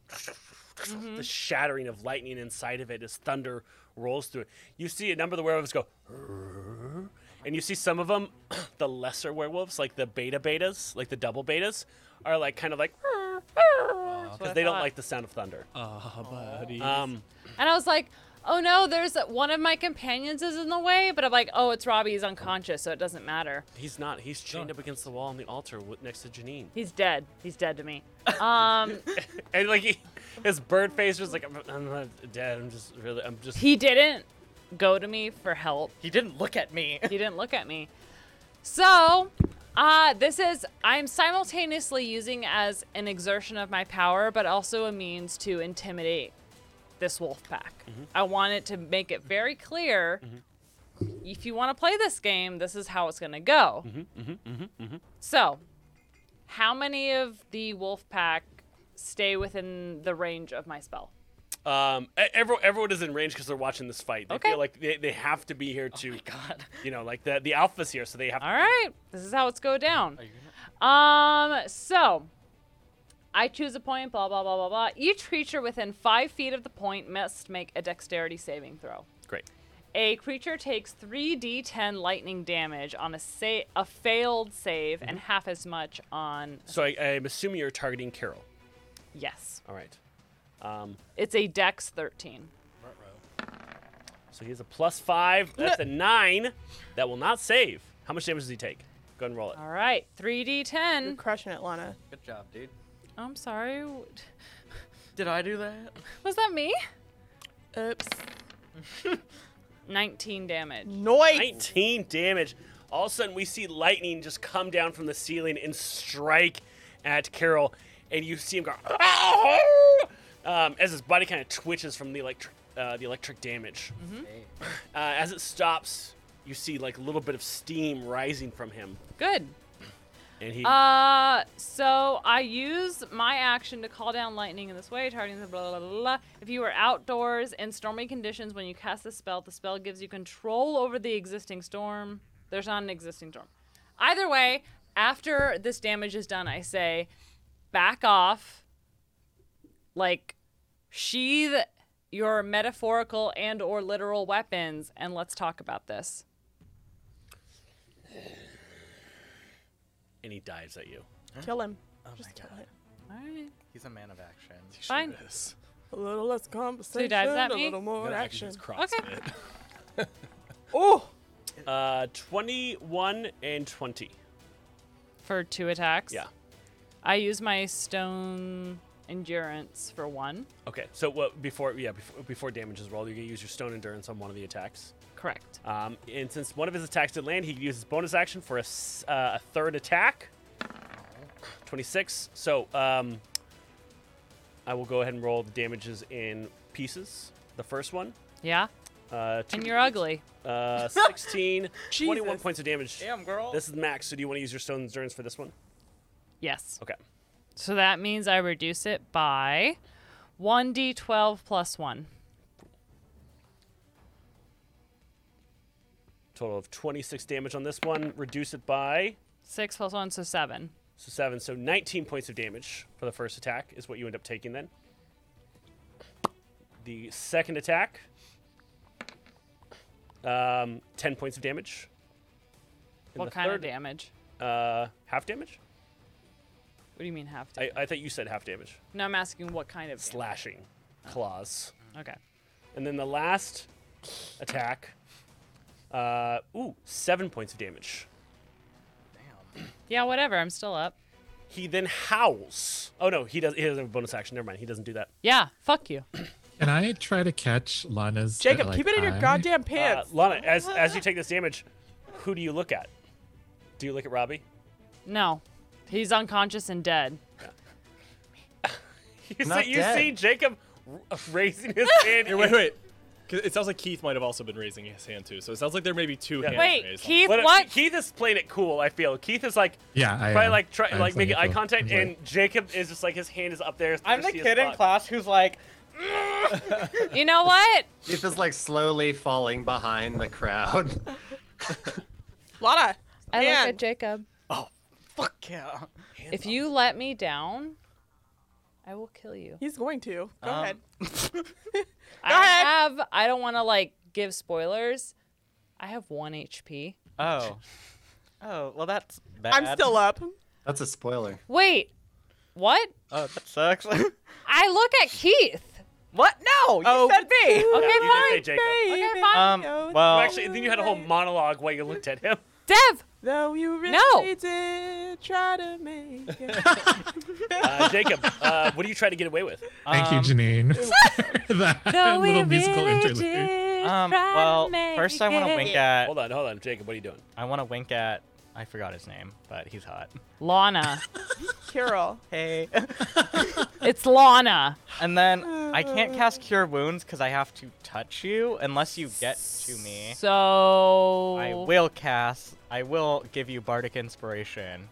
Speaker 1: the shattering of lightning inside of it as thunder rolls through it. You see a number of the werewolves go, and you see some of them, the lesser werewolves, like the beta betas, like the double betas, are like kind of like because they don't like the sound of thunder.
Speaker 3: Oh, buddy.
Speaker 1: Um,
Speaker 2: and I was like, oh no, there's one of my companions is in the way, but I'm like, oh, it's Robbie, he's unconscious, so it doesn't matter.
Speaker 1: he's not. He's chained up against the wall on the altar wi- next to Janine.
Speaker 2: He's dead. He's dead to me. Um,
Speaker 1: And like he, his bird face was like, I'm, I'm not dead. I'm just really, I'm just.
Speaker 2: he didn't go to me for help.
Speaker 8: He didn't look at me.
Speaker 2: You didn't look at me. So, uh, this is I'm simultaneously using as an exertion of my power, but also a means to intimidate this wolf pack. I want it to make it very clear. If you want to play this game, this is how it's going to go. So, how many of the wolf pack stay within the range of my spell?
Speaker 1: Um, e- everyone, everyone is in range because they're watching this fight. They
Speaker 2: Okay. Oh
Speaker 1: feel like they, they have to be here to. God. You know, like the the alphas here, so they have.
Speaker 2: All right, this is how it's go down. Um, so I choose a point. Blah blah blah blah blah. Each creature within five feet of the point must make a dexterity saving throw.
Speaker 1: Great.
Speaker 2: A creature takes 3d10 lightning damage on a sa- a failed save and half as much on
Speaker 1: So I, I'm assuming you're targeting Carol.
Speaker 2: yes.
Speaker 1: All right.
Speaker 2: It's a dex 13.
Speaker 1: So he has a plus five. That's a nine. That will not save. How much damage does he take? Go ahead and roll it.
Speaker 2: All right,
Speaker 5: You're
Speaker 2: 3d10.
Speaker 5: crushing it, Lana.
Speaker 6: Good job, dude.
Speaker 2: I'm sorry. w-
Speaker 8: Did I do that?
Speaker 2: Was that me?
Speaker 5: Oops.
Speaker 2: 19 damage.
Speaker 5: Noise.
Speaker 1: 19 damage. All of a sudden, we see lightning just come down from the ceiling and strike at Carol, and you see him go "Ah!" um, as his body kind of twitches from the electric, uh, the electric damage. Uh, as it stops, you see like a little bit of steam rising from him,
Speaker 2: Good.
Speaker 1: and he
Speaker 2: Uh, so I use my action to call down lightning in this way, targeting the blah, blah blah blah. If you are outdoors in stormy conditions when you cast the spell, the spell gives you control over the existing storm. There's not an existing storm. Either way, after this damage is done, I say, back off. Like, sheathe your metaphorical and or literal weapons, and let's talk about this.
Speaker 1: and he dives at you.
Speaker 5: Kill him.
Speaker 8: Oh my
Speaker 5: Just kill
Speaker 8: God.
Speaker 5: him.
Speaker 2: All right,
Speaker 8: He's a man of action.
Speaker 2: fine.
Speaker 5: A little less conversation,
Speaker 2: at
Speaker 5: a
Speaker 2: me?
Speaker 5: little more
Speaker 3: Then I can
Speaker 5: action.
Speaker 3: just CrossFit.
Speaker 5: Oh,
Speaker 1: Uh, 21 and 20.
Speaker 2: For two attacks.
Speaker 1: Yeah.
Speaker 2: I use my stone endurance for one.
Speaker 1: Okay. So what before yeah before, before damage as well, you're gonna use your stone endurance on one of the attacks.
Speaker 2: Correct.
Speaker 1: Um, and since one of his attacks did land, he could use his bonus action for a, s- uh, a third attack. 26. So um, I will go ahead and roll the damages in pieces. The first one.
Speaker 2: Yeah.
Speaker 1: Uh, two,
Speaker 2: And you're ugly.
Speaker 1: uh, 16. 21
Speaker 5: Jesus.
Speaker 1: points of damage.
Speaker 8: Damn girl.
Speaker 1: This is max, so do you want to use your stone endurance for this one?
Speaker 2: Yes.
Speaker 1: Okay.
Speaker 2: So that means I reduce it by 1d12 plus 1.
Speaker 1: Total of 26 damage on this one. Reduce it by
Speaker 2: 6 plus 1, so 7.
Speaker 1: so 7. So 19 points of damage for the first attack is what you end up taking then. The second attack. Um, 10 points of damage. And
Speaker 2: what
Speaker 1: the
Speaker 2: kind
Speaker 1: third,
Speaker 2: of damage?
Speaker 1: Uh, half damage?
Speaker 2: What do you mean half
Speaker 1: I,
Speaker 2: damage?
Speaker 1: I thought you said half damage.
Speaker 2: no, I'm asking what kind of. damage.
Speaker 1: Slashing claws.
Speaker 2: Okay.
Speaker 1: And then the last attack. Uh, ooh, seven points of damage.
Speaker 2: Yeah, whatever. I'm still up.
Speaker 1: He then howls. Oh no, he does. He doesn't have a bonus action. Never mind. He doesn't do that.
Speaker 2: Yeah, fuck you.
Speaker 9: Can I try to catch Lana's? uh,
Speaker 5: Jacob,
Speaker 9: like,
Speaker 5: keep it in your
Speaker 9: eye?
Speaker 5: goddamn
Speaker 1: Uh,
Speaker 5: pants.
Speaker 1: Lana, as as you take this damage, who do you look at? Do you look at Robbie?
Speaker 2: No, he's unconscious and dead.
Speaker 1: You,
Speaker 7: Not
Speaker 1: see, you
Speaker 7: dead.
Speaker 1: see Jacob r- uh, raising his hand.
Speaker 3: Wait, wait. 'Cause It sounds like Keith might have also been raising his hand too. So it sounds like there may be two hands
Speaker 2: Wait,
Speaker 3: raised.
Speaker 2: Keith,
Speaker 1: What-
Speaker 2: what?
Speaker 1: Keith is playing it cool. I feel Keith is like
Speaker 9: Yeah, I
Speaker 1: probably
Speaker 9: am.
Speaker 1: like try,
Speaker 9: I'm
Speaker 1: like making eye
Speaker 9: playing cool.
Speaker 1: contact,
Speaker 9: I'm
Speaker 1: and
Speaker 9: like,
Speaker 1: Jacob is just like his hand is up there.
Speaker 8: I'm the kid in class who's like,
Speaker 2: You know what?
Speaker 7: Keith is like slowly falling behind the crowd.
Speaker 8: Uh,
Speaker 5: Lana.
Speaker 2: I
Speaker 5: man.
Speaker 2: look at Jacob.
Speaker 8: fuck yeah.
Speaker 2: If you let me down, I will kill you.
Speaker 5: He's going to. Go
Speaker 8: Um,
Speaker 5: ahead.
Speaker 2: I have. I don't want to like give spoilers. I have one HP.
Speaker 8: Oh. Oh, well, that's bad.
Speaker 5: I'm still up.
Speaker 7: That's a spoiler.
Speaker 2: Wait, what?
Speaker 8: Oh, that sucks.
Speaker 2: I look at Keith.
Speaker 8: what? No! You
Speaker 5: Oh.
Speaker 8: said me!
Speaker 2: Okay,
Speaker 1: you did say
Speaker 2: fine.
Speaker 1: Jacob.
Speaker 2: Okay,
Speaker 5: Baby,
Speaker 2: fine.
Speaker 8: Um,
Speaker 5: oh,
Speaker 8: well,
Speaker 1: Actually, then you had a whole monologue while you looked at him.
Speaker 2: Dev,
Speaker 5: Though you really
Speaker 2: No.
Speaker 5: did try to make it.
Speaker 1: Uh, Jacob, uh, what do you try to get away with?
Speaker 9: Thank you,
Speaker 8: um,
Speaker 9: Janine. that
Speaker 2: though we really
Speaker 9: little musical interlude.
Speaker 2: did
Speaker 8: Um,
Speaker 2: try to
Speaker 8: well,
Speaker 2: make
Speaker 8: first I want to
Speaker 2: it.
Speaker 8: wink at.
Speaker 1: Hold on, hold on, Jacob. What are you doing?
Speaker 8: I want to wink at. I forgot his name, but he's hot.
Speaker 2: Lana.
Speaker 5: Carol.
Speaker 8: Hey.
Speaker 2: It's Lana.
Speaker 8: and then I can't cast Cure Wounds because I have to touch you unless you get to me.
Speaker 2: So
Speaker 8: I will cast. I will give you Bardic Inspiration,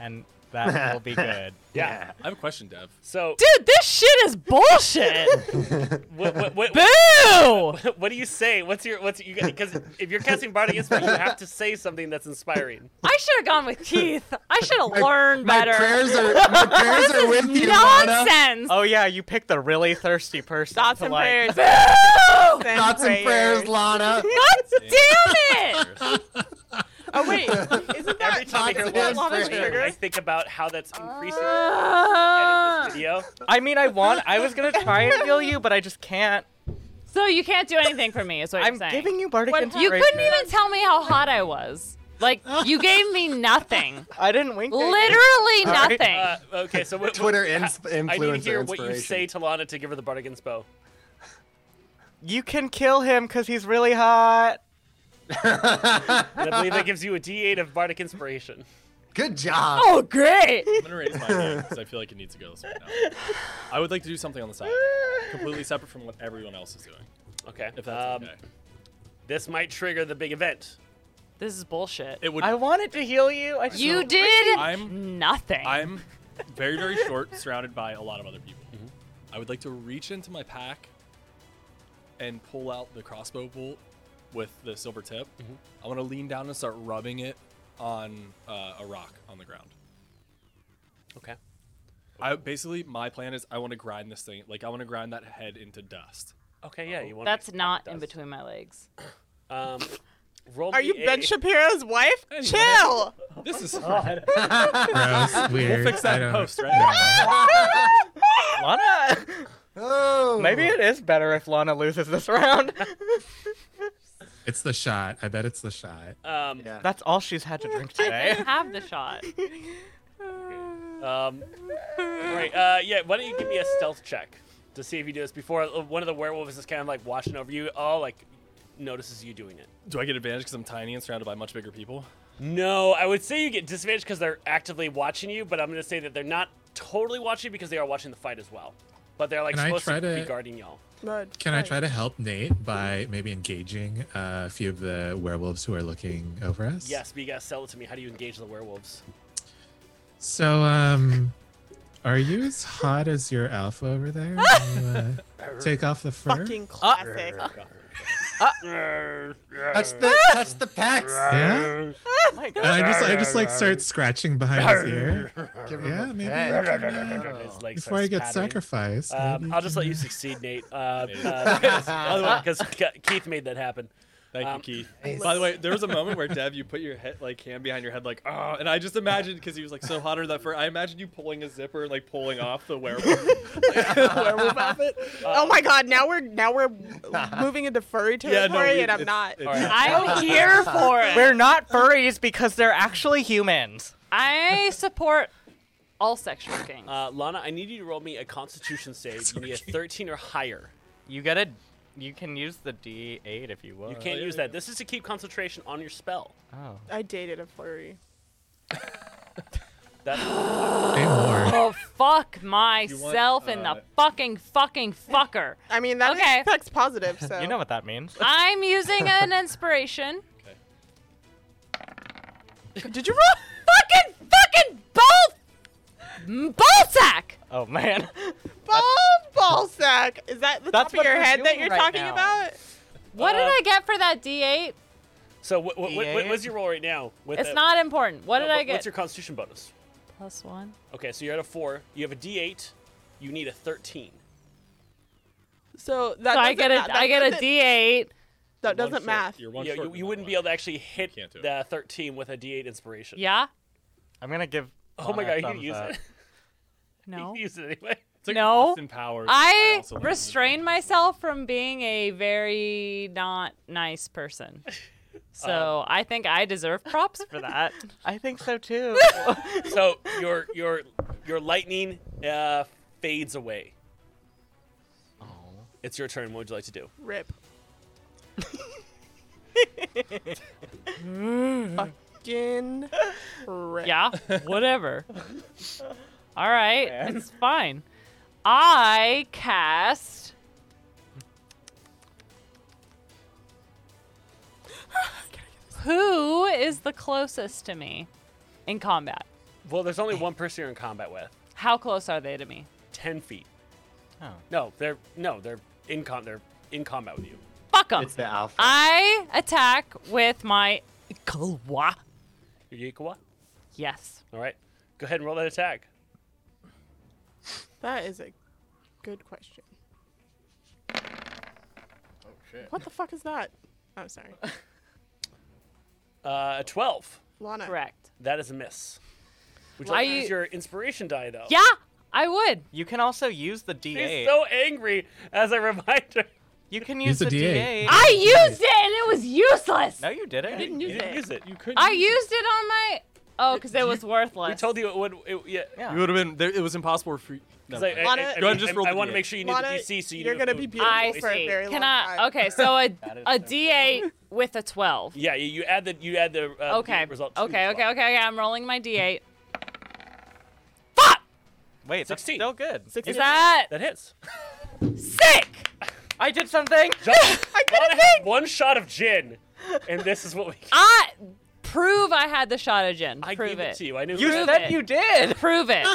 Speaker 8: and that will be good.
Speaker 1: Yeah.
Speaker 3: I have a question, Dev.
Speaker 1: So,
Speaker 2: Dude, this shit is bullshit.
Speaker 1: what, what, what,
Speaker 2: Boo!
Speaker 1: what do you say? What's your what's you because if you're casting bardic inspiration, you have to say something that's inspiring.
Speaker 2: I should have gone with Keith. I should have learned
Speaker 7: My
Speaker 2: better.
Speaker 7: prayers are my prayers are with you, Lana.
Speaker 2: Nonsense.
Speaker 8: Oh yeah, you picked the really thirsty person.
Speaker 5: Thoughts
Speaker 8: to
Speaker 5: and
Speaker 8: like,
Speaker 5: prayers.
Speaker 2: Boo!
Speaker 7: Thoughts and prayers, Lana.
Speaker 2: God damn it!
Speaker 5: Oh wait, isn't that
Speaker 1: Every time I hear
Speaker 5: isn't
Speaker 7: Lana's
Speaker 5: that Lana's
Speaker 7: prayers.
Speaker 1: I
Speaker 5: trigger?
Speaker 1: think about how that's increasing.
Speaker 2: Ah.
Speaker 1: this video.
Speaker 8: I mean, I want. I was gonna try and heal you, but I just can't.
Speaker 2: So you can't do anything for me, is what
Speaker 8: I'm
Speaker 2: you're saying.
Speaker 8: giving you bardic
Speaker 5: What-
Speaker 2: you
Speaker 8: inspiration.
Speaker 2: couldn't even tell me how hot I was. Like you gave me nothing.
Speaker 8: I didn't wink. at you.
Speaker 2: Literally
Speaker 8: All right.
Speaker 2: nothing.
Speaker 1: Uh, okay, so what,
Speaker 7: Twitter
Speaker 1: what,
Speaker 7: ins-
Speaker 1: I need to
Speaker 7: influencer
Speaker 1: hear what you
Speaker 7: inspiration.
Speaker 1: say to Lana to give her the bardic inspo.
Speaker 8: You can kill him because he's really hot.
Speaker 1: And I believe that gives you a D8 of bardic inspiration.
Speaker 7: Good job.
Speaker 2: oh great.
Speaker 3: I'm gonna raise my hand because I feel like it needs to go this way now. I would like to do something on the side, completely separate from what everyone else is doing,
Speaker 1: Okay,
Speaker 3: if that's
Speaker 1: um,
Speaker 3: okay.
Speaker 1: This might trigger the big event.
Speaker 2: This is bullshit.
Speaker 3: It would.
Speaker 8: I wanted to heal you. I just
Speaker 2: you did
Speaker 3: I'm-
Speaker 2: nothing.
Speaker 3: I'm very, very short, surrounded by a lot of other people.
Speaker 9: Mm-hmm.
Speaker 3: I would like to reach into my pack and pull out the crossbow bolt with the silver tip.
Speaker 9: Mm-hmm.
Speaker 3: I want to lean down and start rubbing it on uh, a rock on the ground.
Speaker 1: Okay.
Speaker 3: I basically my plan is I want to grind this thing like I want to grind that head into dust.
Speaker 1: Okay, yeah, you want
Speaker 2: That's not in between my legs.
Speaker 1: Um, roll
Speaker 5: Are you
Speaker 1: me a-
Speaker 5: Ben Shapiro's wife?
Speaker 3: Anyway.
Speaker 5: Chill.
Speaker 3: This is
Speaker 9: Gross, weird.
Speaker 3: fix that
Speaker 9: I don't-
Speaker 3: post, right?
Speaker 8: Lana.
Speaker 7: Oh.
Speaker 8: Maybe it is better if Lana loses this round.
Speaker 9: It's the shot. I bet it's the shot.
Speaker 1: Um,
Speaker 7: Yeah.
Speaker 8: That's all she's had to drink
Speaker 2: I
Speaker 8: today.
Speaker 2: have the shot.
Speaker 1: um, right, uh, yeah, why don't you give me a stealth check to see if you do this before uh, one of the werewolves is kind of like watching over you, all like notices you doing it.
Speaker 3: Do I get advantage because I'm tiny and surrounded by much bigger people?
Speaker 1: No, I would say you get disadvantage because they're actively watching you, but I'm going to say that they're not totally watching because they are watching the fight as well. But they're like
Speaker 9: Can I
Speaker 1: supposed to,
Speaker 9: try to-
Speaker 1: be guarding y'all.
Speaker 5: Mud.
Speaker 9: Can I try to help Nate by maybe engaging uh, a few of the werewolves who are looking over us?
Speaker 1: Yes, but you got to sell it to me. How do you engage the werewolves?
Speaker 9: So, um, are you as hot as your alpha over there? Can you, uh, take off the fur.
Speaker 5: Fucking classic.
Speaker 7: Touch the touch the packs.
Speaker 9: yeah.
Speaker 8: Oh my
Speaker 9: And
Speaker 8: God.
Speaker 9: I just, I just like start scratching behind his ear
Speaker 7: Give him
Speaker 9: Yeah,
Speaker 7: a
Speaker 9: maybe.
Speaker 2: Oh.
Speaker 7: peck.
Speaker 1: His legs
Speaker 9: before I
Speaker 1: starts
Speaker 9: get
Speaker 1: pattering.
Speaker 9: sacrificed. maybe
Speaker 1: Um, I'll just let
Speaker 9: can,
Speaker 1: you
Speaker 9: uh,
Speaker 1: succeed, Nate. Uh, uh, because otherwise- 'cause Keith made that happen.
Speaker 3: Thank
Speaker 1: Um,
Speaker 3: you, Keith. By the way, there was a moment where Dev, you put your head, like hand behind your head, like oh, and I just imagined because he was like so hot under that fur. I imagined you pulling a zipper, and like pulling off the werewolf, the werewolf outfit.
Speaker 5: oh my god, now we're now we're moving into furry territory
Speaker 3: we-
Speaker 5: and I'm
Speaker 3: it's-
Speaker 5: not.
Speaker 3: it's-
Speaker 1: Alright.
Speaker 5: Oh,
Speaker 2: I'm here for it.
Speaker 8: We're not furries because they're actually humans.
Speaker 2: I support all sexual kings.
Speaker 1: Uh, Lana, I need you to roll me a Constitution save. You need a 13 or higher.
Speaker 8: You gotta. You can use the D8 if you want.
Speaker 1: You can't use that. This is to keep concentration on your spell.
Speaker 8: Oh.
Speaker 5: I dated a furry.
Speaker 1: That
Speaker 9: Say more.
Speaker 2: oh fuck myself and
Speaker 5: uh,
Speaker 2: the fucking fucking fucker.
Speaker 5: I mean that
Speaker 2: Okay.
Speaker 5: affects positive, so
Speaker 8: You know what that means.
Speaker 2: I'm using an inspiration.
Speaker 5: did you roll?
Speaker 2: fucking fucking ball ball sack.
Speaker 8: Oh man.
Speaker 5: Ball ball sack. Is that the
Speaker 8: That's
Speaker 5: top of
Speaker 8: what
Speaker 5: your
Speaker 8: we're
Speaker 5: head that
Speaker 8: doing
Speaker 5: you're
Speaker 8: right
Speaker 5: talking
Speaker 8: now.
Speaker 5: about?
Speaker 2: What
Speaker 5: Uh,
Speaker 2: did I get for that D8?
Speaker 1: so what, what, what,
Speaker 8: Yeah.
Speaker 1: what's your roll right now? With
Speaker 2: It's
Speaker 1: a-
Speaker 2: not important. What
Speaker 1: no,
Speaker 2: did
Speaker 1: what-
Speaker 2: I get?
Speaker 1: What's your Constitution bonus?
Speaker 2: Plus one.
Speaker 1: Okay, so you're at a four. You have a D8. You need a 13.
Speaker 5: So that
Speaker 2: So I
Speaker 5: doesn't
Speaker 2: get a
Speaker 5: ma- that
Speaker 2: I get a
Speaker 5: doesn't-
Speaker 2: D8.
Speaker 5: That
Speaker 3: One
Speaker 5: doesn't
Speaker 3: short-
Speaker 5: math.
Speaker 3: You're one
Speaker 1: Yeah,
Speaker 3: short
Speaker 1: you,
Speaker 3: from
Speaker 1: you
Speaker 3: that
Speaker 1: wouldn't
Speaker 3: one.
Speaker 1: be able to actually hit
Speaker 3: Can't do it.
Speaker 1: the 13 with a D8 inspiration.
Speaker 2: Yeah.
Speaker 8: I'm gonna give.
Speaker 1: Oh my
Speaker 8: Lana
Speaker 1: god,
Speaker 8: a
Speaker 1: you can
Speaker 8: thumbs
Speaker 1: use
Speaker 8: up.
Speaker 1: it. You
Speaker 2: No.
Speaker 1: can use it anyway.
Speaker 3: It's like
Speaker 2: No.
Speaker 3: Austin Powers.
Speaker 2: I
Speaker 3: also like-
Speaker 2: restrain myself from being a very not nice person. So I think I deserve props for that.
Speaker 8: I think so too.
Speaker 1: So your your your lightning uh, fades away.
Speaker 3: Oh.
Speaker 1: It's your turn. What would you like to do?
Speaker 5: Rip. Fucking rip.
Speaker 2: yeah, whatever. All right, it's fine. I cast. Who is the closest to me in combat?
Speaker 1: Well, there's only one person you're in combat with.
Speaker 2: How close are they to me?
Speaker 1: Ten feet.
Speaker 8: Oh.
Speaker 1: No, they're no, they're in com- they're in combat with you.
Speaker 2: Fuck them.
Speaker 7: It's the alpha.
Speaker 2: I attack with my Kalwa.
Speaker 1: Your Yikawa.
Speaker 2: Yes.
Speaker 1: All right, go ahead and roll that attack.
Speaker 5: That is a good question.
Speaker 6: Oh shit.
Speaker 5: What the fuck is that? Oh, sorry.
Speaker 1: Uh, a twelve.
Speaker 5: Lana.
Speaker 2: Correct.
Speaker 1: That is a miss. Would you
Speaker 2: Why
Speaker 1: like to
Speaker 2: you-
Speaker 1: use your inspiration die though?
Speaker 2: Yeah, I would.
Speaker 8: you can also use the
Speaker 1: She's
Speaker 8: D8.
Speaker 1: so angry. As a reminder,
Speaker 8: you can use,
Speaker 9: Use
Speaker 8: the
Speaker 9: the
Speaker 8: D8.
Speaker 9: D8.
Speaker 2: I used it and it was useless.
Speaker 8: No, you didn't.
Speaker 5: Didn't
Speaker 1: you
Speaker 5: use
Speaker 1: didn't
Speaker 5: it.
Speaker 1: use it. You could.
Speaker 2: I used it on my. Oh, because it was worthless.
Speaker 1: We told you it would. It, yeah.
Speaker 8: Yeah.
Speaker 3: You would have been. There, it was impossible for. you- No,
Speaker 1: 'Cause I, I,
Speaker 5: Lana-
Speaker 1: I, I,
Speaker 5: Go
Speaker 3: ahead, just roll the
Speaker 1: want to
Speaker 3: D8.
Speaker 1: make sure you knew
Speaker 5: Lana,
Speaker 1: the DC, so you
Speaker 5: you're
Speaker 1: knew
Speaker 5: gonna
Speaker 1: it
Speaker 5: be
Speaker 1: was-
Speaker 5: beautiful
Speaker 2: I
Speaker 5: for a
Speaker 2: see.
Speaker 5: very
Speaker 2: Can
Speaker 5: long
Speaker 2: I?
Speaker 5: time.
Speaker 2: Okay, so a,
Speaker 8: is
Speaker 2: a
Speaker 8: so
Speaker 2: D8 with a 12.
Speaker 1: Yeah, you- you add the you add the uh,
Speaker 2: okay.
Speaker 1: the result. to
Speaker 2: Okay,
Speaker 1: the
Speaker 2: okay, okay,
Speaker 1: result.
Speaker 2: okay. I'm rolling my D8. Fuck!
Speaker 8: Wait, that's
Speaker 1: 16.
Speaker 8: still good.
Speaker 2: Is that
Speaker 1: That hits.
Speaker 2: sick?
Speaker 8: I did something.
Speaker 1: I got one shot of gin, and this is what we.
Speaker 2: I prove I had the shot of gin.
Speaker 1: I
Speaker 2: prove
Speaker 1: gave it. to you. I knew.
Speaker 8: You
Speaker 1: that.
Speaker 2: Prove
Speaker 8: said
Speaker 2: it.
Speaker 8: you did.
Speaker 2: Prove it.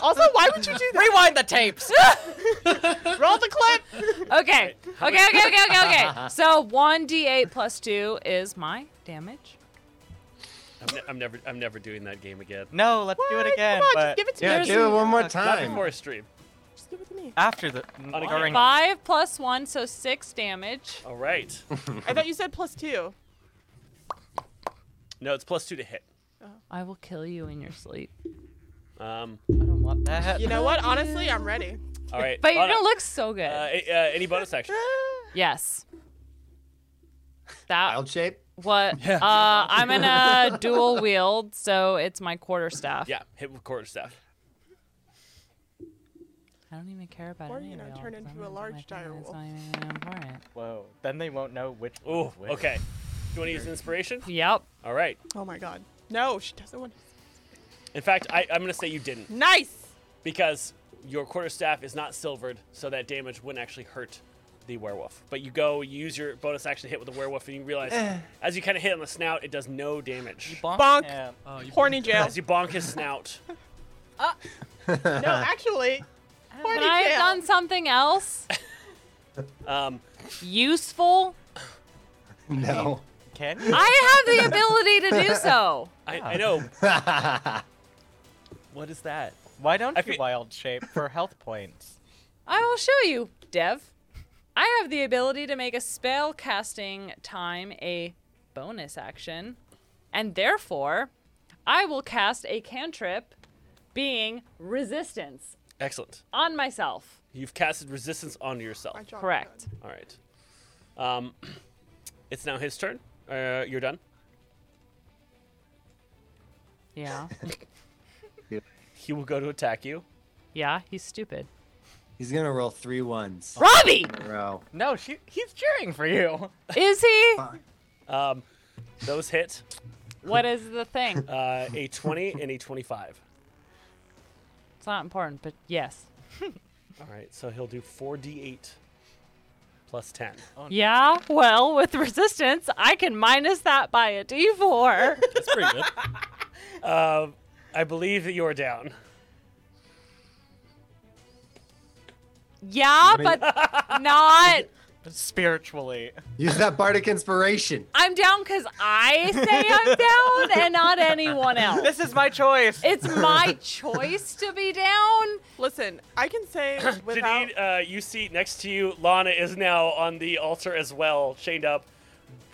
Speaker 5: Also, why would you do that?
Speaker 8: Rewind the tapes.
Speaker 5: Roll the clip.
Speaker 2: Okay. Okay, okay, okay, okay, okay. So 1d8 plus 2 is my damage.
Speaker 1: I'm, ne- I'm never. I'm never doing that game again.
Speaker 8: no, let's do it
Speaker 5: What?
Speaker 8: again.
Speaker 5: Come on,
Speaker 8: but
Speaker 5: just give it to
Speaker 7: yeah,
Speaker 5: me.
Speaker 7: do it one more
Speaker 1: Not
Speaker 7: time.
Speaker 1: before a stream.
Speaker 5: Just give it to me.
Speaker 8: after the
Speaker 1: On a
Speaker 8: during-
Speaker 2: 5 plus 1, so 6 damage.
Speaker 1: All right.
Speaker 5: I thought you said plus two.
Speaker 1: No, it's plus two to hit.
Speaker 2: I will kill you in your sleep.
Speaker 1: Um.
Speaker 8: I don't want that.
Speaker 5: You know what? Honestly, I'm ready.
Speaker 1: All right.
Speaker 2: But you're
Speaker 1: Lana,
Speaker 2: going to look so good.
Speaker 1: Uh, a- uh, any bonus action?
Speaker 2: yes. That
Speaker 7: Wild shape.
Speaker 2: what uh I'm gonna dual wield, so it's my quarter staff.
Speaker 1: Yeah, hit with quarterstaff.
Speaker 2: I don't even care about
Speaker 5: Or,
Speaker 2: any
Speaker 5: you
Speaker 2: of
Speaker 5: know,
Speaker 2: y'all,
Speaker 5: turn
Speaker 2: 'cause
Speaker 5: into
Speaker 2: I'm
Speaker 5: a
Speaker 2: gonna do
Speaker 5: large
Speaker 2: my thing, and it's
Speaker 5: direwolf.
Speaker 2: not even important.
Speaker 8: Whoa. Then they won't know which. one
Speaker 1: Ooh.
Speaker 8: is which.
Speaker 1: Okay. Do you want to use an inspiration?
Speaker 2: Yep.
Speaker 1: All right.
Speaker 5: Oh my god. No, she doesn't want.
Speaker 1: In fact, I, I'm gonna say you didn't
Speaker 5: Nice.
Speaker 1: because your quarterstaff is not silvered, so that damage wouldn't actually hurt the werewolf. But you go, you use your bonus action to hit with the werewolf, and you realize as you kind of hit on the snout, it does no damage.
Speaker 8: Bonk. Oh,
Speaker 5: Bonk.
Speaker 8: him.
Speaker 5: Horny jail.
Speaker 1: As you bonk his snout.
Speaker 5: no, actually, horny
Speaker 2: Can I
Speaker 5: jail.
Speaker 2: have done something else
Speaker 1: Um,
Speaker 2: useful?
Speaker 7: No.
Speaker 8: Can you?
Speaker 2: I have the ability to do so.
Speaker 1: I, I know. what is that?
Speaker 8: Why don't
Speaker 1: I
Speaker 8: you
Speaker 1: feel-
Speaker 8: wild shape for health points?
Speaker 2: I will show you, Dev. I have the ability to make a spell casting time a bonus action, and therefore, I will cast a cantrip being resistance
Speaker 1: Excellent.
Speaker 2: on myself.
Speaker 1: You've casted resistance onto yourself.
Speaker 5: I dropped
Speaker 2: Correct.
Speaker 5: that.
Speaker 1: All right. Um, it's now his turn. Uh, you're done.
Speaker 2: Yeah.
Speaker 1: He will go to attack you.
Speaker 2: Yeah, he's stupid.
Speaker 7: He's gonna roll three ones
Speaker 2: Robbie!
Speaker 7: in a row.
Speaker 8: No, she, he's cheering for you.
Speaker 2: Is he?
Speaker 1: Um, those hit
Speaker 2: What is the thing?
Speaker 1: uh, a 20 and a 25.
Speaker 2: It's not important, but yes.
Speaker 1: All right, so he'll do 4d8 plus 10.
Speaker 2: Oh, Yeah, well, with resistance, I can minus that by a d4.
Speaker 3: That's pretty good.
Speaker 1: Um, I believe that you're down.
Speaker 2: yeah, but not.
Speaker 8: Spiritually.
Speaker 7: Use that bardic inspiration.
Speaker 2: I'm down because I say I'm down and not anyone else.
Speaker 8: This is my choice.
Speaker 2: It's my choice to be down.
Speaker 5: Listen, I can say without.
Speaker 1: Janine, uh, you see next to you, Lana is now on the altar as well, chained up.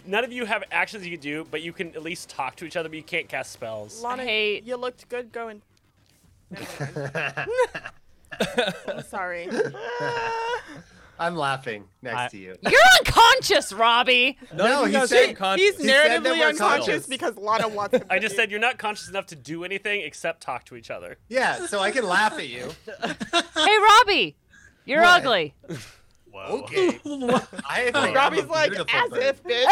Speaker 1: None of you have actions you can do, but you can at least talk to each other, but you can't cast spells.
Speaker 5: Lana,
Speaker 2: hate-
Speaker 5: you looked good going. I'm sorry.
Speaker 7: I'm laughing next
Speaker 8: I-
Speaker 7: to you.
Speaker 2: You're unconscious, Robbie.
Speaker 7: No,
Speaker 3: you
Speaker 7: he
Speaker 3: guys
Speaker 7: said-
Speaker 3: are con-
Speaker 5: He's
Speaker 7: He said that
Speaker 5: narratively
Speaker 7: we're
Speaker 5: unconscious
Speaker 7: conscious.
Speaker 5: because Lana wants him.
Speaker 1: I
Speaker 5: to
Speaker 1: just
Speaker 5: be.
Speaker 1: said you're not conscious enough to do anything except talk to each other.
Speaker 7: Yeah, so I can laugh at you.
Speaker 2: Hey, Robbie, you're
Speaker 7: What?
Speaker 2: ugly.
Speaker 7: Okay. I think I'm
Speaker 5: Robbie's
Speaker 7: a
Speaker 5: like,
Speaker 7: beautiful
Speaker 5: as
Speaker 7: bird."
Speaker 5: if, bitch.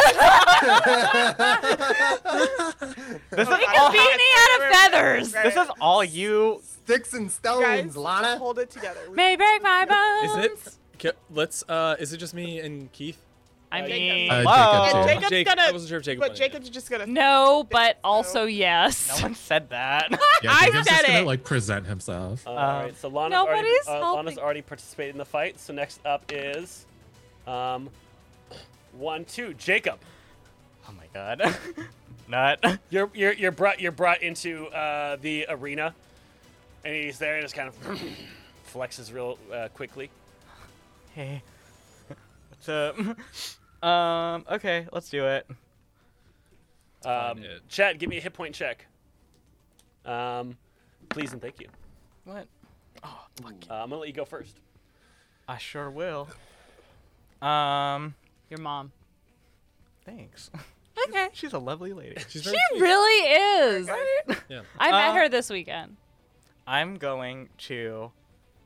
Speaker 8: This is
Speaker 2: Make a
Speaker 8: all,
Speaker 2: beanie out of feathers.
Speaker 5: Right.
Speaker 8: this is all you.
Speaker 7: Sticks and stones,
Speaker 5: Guys,
Speaker 7: Lana.
Speaker 5: hold it together. We-
Speaker 2: May break my
Speaker 3: Is
Speaker 2: bones.
Speaker 3: it? Ca- Let's. Uh, is it just me and Keith?
Speaker 2: I
Speaker 3: Uh,
Speaker 2: mean,
Speaker 9: Uh,
Speaker 8: Hello.
Speaker 5: And
Speaker 9: Jacob
Speaker 5: Jacob's
Speaker 3: Jake-
Speaker 5: gonna.
Speaker 3: I wasn't sure if Jacob
Speaker 5: But
Speaker 3: wanted it.
Speaker 5: Jacob's just gonna.
Speaker 2: no, but
Speaker 5: No.
Speaker 2: also
Speaker 8: No
Speaker 2: yes.
Speaker 8: one said that.
Speaker 9: Yeah,
Speaker 5: I
Speaker 9: Jacob's just
Speaker 5: said
Speaker 9: gonna
Speaker 5: it.
Speaker 9: like present himself.
Speaker 1: Uh, all right, so Lana's already,
Speaker 2: nobody's
Speaker 1: uh, Lana's
Speaker 2: helping.
Speaker 1: already participated in the fight. So next up is, um, one, two, Jacob.
Speaker 8: Oh my god. Nut.
Speaker 1: You're you're you're brought you're brought into uh, the arena, and he's there and just kind of flexes real uh, quickly.
Speaker 8: Hey. What's up? Um, okay, let's do it.
Speaker 1: Um,
Speaker 3: it.
Speaker 1: Chad, give me a hit point check. Um, please and thank you.
Speaker 8: What?
Speaker 1: Uh, I'm gonna let you go first.
Speaker 8: I sure will. Um,
Speaker 2: Your mom.
Speaker 8: thanks.
Speaker 2: Okay.
Speaker 8: She's a lovely lady.
Speaker 3: She's very
Speaker 2: She
Speaker 3: sweet.
Speaker 2: really is.
Speaker 3: Yeah.
Speaker 2: I met
Speaker 8: Uh,
Speaker 2: her this weekend.
Speaker 8: I'm going to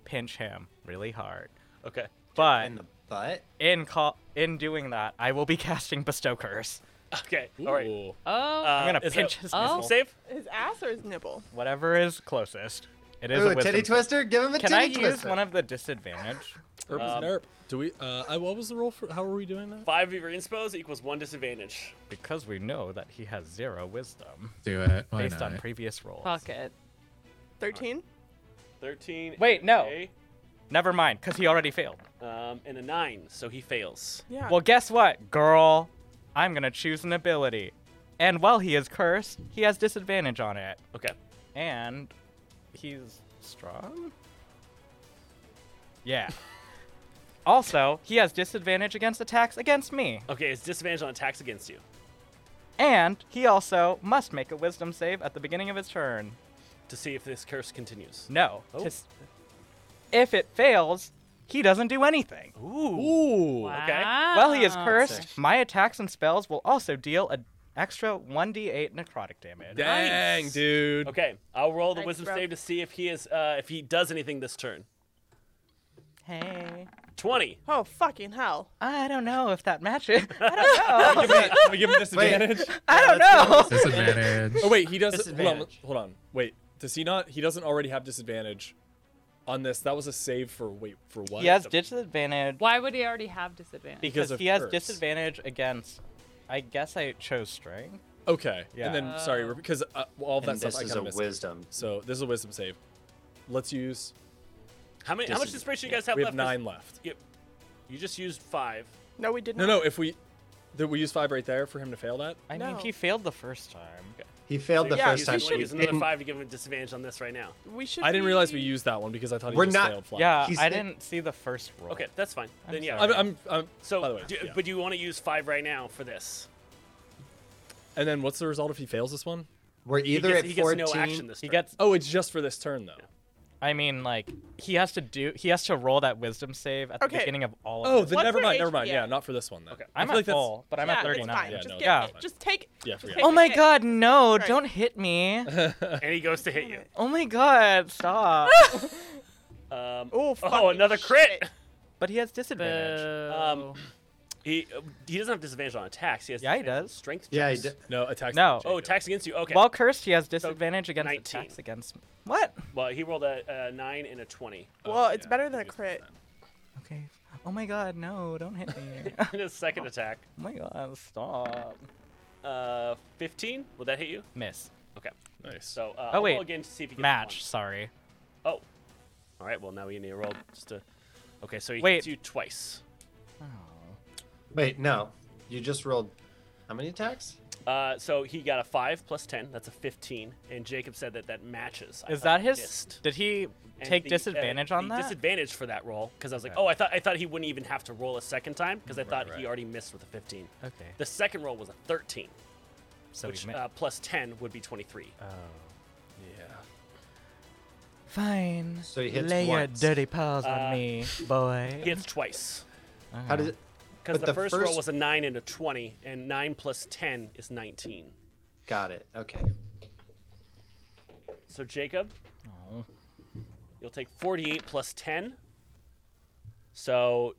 Speaker 8: pinch him really hard.
Speaker 1: Okay.
Speaker 8: But
Speaker 7: In the butt.
Speaker 8: in call in doing that, I will be casting bestow curse.
Speaker 1: Okay. All right.
Speaker 3: Ooh.
Speaker 2: Oh,
Speaker 1: Uh,
Speaker 8: I'm gonna
Speaker 1: is
Speaker 8: pinch
Speaker 1: that-
Speaker 8: his
Speaker 2: Oh.
Speaker 8: nipple.
Speaker 1: Save.
Speaker 5: His ass or his nipple?
Speaker 8: Whatever is closest. It is
Speaker 7: Ooh,
Speaker 8: a
Speaker 7: a
Speaker 8: wisdom.
Speaker 7: titty twister? Give him a
Speaker 8: Can
Speaker 7: titty
Speaker 8: I
Speaker 7: twister.
Speaker 8: use one of the disadvantage?
Speaker 3: Herb is an herb. Um, Do we? Uh, I, what was the roll for? How are we doing that?
Speaker 1: Five of your inspos equals one disadvantage.
Speaker 8: Because we know that he has zero wisdom
Speaker 9: Do it. Why
Speaker 8: based
Speaker 9: not?
Speaker 8: on previous rolls.
Speaker 2: fuck it.
Speaker 5: Thirteen.
Speaker 1: Thirteen.
Speaker 8: Wait, no.
Speaker 1: okay,
Speaker 8: Never mind, because he already failed.
Speaker 1: um, and a nine, so he fails.
Speaker 5: Yeah.
Speaker 8: Well, guess what, girl? I'm gonna choose an ability. And while he is cursed, he has disadvantage on it.
Speaker 1: Okay.
Speaker 8: And he's strong? Yeah. also, he has disadvantage against attacks against me.
Speaker 1: Okay. It's disadvantage on attacks against you.
Speaker 8: And he also must make a wisdom save at the beginning of his turn.
Speaker 1: to see if this curse continues.
Speaker 8: No.
Speaker 1: Oh.
Speaker 8: to s- if it fails, he doesn't do anything.
Speaker 1: Ooh. Ah. Okay.
Speaker 8: While he is
Speaker 2: Wow.
Speaker 8: cursed, my attacks and spells will also deal an extra 1d8 necrotic damage.
Speaker 3: Dang, dude.
Speaker 1: Okay. I'll roll the
Speaker 5: Thanks,
Speaker 1: wisdom
Speaker 5: bro.
Speaker 1: save to see if he is uh, if he does anything this turn.
Speaker 8: Hey.
Speaker 1: Twenty.
Speaker 5: oh fucking hell!
Speaker 8: I don't know if that matches.
Speaker 3: Can we, can we give him disadvantage?
Speaker 8: I don't know.
Speaker 9: Disadvantage.
Speaker 3: Oh wait, he doesn't. Hold on,
Speaker 7: Disadvantage.
Speaker 3: hold on. Wait, does he not? He doesn't already have disadvantage on this. That was a save for wait for what?
Speaker 8: He has disadvantage
Speaker 2: Why would he already have disadvantage?
Speaker 3: because
Speaker 8: because
Speaker 3: of
Speaker 8: he has
Speaker 3: curse.
Speaker 8: disadvantage against. I guess I chose strength.
Speaker 3: Okay,
Speaker 8: Yeah.
Speaker 3: and then sorry re- because uh, all of that
Speaker 7: And
Speaker 3: stuff
Speaker 7: this
Speaker 3: I
Speaker 7: is
Speaker 3: kind
Speaker 7: a
Speaker 3: of missed.
Speaker 7: wisdom.
Speaker 3: So this is a wisdom save. Let's use.
Speaker 1: How many? How much
Speaker 7: Disad-
Speaker 1: inspiration you guys have
Speaker 3: we have
Speaker 1: left?
Speaker 3: nine left.
Speaker 1: You, you just used five.
Speaker 5: No, we did
Speaker 3: No,
Speaker 5: not.
Speaker 3: no. If we, did we use five right there for him to fail that?
Speaker 8: I mean,
Speaker 5: No.
Speaker 8: he failed the first time.
Speaker 7: He failed the
Speaker 5: Yeah,
Speaker 7: first
Speaker 5: he's
Speaker 7: time.
Speaker 5: usually
Speaker 7: but
Speaker 5: we
Speaker 1: Use another
Speaker 7: didn't-
Speaker 1: five to give him a disadvantage on this right now.
Speaker 5: We should.
Speaker 3: I didn't realize we
Speaker 5: be-
Speaker 3: used that one because I thought he
Speaker 7: We're
Speaker 3: just
Speaker 7: not-
Speaker 3: failed flat.
Speaker 8: Yeah,
Speaker 7: He's
Speaker 8: I
Speaker 7: the-
Speaker 8: didn't see the first roll.
Speaker 1: Okay, that's fine. Then yeah.
Speaker 3: I'm, I'm, I'm-
Speaker 1: so,
Speaker 3: by the way,
Speaker 1: do,
Speaker 3: yeah.
Speaker 1: but do you want to use five right now for this?
Speaker 3: and then what's the result if he fails this one?
Speaker 7: We're
Speaker 1: He
Speaker 7: either
Speaker 1: gets, he
Speaker 7: at
Speaker 1: gets
Speaker 7: fourteen.
Speaker 1: no action this
Speaker 8: He
Speaker 1: turn.
Speaker 8: gets.
Speaker 3: Oh, it's just for this turn though.
Speaker 8: I mean, like he has to do. He has to roll that wisdom save at the
Speaker 5: Okay.
Speaker 8: beginning of all.
Speaker 3: Oh,
Speaker 8: of
Speaker 3: then
Speaker 5: What's
Speaker 3: never
Speaker 5: her
Speaker 3: mind,
Speaker 5: age?
Speaker 3: never mind. Yeah.
Speaker 5: Yeah.
Speaker 3: not for this one though.
Speaker 1: Okay.
Speaker 3: I
Speaker 8: I'm
Speaker 3: feel
Speaker 8: at
Speaker 3: like that's-
Speaker 8: full, but I'm
Speaker 5: yeah,
Speaker 8: at 39.
Speaker 5: It's fine.
Speaker 3: Yeah,
Speaker 5: just,
Speaker 3: no,
Speaker 5: get,
Speaker 8: it's fine.
Speaker 5: just take.
Speaker 3: Yeah,
Speaker 5: just
Speaker 3: forget
Speaker 5: take
Speaker 8: Oh
Speaker 5: a
Speaker 8: my
Speaker 5: hit.
Speaker 8: god, no!
Speaker 5: Right.
Speaker 8: Don't hit me.
Speaker 1: and he goes to hit you.
Speaker 8: Oh my god, stop.
Speaker 1: Um,
Speaker 5: Oh,
Speaker 1: oh,
Speaker 5: fucking
Speaker 1: another crit.
Speaker 5: shit. Oh.
Speaker 8: but he has disadvantage.
Speaker 1: Um, he uh, he doesn't have disadvantage on attacks. He has
Speaker 8: Yeah, he
Speaker 1: disadvantage on
Speaker 8: does.
Speaker 1: Strength.
Speaker 7: Yeah, he
Speaker 1: checks.
Speaker 7: d-
Speaker 3: No attacks.
Speaker 8: No.
Speaker 1: Oh, attacks against you. Okay.
Speaker 8: While cursed, he has disadvantage against
Speaker 1: 19.
Speaker 8: attacks against. What?
Speaker 1: Well, he rolled a, a nine and a twenty.
Speaker 5: Well, it's better than a crit.
Speaker 8: Okay. Oh my god, no! Don't hit me. oh
Speaker 1: And his second attack,
Speaker 8: my god, stop.
Speaker 1: uh, fifteen. Will that hit you?
Speaker 8: Miss.
Speaker 1: Okay.
Speaker 3: Nice.
Speaker 1: So uh,
Speaker 8: Oh,
Speaker 1: I'll
Speaker 8: wait.
Speaker 1: roll again to see if he gets
Speaker 8: Match. Sorry.
Speaker 1: One. Oh. All right. Well, now we need to roll just to. Okay, so he
Speaker 8: Wait.
Speaker 1: hits you twice.
Speaker 7: Wait, no. You just rolled. How many attacks?
Speaker 1: Uh, so he got a five plus ten. That's a fifteen. And Jacob said that that matches. I
Speaker 8: Is
Speaker 1: thought
Speaker 8: that
Speaker 1: I
Speaker 8: his?
Speaker 1: missed.
Speaker 8: Did he
Speaker 1: And
Speaker 8: take
Speaker 1: the, uh,
Speaker 8: disadvantage on
Speaker 1: the
Speaker 8: that?
Speaker 1: Disadvantage for that roll because I was like,
Speaker 8: Okay.
Speaker 1: oh, I thought I thought he wouldn't even have to roll a second time because I thought
Speaker 3: right.
Speaker 1: he already missed with a fifteen.
Speaker 8: okay.
Speaker 1: The second roll was a thirteen,
Speaker 8: So
Speaker 1: which
Speaker 8: we Uh. mi-
Speaker 1: uh, plus ten would be twenty-three.
Speaker 8: Fine.
Speaker 7: So he hits
Speaker 8: Lay your
Speaker 7: once.
Speaker 8: dirty paws
Speaker 1: Uh,
Speaker 8: on me, boy.
Speaker 1: He hits twice
Speaker 7: How did it?
Speaker 1: because
Speaker 7: But
Speaker 1: the,
Speaker 7: the
Speaker 1: first, roll
Speaker 7: first-
Speaker 1: was a nine and a twenty, and nine plus ten is nineteen.
Speaker 7: Got it. Okay.
Speaker 1: So Jacob, you'll take forty-eight plus ten, so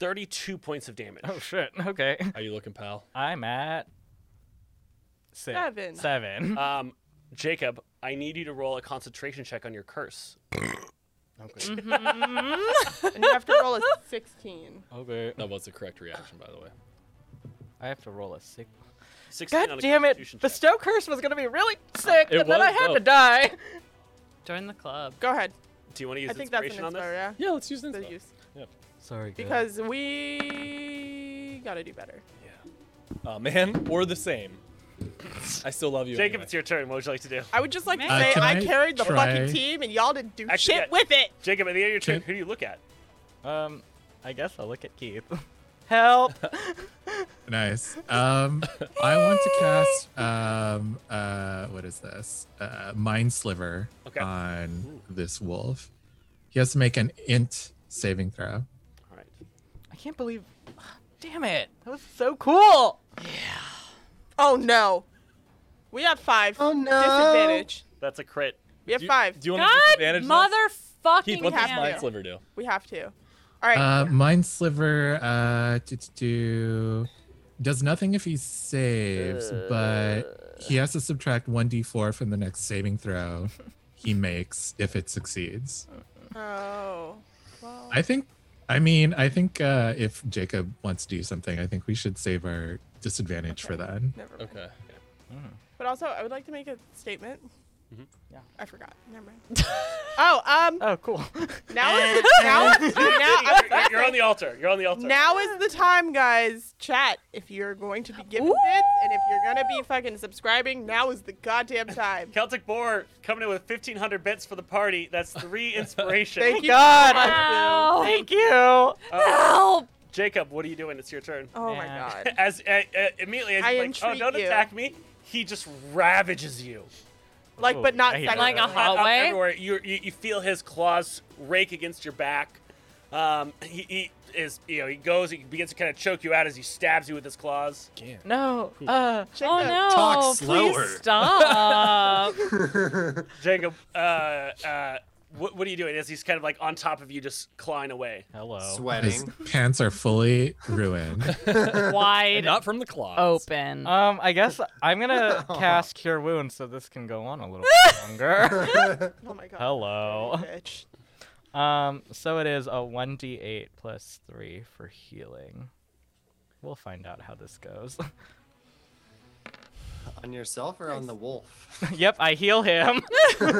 Speaker 1: thirty-two points of damage.
Speaker 8: Oh shit. Okay.
Speaker 3: How you looking, pal?
Speaker 8: I'm at six.
Speaker 5: Seven.
Speaker 8: Seven.
Speaker 1: Um, Jacob, I need you to roll a concentration check on your curse.
Speaker 5: and you have to roll a 16.
Speaker 8: okay.
Speaker 3: That was the correct reaction, by the way.
Speaker 8: I have to roll a six.
Speaker 1: 16
Speaker 8: God
Speaker 1: on a
Speaker 8: damn it!
Speaker 1: constitution check.
Speaker 8: Bestow curse was gonna be really sick,
Speaker 3: It
Speaker 8: and then I
Speaker 3: was,
Speaker 8: had
Speaker 3: though.
Speaker 8: to die.
Speaker 2: Join the club.
Speaker 5: Go ahead.
Speaker 1: Do you want to use
Speaker 5: I think that's an
Speaker 1: inspiration on
Speaker 5: inspire,
Speaker 1: this?
Speaker 5: yeah.
Speaker 3: Yeah, let's use
Speaker 5: The
Speaker 3: this.
Speaker 5: use.
Speaker 8: Sorry.
Speaker 5: Because we gotta do better.
Speaker 3: Oh man, or the same. I still love you.
Speaker 1: Jacob,
Speaker 3: anyway.
Speaker 1: it's your turn. What would you like to do?
Speaker 5: I would just like to
Speaker 2: Uh,
Speaker 5: say
Speaker 9: can
Speaker 5: I,
Speaker 9: I
Speaker 5: carried the
Speaker 9: try-
Speaker 5: fucking team and y'all didn't do
Speaker 1: Actually,
Speaker 5: shit
Speaker 1: yeah.
Speaker 5: with it.
Speaker 1: Jacob, at the end of your turn,
Speaker 9: Can-
Speaker 1: who do you look at?
Speaker 8: Um, I guess I'll look at Keith. Help!
Speaker 9: Nice. Um, I want to cast um, uh, what is this? Uh, Mind Sliver
Speaker 1: Okay.
Speaker 9: on this wolf. He has to make an int saving throw.
Speaker 1: All right.
Speaker 8: I can't believe. Damn it! That was so cool.
Speaker 5: Oh no. We have five.
Speaker 7: Oh, no.
Speaker 5: Disadvantage.
Speaker 1: That's a crit.
Speaker 5: We have
Speaker 3: Do you-
Speaker 5: five.
Speaker 3: Do you want to
Speaker 2: God,
Speaker 3: disadvantage? this? Keith,
Speaker 2: motherfucking
Speaker 3: what does
Speaker 5: have
Speaker 3: mind
Speaker 5: to.
Speaker 2: hell.
Speaker 3: sliver do?
Speaker 5: we have to. All right.
Speaker 9: Uh, Mind Sliver uh, do, do, do, does nothing if he saves, but he has to subtract 1d4 from the next saving throw he makes if it succeeds.
Speaker 5: oh. Well,
Speaker 9: I think, I mean, I think uh, if Jacob wants to do something, I think we should save our disadvantage for that.
Speaker 5: never mind. Mm-hmm.
Speaker 3: Okay.
Speaker 5: But also, I would like to make a statement.
Speaker 8: Yeah.
Speaker 5: I forgot. Never mind. oh, um,
Speaker 8: Oh, cool.
Speaker 5: now is the, now, now, I was
Speaker 1: You're,
Speaker 5: gonna
Speaker 1: you're on the altar. You're on the altar.
Speaker 5: Now is the time, guys. Chat. If you're going to be giving bits and if you're gonna be fucking subscribing, now is the goddamn time.
Speaker 7: Oh
Speaker 1: Celtic Boar coming in with 1,500 bits for the party. That's three inspiration.
Speaker 5: Thank you.
Speaker 8: God.
Speaker 5: so much,
Speaker 2: Ow.
Speaker 8: Thank you.
Speaker 2: Help!
Speaker 1: Um, Jacob, what are you doing? It's your turn.
Speaker 5: Bill. Oh my
Speaker 8: Yeah.
Speaker 5: god.
Speaker 1: As uh, uh, immediately, as
Speaker 5: I
Speaker 1: you're like, oh,
Speaker 5: entreat
Speaker 1: don't
Speaker 5: you."
Speaker 1: attack me. He just ravages you.
Speaker 5: Like, but not
Speaker 8: I hate
Speaker 5: sexy.
Speaker 2: Like a
Speaker 1: Uh, up
Speaker 2: hallway?
Speaker 1: everywhere. You, you you feel his claws rake against your back. Um, he, he is you know he goes. He begins to kind of choke you out as he stabs you with his claws.
Speaker 8: No. Uh.
Speaker 2: Oh no!
Speaker 7: Talk slower.
Speaker 2: Please stop.
Speaker 1: Jacob, uh, uh, what, what are you doing? As he's kind of like on top of you, just clawing away.
Speaker 8: Hello.
Speaker 9: His
Speaker 7: Sweating.
Speaker 9: pants are fully ruined.
Speaker 2: Wide
Speaker 3: Not from the claw.
Speaker 2: open.
Speaker 8: Um, I guess I'm gonna cast Cure Wounds so this can go on a little bit longer.
Speaker 5: Oh my god.
Speaker 8: Hello.
Speaker 5: Bitch.
Speaker 8: Um, so it is a 1d8 plus 3 for healing. We'll find out how this goes.
Speaker 7: On yourself or on the wolf?
Speaker 8: yep, I heal him.
Speaker 1: All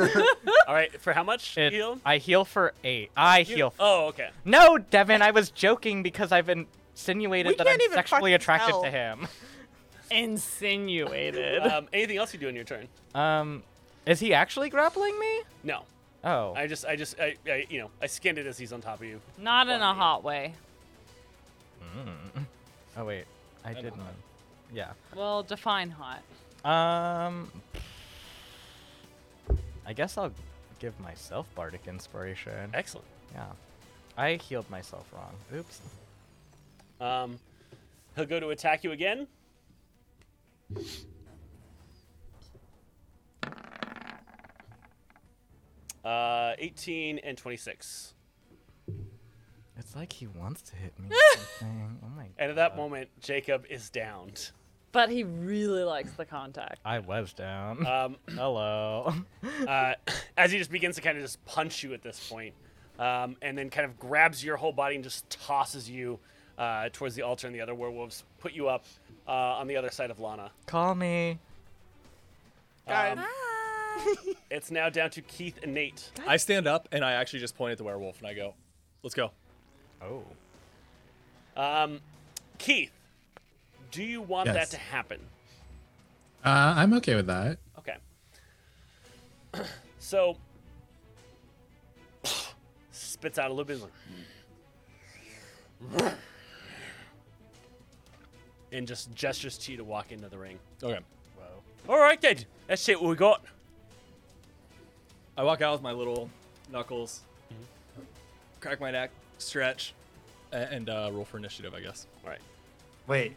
Speaker 1: right, for how much?
Speaker 8: It-
Speaker 1: heal?
Speaker 8: I heal for 8. I
Speaker 1: You-
Speaker 8: heal. f-
Speaker 1: Oh, okay.
Speaker 8: No, Devin, I was joking because I've
Speaker 5: We
Speaker 8: insinuated that I'm
Speaker 5: can't even
Speaker 8: sexually
Speaker 5: fucking
Speaker 8: attracted
Speaker 5: tell.
Speaker 8: to him.
Speaker 2: Insinuated.
Speaker 1: Um, anything else you do in your turn?
Speaker 8: Um, is he actually grappling me?
Speaker 1: No.
Speaker 8: Oh,
Speaker 1: I just, I just, I, I you know, I skinned it as he's on top of you.
Speaker 2: Not in a hot way.
Speaker 8: oh wait, I didn't. Yeah.
Speaker 2: Well, define hot.
Speaker 8: Um, I guess I'll give myself bardic inspiration.
Speaker 1: Excellent.
Speaker 8: Yeah, I healed myself wrong. Oops.
Speaker 1: Um, he'll go to attack you again. Uh, 18 and 26.
Speaker 8: It's like he wants to hit me. or something. Oh my.
Speaker 1: And at that moment, Jacob is downed.
Speaker 2: But he really likes the contact.
Speaker 8: I was down.
Speaker 1: Um,
Speaker 8: Hello.
Speaker 1: uh, as he just begins to kind of just punch you at this point, um, and then kind of grabs your whole body and just tosses you uh, towards the altar, and the other werewolves put you up uh, on the other side of Lana.
Speaker 8: Call me.
Speaker 5: Guys,
Speaker 1: It's now down to Keith and Nate.
Speaker 3: I stand up and I actually just point at the werewolf and I go, "Let's go."
Speaker 8: Oh.
Speaker 1: Um, Keith, do you want that
Speaker 9: Yes.
Speaker 1: to happen?
Speaker 9: Uh, I'm okay with that.
Speaker 1: Okay. so spits out a little bit. Like, and just gestures to you to walk into the ring.
Speaker 3: Okay.
Speaker 1: All right then, that's it. What we got?
Speaker 3: I walk out with my little knuckles,
Speaker 1: Mm-hmm.
Speaker 3: crack my neck, stretch, a- and uh, roll for initiative, I guess.
Speaker 1: All right.
Speaker 7: Wait,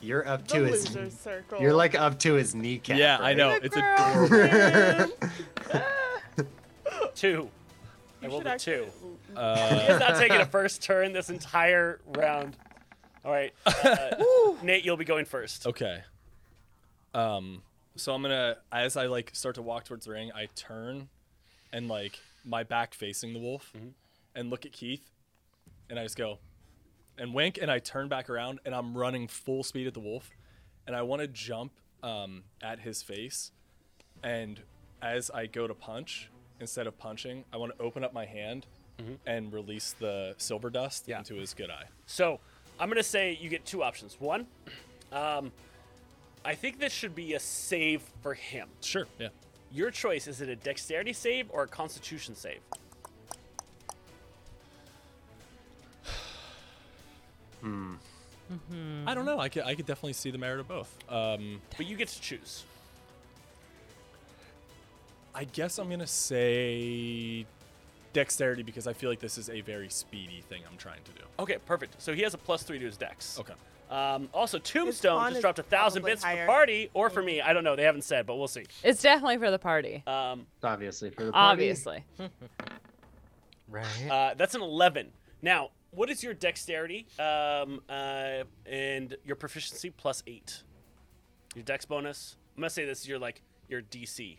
Speaker 7: you're up
Speaker 5: the
Speaker 7: to his.
Speaker 5: loser circle.
Speaker 7: You're like up to his kneecap.
Speaker 3: yeah, I
Speaker 7: right?
Speaker 3: know.
Speaker 5: Good
Speaker 3: It's
Speaker 5: girl,
Speaker 3: a
Speaker 5: man.
Speaker 1: Two. I
Speaker 5: You
Speaker 1: rolled
Speaker 5: should
Speaker 1: a
Speaker 5: actually-
Speaker 1: two.
Speaker 3: uh,
Speaker 1: He's not taking a first turn this entire round. All right, uh, Nate, you'll be going first.
Speaker 3: okay. Um, so I'm gonna as I like start to walk towards the ring, I turn, and like my back facing the wolf, and look at Keith, and I just go, and wink, and I turn back around, and I'm running full speed at the wolf, and I want to jump um, at his face, and as I go to punch, instead of punching, I want to open up my hand and release the silver dust
Speaker 1: Yeah.
Speaker 3: into his good eye.
Speaker 1: So I'm gonna say you get two options. One, um, I think this should be a save for him.
Speaker 3: Sure. Yeah.
Speaker 1: Your choice is it a dexterity save or a constitution save?
Speaker 3: I don't know. I could I could definitely see the merit of both. Um,
Speaker 1: But you get to choose.
Speaker 3: I guess I'm gonna say dexterity because I feel like this is a very speedy thing I'm trying to do.
Speaker 1: Okay, perfect. So he has a plus three to his dex.
Speaker 3: Okay.
Speaker 1: Um, also,
Speaker 5: pawn
Speaker 1: Tombstone just
Speaker 5: is
Speaker 1: dropped a thousand
Speaker 5: probably
Speaker 1: bits for
Speaker 5: higher. Mm-hmm.
Speaker 1: party or for me. I don't know. They haven't said, but we'll see.
Speaker 2: It's definitely for the party.
Speaker 1: Um,
Speaker 7: Obviously for the party.
Speaker 2: obviously.
Speaker 8: Right.
Speaker 1: uh, that's an 11. Now, what is your dexterity um, uh, and your proficiency plus eight? Your dex bonus. I'm gonna say this is your like your DC.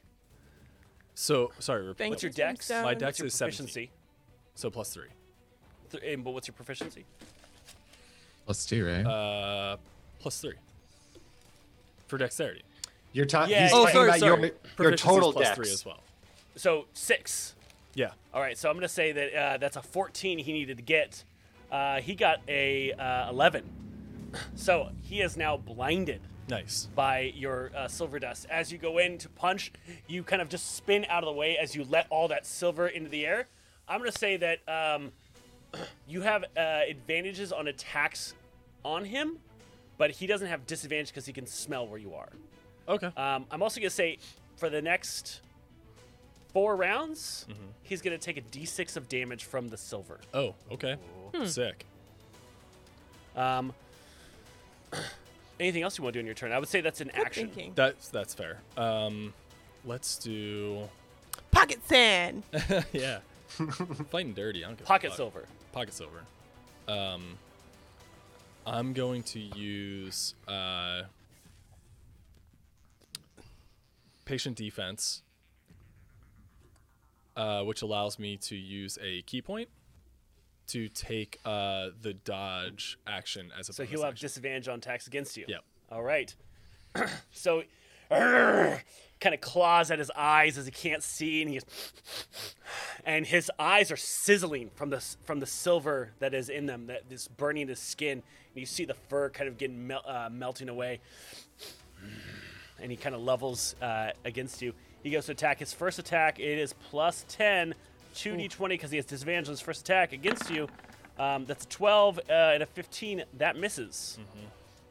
Speaker 3: So sorry. repeat
Speaker 5: Thank
Speaker 1: What's
Speaker 5: you,
Speaker 1: your dex?
Speaker 5: Tombstone.
Speaker 3: My dex
Speaker 1: What's your
Speaker 3: is 17.
Speaker 1: proficiency?
Speaker 3: So plus three.
Speaker 1: Th- and- but what's your proficiency?
Speaker 9: Plus two, right?
Speaker 3: Uh, plus three. For dexterity.
Speaker 7: You're talking.
Speaker 1: Yeah,
Speaker 7: he's
Speaker 1: yeah. Oh,
Speaker 7: talking
Speaker 1: sorry,
Speaker 7: about your, your
Speaker 3: Proficiency's
Speaker 7: total
Speaker 3: plus
Speaker 7: dex.
Speaker 3: three as well.
Speaker 1: So six.
Speaker 3: Yeah.
Speaker 1: All right, so I'm gonna say that uh, that's a 14 he needed to get. Uh, he got a uh, 11, so he is now blinded
Speaker 3: Nice.
Speaker 1: by your uh, silver dust. As you go in to punch, you kind of just spin out of the way as you let all that silver into the air. I'm gonna say that um, you have uh, advantages on attacks on him, but he doesn't have disadvantage because he can smell where you are.
Speaker 3: Okay.
Speaker 1: Um, I'm also gonna say for the next four rounds,
Speaker 3: Mm-hmm.
Speaker 1: he's gonna take a d6 of damage from the silver.
Speaker 3: Oh. Okay.
Speaker 1: Hmm.
Speaker 3: Sick.
Speaker 1: Um, anything else you want to do in your turn? I would say that's an
Speaker 5: Good
Speaker 1: action.
Speaker 5: thinking.
Speaker 3: That's that's fair. Um, let's do.
Speaker 5: Pocket sand.
Speaker 3: yeah. Fighting dirty. I don't give a
Speaker 1: Pocket
Speaker 3: fuck.
Speaker 1: silver.
Speaker 3: pocket silver. Um, I'm going to use uh, patient defense, uh, which allows me to use a key point to take uh, the dodge action as a
Speaker 1: So
Speaker 3: bonus
Speaker 1: he'll have
Speaker 3: action.
Speaker 1: disadvantage on attacks against you.
Speaker 3: Yep.
Speaker 1: All right. so, kind of claws at his eyes as he can't see, and he just and his eyes are sizzling from the s- from the silver that is in them, that is burning his skin. And you see the fur kind of getting mel- uh, melting away, and he kind of levels uh, against you. He goes to attack. His first attack it is plus 10, 2d20 because he has disadvantage on his first attack against you. Um, that's a 12 uh, and a 15. That misses.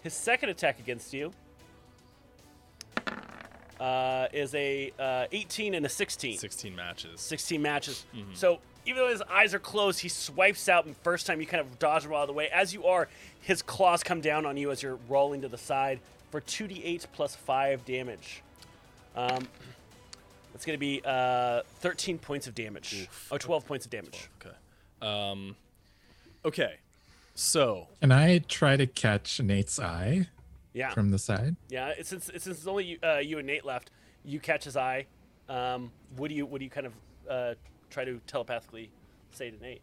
Speaker 1: His second attack against you uh, is a uh, 18 and a 16.
Speaker 3: 16 matches.
Speaker 1: 16 matches.
Speaker 3: Mm-hmm.
Speaker 1: So even though his eyes are closed, he swipes out, and first time you kind of dodge him out of the way. As you are, his claws come down on you as you're rolling to the side for 2d8 plus 5 damage. Um, that's going to be uh, 13 points of damage. Oh, 12 points of damage.
Speaker 3: Okay. Um, okay. So
Speaker 9: Can I try to catch Nate's eye
Speaker 1: Yeah.
Speaker 9: from the side?
Speaker 1: Yeah, it's- since it's, since it's only you, uh, you and Nate left, you catch his eye. Um, what do you what do you kind of uh, try to telepathically say to Nate?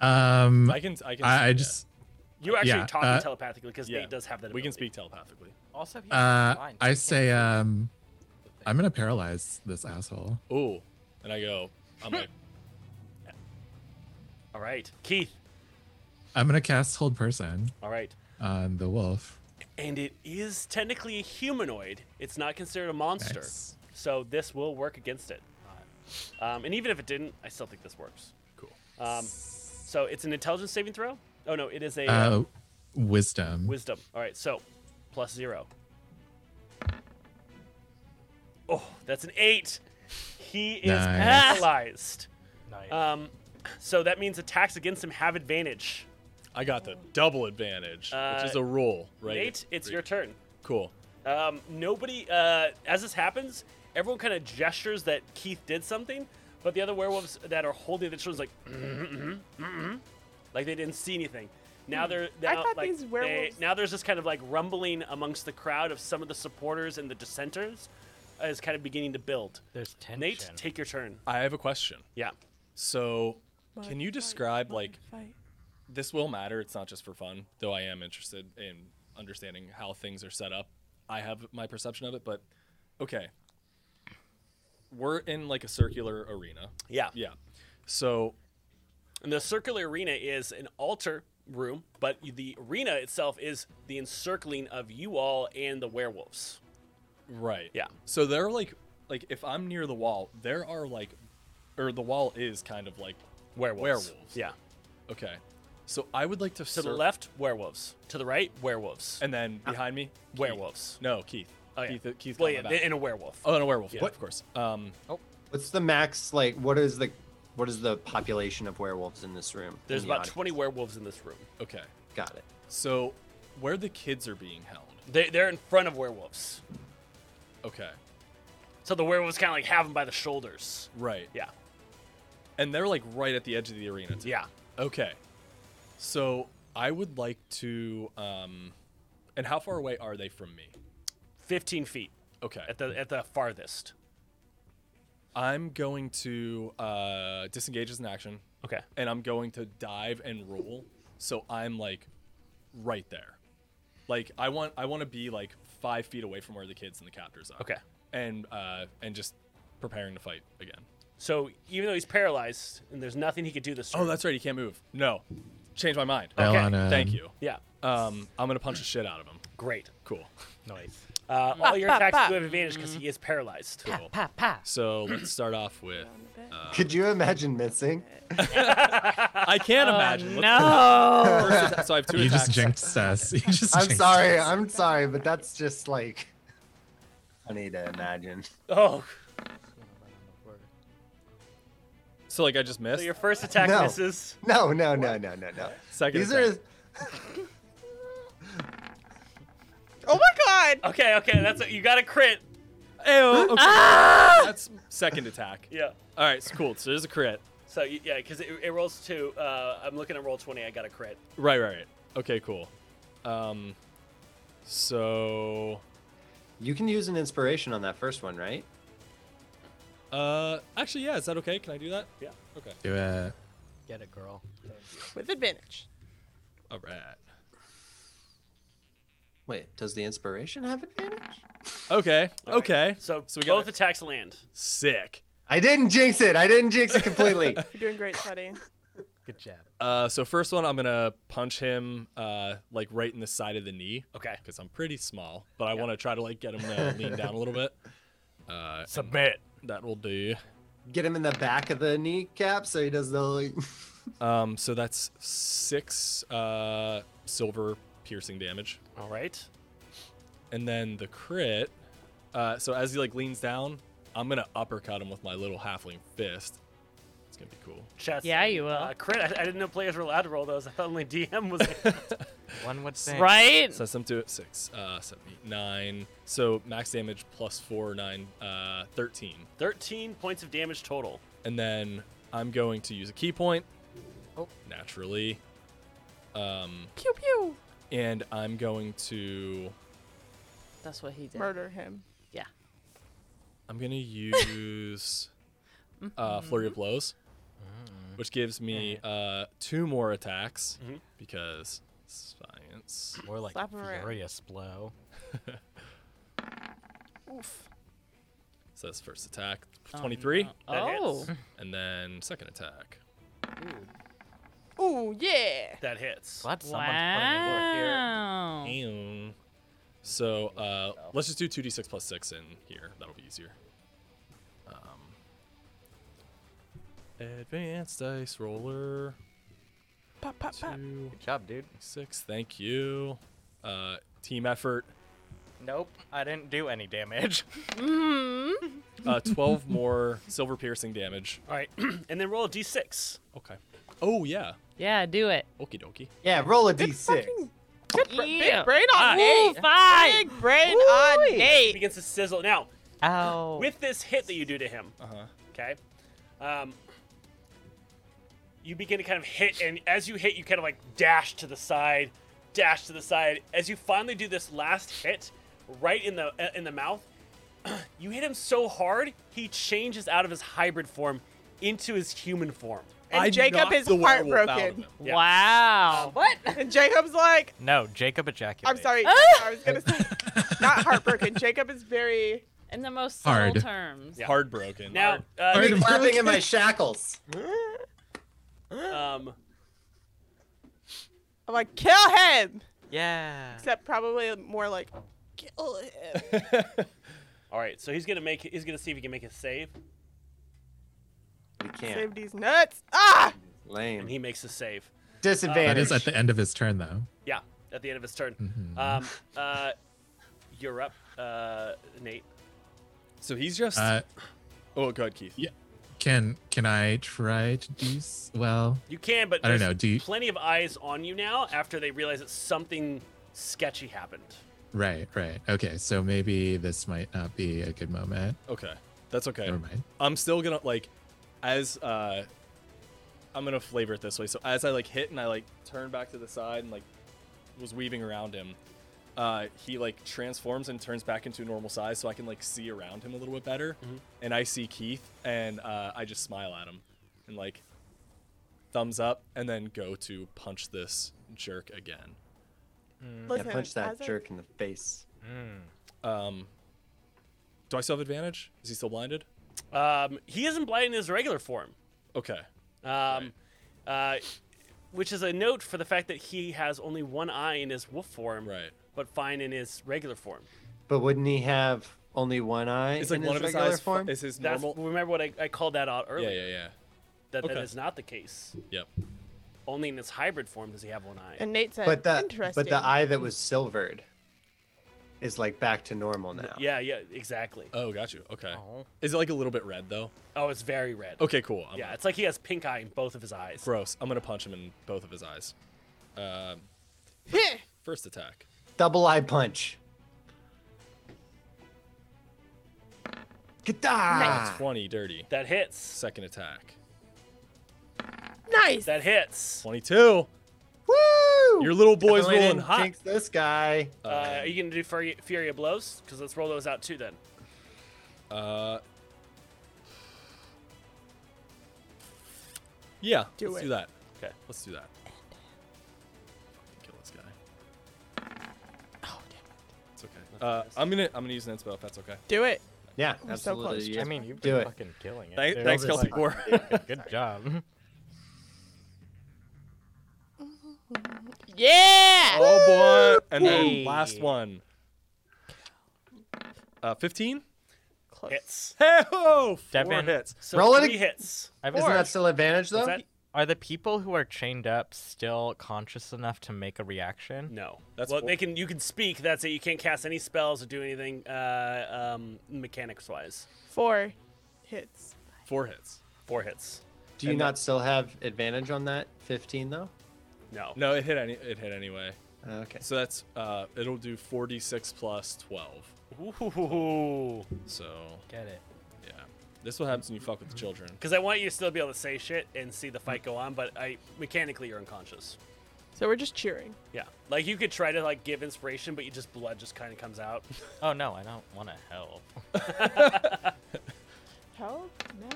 Speaker 9: Um,
Speaker 3: I
Speaker 9: I,
Speaker 3: can. I can.
Speaker 9: I
Speaker 3: yeah.
Speaker 9: just
Speaker 1: You're actually
Speaker 9: Yeah,
Speaker 1: talking
Speaker 9: uh,
Speaker 1: telepathically because Nate does have that.
Speaker 3: We can
Speaker 1: ability.
Speaker 3: speak telepathically.
Speaker 8: Also, he's
Speaker 9: uh,
Speaker 8: blind.
Speaker 9: I say um, I'm gonna paralyze this asshole.
Speaker 3: Ooh. And I go. I'm like.
Speaker 1: All right, Keith.
Speaker 9: I'm gonna cast hold person
Speaker 1: All right,
Speaker 9: on the wolf.
Speaker 1: and it is technically a humanoid. It's not considered a monster,
Speaker 9: Nice.
Speaker 1: so this will work against it. Um, and even if it didn't, I still think this works.
Speaker 3: Cool.
Speaker 1: Um, so it's an intelligence saving throw. Oh no, it is a uh,
Speaker 9: Uh, wisdom.
Speaker 1: Wisdom. All right, so plus zero. Oh, that's an eight. He is
Speaker 9: Nice.
Speaker 1: paralyzed.
Speaker 8: Nice.
Speaker 1: Um, so that means attacks against him have advantage.
Speaker 3: I got the double advantage,
Speaker 1: Uh,
Speaker 3: which is a rule, right?
Speaker 1: Nate, it's your turn.
Speaker 3: Cool.
Speaker 1: Um, nobody, uh, as this happens, everyone kind of gestures that Keith did something, but the other werewolves that are holding the children's like, mm-hmm, mm-hmm, like they didn't see anything. Now they're
Speaker 5: Hmm. I
Speaker 1: now,
Speaker 5: thought
Speaker 1: like,
Speaker 5: these
Speaker 1: they-
Speaker 5: werewolves-
Speaker 1: now there's this kind of like rumbling amongst the crowd of some of the supporters and the dissenters uh, is kind of beginning to build.
Speaker 8: There's tension.
Speaker 1: Nate, take your turn.
Speaker 3: I have a question.
Speaker 1: Yeah.
Speaker 3: So, can you
Speaker 5: Fight,
Speaker 3: describe
Speaker 5: fight,
Speaker 3: like
Speaker 5: fight.
Speaker 3: this will matter. It's not just for fun, though I am interested in understanding how things are set up. I have my perception of it, but okay. We're in like a circular arena.
Speaker 1: Yeah.
Speaker 3: Yeah. So,
Speaker 1: And the circular arena is an altar room, but the arena itself is the encircling of you all and the werewolves.
Speaker 3: right.
Speaker 1: Yeah.
Speaker 3: So there are like like if I'm near the wall, there are like or the wall is kind of like
Speaker 1: Werewolves.
Speaker 3: Werewolves.
Speaker 1: Yeah.
Speaker 3: okay. So I would like to
Speaker 1: To the left, werewolves. To the right, werewolves.
Speaker 3: and then behind me, Keith.
Speaker 1: werewolves.
Speaker 3: No, Keith.
Speaker 1: Oh, yeah.
Speaker 3: Keith, Keith
Speaker 1: well,
Speaker 3: got
Speaker 1: yeah,
Speaker 3: my back.
Speaker 1: and a werewolf.
Speaker 3: Oh, and a werewolf.
Speaker 1: Yeah.
Speaker 3: What? Of course. Um,
Speaker 7: What's the max like? What is the what is the population of werewolves in this room? in
Speaker 1: There's
Speaker 7: the
Speaker 1: about
Speaker 7: audience?
Speaker 1: 20 werewolves in this room.
Speaker 3: okay.
Speaker 7: Got it.
Speaker 3: So, where the kids are being held.
Speaker 1: They, they're in front of werewolves.
Speaker 3: Okay.
Speaker 1: So the werewolves kind of like have them by the shoulders.
Speaker 3: Right.
Speaker 1: Yeah.
Speaker 3: And they're like right at the edge of the arena. Too.
Speaker 1: Yeah.
Speaker 3: Okay. So I would like to. Um, and how far away are they from me?
Speaker 1: 15 feet
Speaker 3: Okay.
Speaker 1: at the at the farthest.
Speaker 3: I'm going to uh, disengage as an action,
Speaker 1: Okay.
Speaker 3: and I'm going to dive and roll. So I'm like, right there. Like I want I want to be like five feet away from where the kids and the captors are.
Speaker 1: Okay.
Speaker 3: And uh, and just preparing to fight again.
Speaker 1: So even though he's paralyzed and there's nothing he could do this turn.
Speaker 3: Oh, that's right. He can't move. No. Change my mind.
Speaker 9: Fell
Speaker 1: Okay,
Speaker 9: on a-
Speaker 3: Thank you.
Speaker 1: Yeah.
Speaker 3: Um, I'm gonna punch the shit out of him.
Speaker 1: Great.
Speaker 3: Cool.
Speaker 8: Nice.
Speaker 1: Uh, all your attacks
Speaker 5: pop.
Speaker 1: do have advantage because he is paralyzed.
Speaker 8: Pa pa.
Speaker 3: So let's start off with. Uh,
Speaker 7: Could you imagine missing?
Speaker 3: I can't
Speaker 1: Oh,
Speaker 3: imagine. Let's-
Speaker 2: No.
Speaker 3: first atta- so I have two
Speaker 9: You
Speaker 3: attacks.
Speaker 9: just jinxed us. You just
Speaker 7: I'm
Speaker 9: jinxed
Speaker 7: sorry.
Speaker 9: us.
Speaker 7: I'm sorry, but that's just like funny to imagine.
Speaker 1: Oh,
Speaker 3: So like I just missed.
Speaker 1: so your first attack
Speaker 7: No.
Speaker 1: misses.
Speaker 7: No, no, no, no, no, no.
Speaker 3: Second
Speaker 7: These
Speaker 3: attack.
Speaker 7: are
Speaker 5: Oh my god!
Speaker 1: Okay, okay, that's it. You got a crit.
Speaker 3: Ayo, okay.
Speaker 1: Ah!
Speaker 3: That's second attack.
Speaker 1: Yeah.
Speaker 3: All right. So cool. So there's a crit.
Speaker 1: So you- yeah, because it, it rolls to. Uh, I'm looking at roll 20. I got a crit.
Speaker 3: Right. Right. Right. Okay. Cool. Um. So.
Speaker 7: You can use an inspiration on that first one, right?
Speaker 3: Uh. Actually, yeah. Is that okay? Can I do that?
Speaker 1: Yeah.
Speaker 3: Okay.
Speaker 9: Do it.
Speaker 8: Get it, girl.
Speaker 5: With advantage.
Speaker 3: All right.
Speaker 7: Wait, does the inspiration have advantage?
Speaker 3: Okay.
Speaker 1: All right,
Speaker 3: Okay.
Speaker 1: So,
Speaker 3: so we got
Speaker 1: both
Speaker 3: a-
Speaker 1: attacks land.
Speaker 3: sick.
Speaker 7: I didn't jinx it. I didn't jinx it completely.
Speaker 5: You're doing great, Teddy.
Speaker 8: Good job.
Speaker 3: Uh, so first one, I'm gonna punch him uh, like right in the side of the knee.
Speaker 1: Okay.
Speaker 3: Because I'm pretty small, but I want to try to like get him to lean down a little bit. Uh,
Speaker 8: Submit.
Speaker 3: that will do.
Speaker 7: Get him in the back of the kneecap so he does the like.
Speaker 3: Um, so that's six uh, silver piercing damage,
Speaker 1: All right.
Speaker 3: and then the crit. Uh, so as he like leans down, I'm gonna uppercut him with my little halfling fist. It's gonna be cool.
Speaker 1: Chess.
Speaker 2: Yeah, you will.
Speaker 1: Uh, crit. I, I didn't know players were allowed to roll those. I thought only DM was.
Speaker 8: One would think.
Speaker 2: Right?
Speaker 3: So that's up to it. Six, uh, seven, eight, nine. So max damage plus four, nine, uh, 13.
Speaker 1: 13 points of damage total.
Speaker 3: And then I'm going to use a key point. Naturally. Um,
Speaker 5: Oh. Pew pew.
Speaker 3: and I'm going to.
Speaker 2: That's what he did.
Speaker 5: Murder him.
Speaker 2: Yeah.
Speaker 3: I'm going to use
Speaker 5: Mm-hmm.
Speaker 3: uh, Flurry of Blows, which gives me uh, two more attacks because science.
Speaker 8: More like
Speaker 5: Slap him around.
Speaker 8: furious blow.
Speaker 3: So that's first attack,
Speaker 5: Oh,
Speaker 3: 23.
Speaker 1: That hits.
Speaker 2: oh.
Speaker 3: And then second attack.
Speaker 5: Oh yeah.
Speaker 1: That hits.
Speaker 8: Glad someone's putting in work here.
Speaker 2: Wow.
Speaker 5: Oh.
Speaker 3: Ew. So uh, let's just do 2d6 plus 6 in here. That'll be easier. Um, advanced dice roller.
Speaker 5: Pop pop pop.
Speaker 3: Two,
Speaker 8: Good job, dude.
Speaker 3: six. Thank you. Uh, team effort.
Speaker 8: Nope, I didn't do any damage.
Speaker 3: Uh, 12 more silver piercing damage.
Speaker 1: All right. and then roll a d6.
Speaker 3: Okay. Oh, yeah.
Speaker 2: Yeah, do it.
Speaker 3: Okie dokie.
Speaker 7: Yeah, roll a d6.
Speaker 2: Yeah.
Speaker 5: Brain on
Speaker 2: Ooh,
Speaker 5: me.
Speaker 2: five.
Speaker 5: Big brain on
Speaker 1: It
Speaker 5: eight.
Speaker 1: begins to sizzle. Now,
Speaker 8: Ow.
Speaker 2: Oh.
Speaker 1: with this hit that you do to him,
Speaker 3: Uh-huh.
Speaker 1: okay, um, you begin to kind of hit, and as you hit, you kind of like dash to the side, dash to the side. As you finally do this last hit, right in the uh, in the mouth, you hit him so hard he changes out of his hybrid form into his human form.
Speaker 5: And
Speaker 3: I
Speaker 5: Jacob
Speaker 3: knocked
Speaker 5: is
Speaker 3: the werewolf out of
Speaker 5: heartbroken.
Speaker 3: him.
Speaker 1: Yeah.
Speaker 2: Wow. What?
Speaker 5: And Jacob's like,
Speaker 8: no, Jacob ejaculated.
Speaker 5: I'm sorry. I was gonna say, not heartbroken. Jacob is very.
Speaker 2: In the most subtle
Speaker 9: Hard.
Speaker 2: terms.
Speaker 1: Yeah.
Speaker 3: Hard broken.
Speaker 1: Now, uh,
Speaker 9: Hard
Speaker 7: Be clapping in my shackles.
Speaker 1: um,
Speaker 5: I'm like, kill him.
Speaker 8: Yeah.
Speaker 5: Except probably more like, kill him.
Speaker 1: all right, so he's gonna make he's gonna see if he can make a save,
Speaker 7: We can't.
Speaker 5: Save these nuts. Ah.
Speaker 7: Lame. Uh,
Speaker 1: and he makes a save.
Speaker 9: That
Speaker 7: Disadvantage.
Speaker 9: is at the end of his turn, though.
Speaker 1: Yeah, at the end of his turn.
Speaker 9: Mm-hmm.
Speaker 1: Um, uh, you're up, uh, Nate.
Speaker 3: so he's just.
Speaker 9: Uh,
Speaker 3: oh, God, Keith.
Speaker 9: yeah. Can can I try to do s- well?
Speaker 1: You can, but
Speaker 9: I don't
Speaker 1: there's
Speaker 9: know, do you-
Speaker 1: plenty of eyes on you now after they realize that something sketchy happened.
Speaker 9: Right, right. Okay, so maybe this might not be a good moment.
Speaker 3: Okay. That's okay.
Speaker 9: Never mind.
Speaker 3: I'm still gonna like as uh I'm gonna flavor it this way. So as I like hit and I like turn back to the side and like was weaving around him, uh he like transforms and turns back into normal size so I can like see around him a little bit better.
Speaker 1: Mm-hmm.
Speaker 3: And I see Keith and uh I just smile at him and like thumbs up and then go to punch this jerk again.
Speaker 7: Yeah,
Speaker 5: Listen,
Speaker 7: punch that
Speaker 5: as I-
Speaker 7: jerk in the face.
Speaker 3: Um do I still have advantage? Is he still blinded?
Speaker 1: Um, he isn't blind in his regular form,
Speaker 3: Okay.
Speaker 1: um, uh, which is a note for the fact that he has only one eye in his wolf form,
Speaker 3: Right.
Speaker 1: but fine in his regular form.
Speaker 7: But wouldn't he have only one eye?
Speaker 3: It's like
Speaker 7: in
Speaker 3: one
Speaker 7: his
Speaker 3: of his
Speaker 7: regular
Speaker 3: eyes fu-
Speaker 7: form.
Speaker 3: is his
Speaker 1: That's,
Speaker 3: normal.
Speaker 1: remember what I, I called that out
Speaker 3: Yeah,
Speaker 1: earlier.
Speaker 3: yeah, yeah.
Speaker 1: That that
Speaker 3: Okay.
Speaker 1: is not the case.
Speaker 3: Yep.
Speaker 1: Only in his hybrid form does he have one eye.
Speaker 5: And Nate said,
Speaker 7: But that,
Speaker 5: interesting.
Speaker 7: but the eye that was silvered, is like back to normal now.
Speaker 1: yeah, yeah, exactly.
Speaker 3: Oh, got you. Okay.
Speaker 8: Oh.
Speaker 3: Is it like a little bit red though?
Speaker 1: Oh, it's very red.
Speaker 3: Okay, cool. I'm
Speaker 1: Yeah, it's like he has pink eye in both of his eyes.
Speaker 3: gross. I'm gonna punch him in both of his eyes. Uh,
Speaker 5: Heh.
Speaker 3: first attack.
Speaker 7: Double eye punch. G'dah!
Speaker 3: Twenty dirty.
Speaker 1: That hits.
Speaker 3: Second attack.
Speaker 5: nice.
Speaker 1: That hits.
Speaker 3: Twenty-two.
Speaker 7: Woo!
Speaker 3: Your little boy's
Speaker 7: Definitely
Speaker 3: rolling
Speaker 7: didn't
Speaker 3: hot.
Speaker 7: jinx this guy.
Speaker 1: Uh, are you gonna do Fury, Fury of Blows? Because let's roll those out too then.
Speaker 3: Uh. Yeah.
Speaker 5: Do
Speaker 3: let's
Speaker 5: it.
Speaker 3: do that.
Speaker 1: Okay.
Speaker 3: Let's do that. Fucking kill this guy. It's okay. Uh, I'm gonna I'm gonna use an end spell if that's okay.
Speaker 5: Do it.
Speaker 7: Yeah,
Speaker 5: We're so
Speaker 7: absolutely.
Speaker 5: close,
Speaker 7: Yeah.
Speaker 5: Jeff.
Speaker 6: I mean, you've
Speaker 7: Do
Speaker 6: been
Speaker 7: it.
Speaker 6: fucking killing it.
Speaker 3: Thank-
Speaker 6: dude.
Speaker 3: thanks,
Speaker 6: Just,
Speaker 3: Kelsey
Speaker 6: like,
Speaker 3: Gore.
Speaker 6: Good job.
Speaker 5: Yeah.
Speaker 3: Oh boy! And
Speaker 6: Hey.
Speaker 3: then last one. Uh, fifteen.
Speaker 5: Close.
Speaker 1: Hits.
Speaker 3: Hey ho! Four
Speaker 8: Devin.
Speaker 3: hits.
Speaker 1: So
Speaker 7: Roll it
Speaker 1: three
Speaker 7: ag-
Speaker 1: hits.
Speaker 8: I have a
Speaker 7: Isn't that
Speaker 8: question.
Speaker 7: still advantage though?
Speaker 1: What's that?
Speaker 8: Are the people who are chained up still conscious enough to make a reaction?
Speaker 1: No.
Speaker 3: That's
Speaker 1: well,
Speaker 3: four.
Speaker 1: they can. You can speak. That's it. You can't cast any spells or do anything uh, um, mechanics wise.
Speaker 5: Four hits.
Speaker 3: Four hits.
Speaker 1: Four hits.
Speaker 7: Do you not still have advantage on that 15 though?
Speaker 1: No.
Speaker 3: No, it hit any. It hit anyway.
Speaker 7: Okay.
Speaker 3: So that's uh, it'll do forty-six plus twelve.
Speaker 1: Ooh.
Speaker 3: So
Speaker 8: Get it.
Speaker 3: yeah, this is what happens when you fuck with the children.
Speaker 1: Because I want you to still be able to say shit and see the fight go on, but I mechanically you're unconscious.
Speaker 5: So we're just cheering.
Speaker 1: Yeah. Like you could try to like give inspiration, but you just blood just kind of comes out.
Speaker 8: Oh no, I don't want to help.
Speaker 5: Help? No.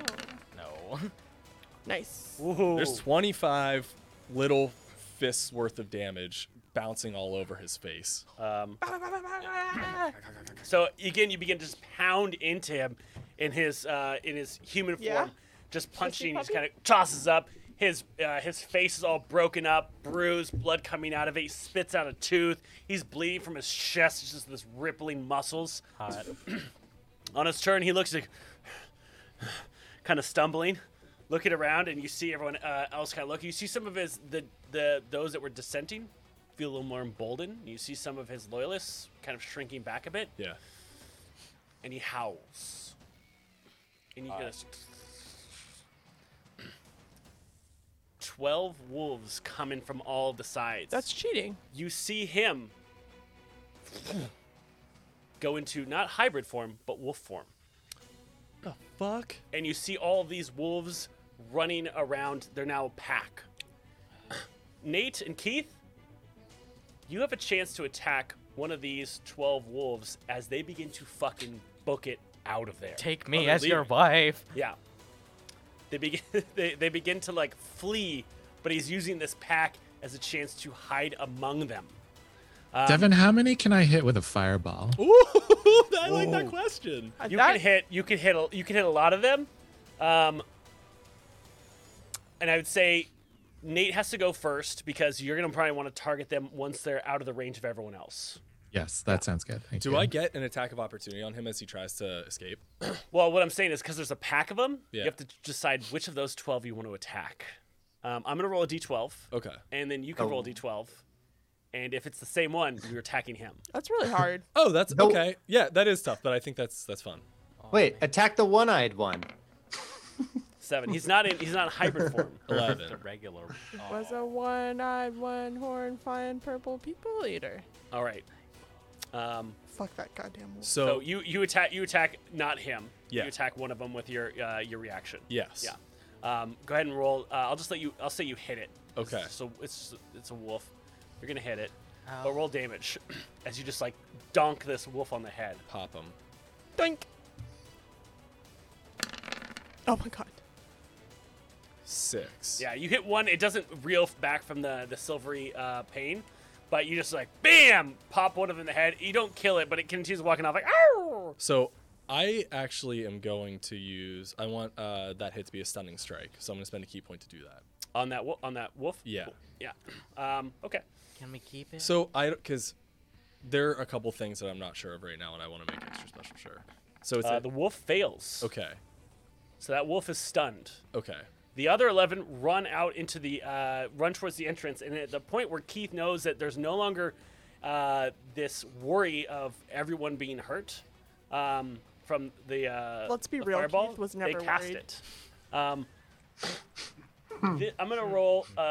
Speaker 8: No.
Speaker 5: Nice.
Speaker 1: Ooh.
Speaker 3: There's twenty-five little fists worth of damage bouncing all over his face.
Speaker 1: Um, so again, you begin to just pound into him in his uh, in his human form,
Speaker 5: Yeah.
Speaker 1: just punching. Just kind
Speaker 5: puppy?
Speaker 1: of tosses up. His uh, his face is all broken up, bruised, blood coming out of it. He spits out a tooth. He's bleeding from his chest. It's just this rippling muscles.
Speaker 8: Hot.
Speaker 1: On his turn, he looks like kind of stumbling, looking around, and you see everyone uh, else kind of look. You see some of his the the those that were dissenting feel a little more emboldened. You see some of his loyalists kind of shrinking back a bit,
Speaker 3: Yeah.
Speaker 1: and he howls. And you get a s- twelve wolves coming from all the sides.
Speaker 5: That's cheating.
Speaker 1: you see him go into not hybrid form but wolf form.
Speaker 3: Fuck.
Speaker 1: and you see all of these wolves running around. They're now a pack. Nate and Keith, you have a chance to attack one of these 12 wolves as they begin to fucking book it out of there.
Speaker 8: Take me
Speaker 3: they're
Speaker 8: as your
Speaker 3: leaving.
Speaker 8: wife.
Speaker 1: Yeah. They begin they, they begin to like flee, but he's using this pack as a chance to hide among them.
Speaker 9: Devin, how many can I hit with a fireball?
Speaker 3: Um, Ooh, I like that question.
Speaker 5: Uh,
Speaker 1: You
Speaker 5: that-
Speaker 1: can hit. You can hit. A, you can hit a lot of them. Um, and I would say Nate has to go first because you're gonna probably want to target them once they're out of the range of everyone else.
Speaker 9: Yes, that sounds good. Thank
Speaker 3: Do
Speaker 9: you.
Speaker 3: I get an attack of opportunity on him as he tries to escape?
Speaker 1: Well, what I'm saying is because there's a pack of them, you
Speaker 3: Yeah.
Speaker 1: have to decide which of those 12 you want to attack. Um, I'm gonna roll a d12,
Speaker 3: Okay.
Speaker 1: and then you can roll a
Speaker 3: Oh.
Speaker 1: d12. And if it's the same one, you're attacking him.
Speaker 5: That's really hard.
Speaker 3: Oh, that's
Speaker 7: No.
Speaker 3: okay. Yeah, that is tough, but I think that's that's fun.
Speaker 7: Wait, attack the one-eyed one.
Speaker 1: Seven. He's not in. He's not in hybrid form.
Speaker 3: Eleven.
Speaker 8: Regular.
Speaker 5: Was a one-eyed, one-horned, flying purple people eater.
Speaker 1: All right. Um,
Speaker 5: Fuck that goddamn wolf.
Speaker 3: So,
Speaker 1: so you you attack you attack not him.
Speaker 3: Yeah.
Speaker 1: You attack one of them with your uh, your reaction.
Speaker 3: yes.
Speaker 1: Yeah. Um, go ahead and roll. Uh, I'll just let you. I'll say you hit it.
Speaker 3: Okay.
Speaker 1: So it's just- it's a wolf. You're gonna hit it. But roll damage as you just like dunk this wolf on the head.
Speaker 3: Pop him.
Speaker 5: Doink. Oh my god.
Speaker 3: Six.
Speaker 1: Yeah. You hit one. It doesn't reel back from the the silvery uh, pain, but you just like bam, pop one of them in the head. You don't kill it, but it continues walking off like ow.
Speaker 3: So I actually am going to use. I want uh, that hit to be a stunning strike, so I'm going to spend a key point to do that.
Speaker 1: on that wo- on that wolf.
Speaker 3: Yeah.
Speaker 1: Yeah. Um, okay.
Speaker 8: Can we keep it?
Speaker 3: So I because there are a couple things that I'm not sure of right now, and I want to make extra special sure. So it's
Speaker 1: Uh,
Speaker 3: a-
Speaker 1: the wolf fails.
Speaker 3: okay,
Speaker 1: So that wolf is stunned.
Speaker 3: okay,
Speaker 1: The other 11 run out into the, uh, run towards the entrance. And at the point where Keith knows that there's no longer uh, this worry of everyone being hurt um, from the. Uh,
Speaker 5: Let's be
Speaker 1: the
Speaker 5: real,
Speaker 1: fireball,
Speaker 5: Keith was
Speaker 1: They
Speaker 5: never
Speaker 1: cast
Speaker 5: worried.
Speaker 1: it. Um, thi- I'm going to roll. Um,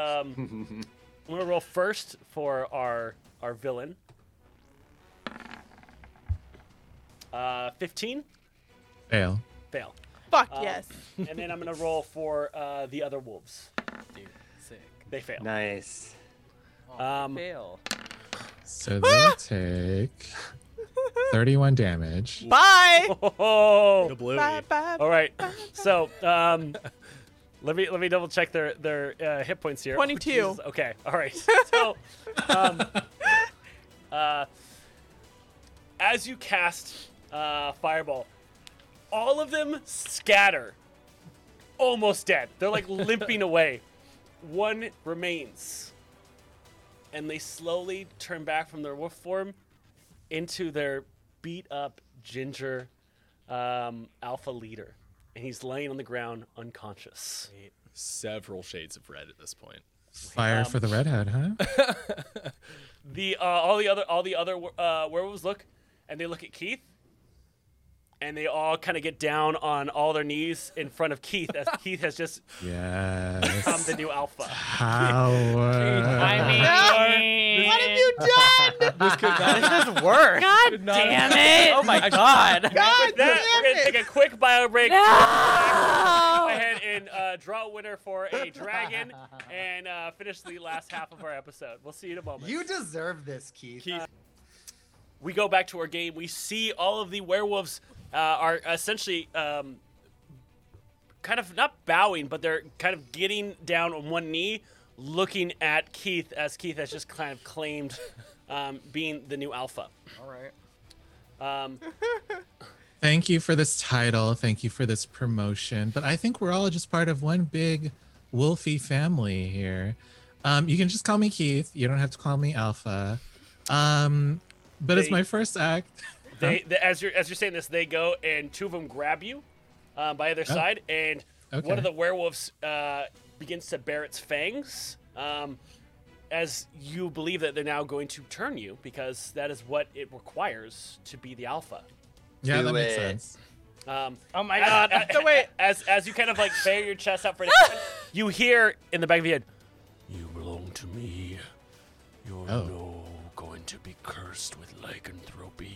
Speaker 1: I'm going to roll first for our, our villain. Uh, 15,
Speaker 9: fail?
Speaker 1: fail.
Speaker 5: Fuck
Speaker 8: Uh,
Speaker 5: yes.
Speaker 1: And then I'm going to roll for uh, the other wolves.
Speaker 8: Dude, sick.
Speaker 1: They fail.
Speaker 7: Nice.
Speaker 1: Um,
Speaker 8: Fail.
Speaker 9: So they'll take 31 damage.
Speaker 5: Bye.
Speaker 1: Oh,
Speaker 3: the blue.
Speaker 5: bye. Bye.
Speaker 1: all right. So, um, let me let me double check their their uh, hit points here. Oh,
Speaker 5: 22.
Speaker 1: Jesus. okay. All right. So, um, uh, as you cast uh, fireball, all of them scatter, almost dead. They're like limping away. One remains, and they slowly turn back from their wolf form into their beat up ginger um, alpha leader, and he's laying on the ground unconscious.
Speaker 3: Several shades of red at this point.
Speaker 9: Fire for the redhead, huh?
Speaker 1: the uh, all the other all the other uh, werewolves look and they look at Keith and they all kind of get down on all their knees in front of Keith as Keith has just
Speaker 9: Yes.
Speaker 1: become the new alpha.
Speaker 9: Power.
Speaker 2: I mean,
Speaker 5: What have you done?
Speaker 3: This could not,
Speaker 8: This is worse.
Speaker 2: God
Speaker 3: could not
Speaker 2: damn
Speaker 3: have-
Speaker 2: it!
Speaker 8: Oh my god.
Speaker 5: God
Speaker 1: With that, we're gonna
Speaker 5: damn
Speaker 1: take
Speaker 5: it!
Speaker 1: a quick bio break. Go
Speaker 2: No!
Speaker 1: ahead and uh, draw a winner for a dragon and uh, finish the last half of our episode. We'll see you in a moment.
Speaker 7: You deserve this, Keith.
Speaker 3: Keith,
Speaker 1: we go back to our game. We see all of the werewolves uh, are essentially um, kind of not bowing, but they're kind of getting down on one knee, looking at Keith as Keith has just kind of claimed um, being the new alpha.
Speaker 8: All right.
Speaker 1: Um,
Speaker 9: Thank you for this title. Thank you for this promotion. But I think we're all just part of one big Wolfie family here. Um, you can just call me Keith. You don't have to call me Alpha. Um, but it's
Speaker 1: They-
Speaker 9: my first act.
Speaker 1: they, the, as you're as you're saying this, they go and two of them grab you uh, by either side, and one
Speaker 9: Oh. okay.
Speaker 1: of the werewolves uh, begins to bear its fangs. Um, as you believe that they're now going to turn you, because that is what it requires to be the alpha.
Speaker 9: yeah, that
Speaker 7: Do
Speaker 9: makes
Speaker 7: it.
Speaker 9: sense.
Speaker 1: Um,
Speaker 8: Oh my
Speaker 1: as-
Speaker 8: god.
Speaker 1: as-
Speaker 5: So wait.
Speaker 1: As as you kind of like bare your chest out for an instant, you hear in the back of your head, "You belong to me. You're
Speaker 9: Oh.
Speaker 1: no going to be cursed with lycanthropy."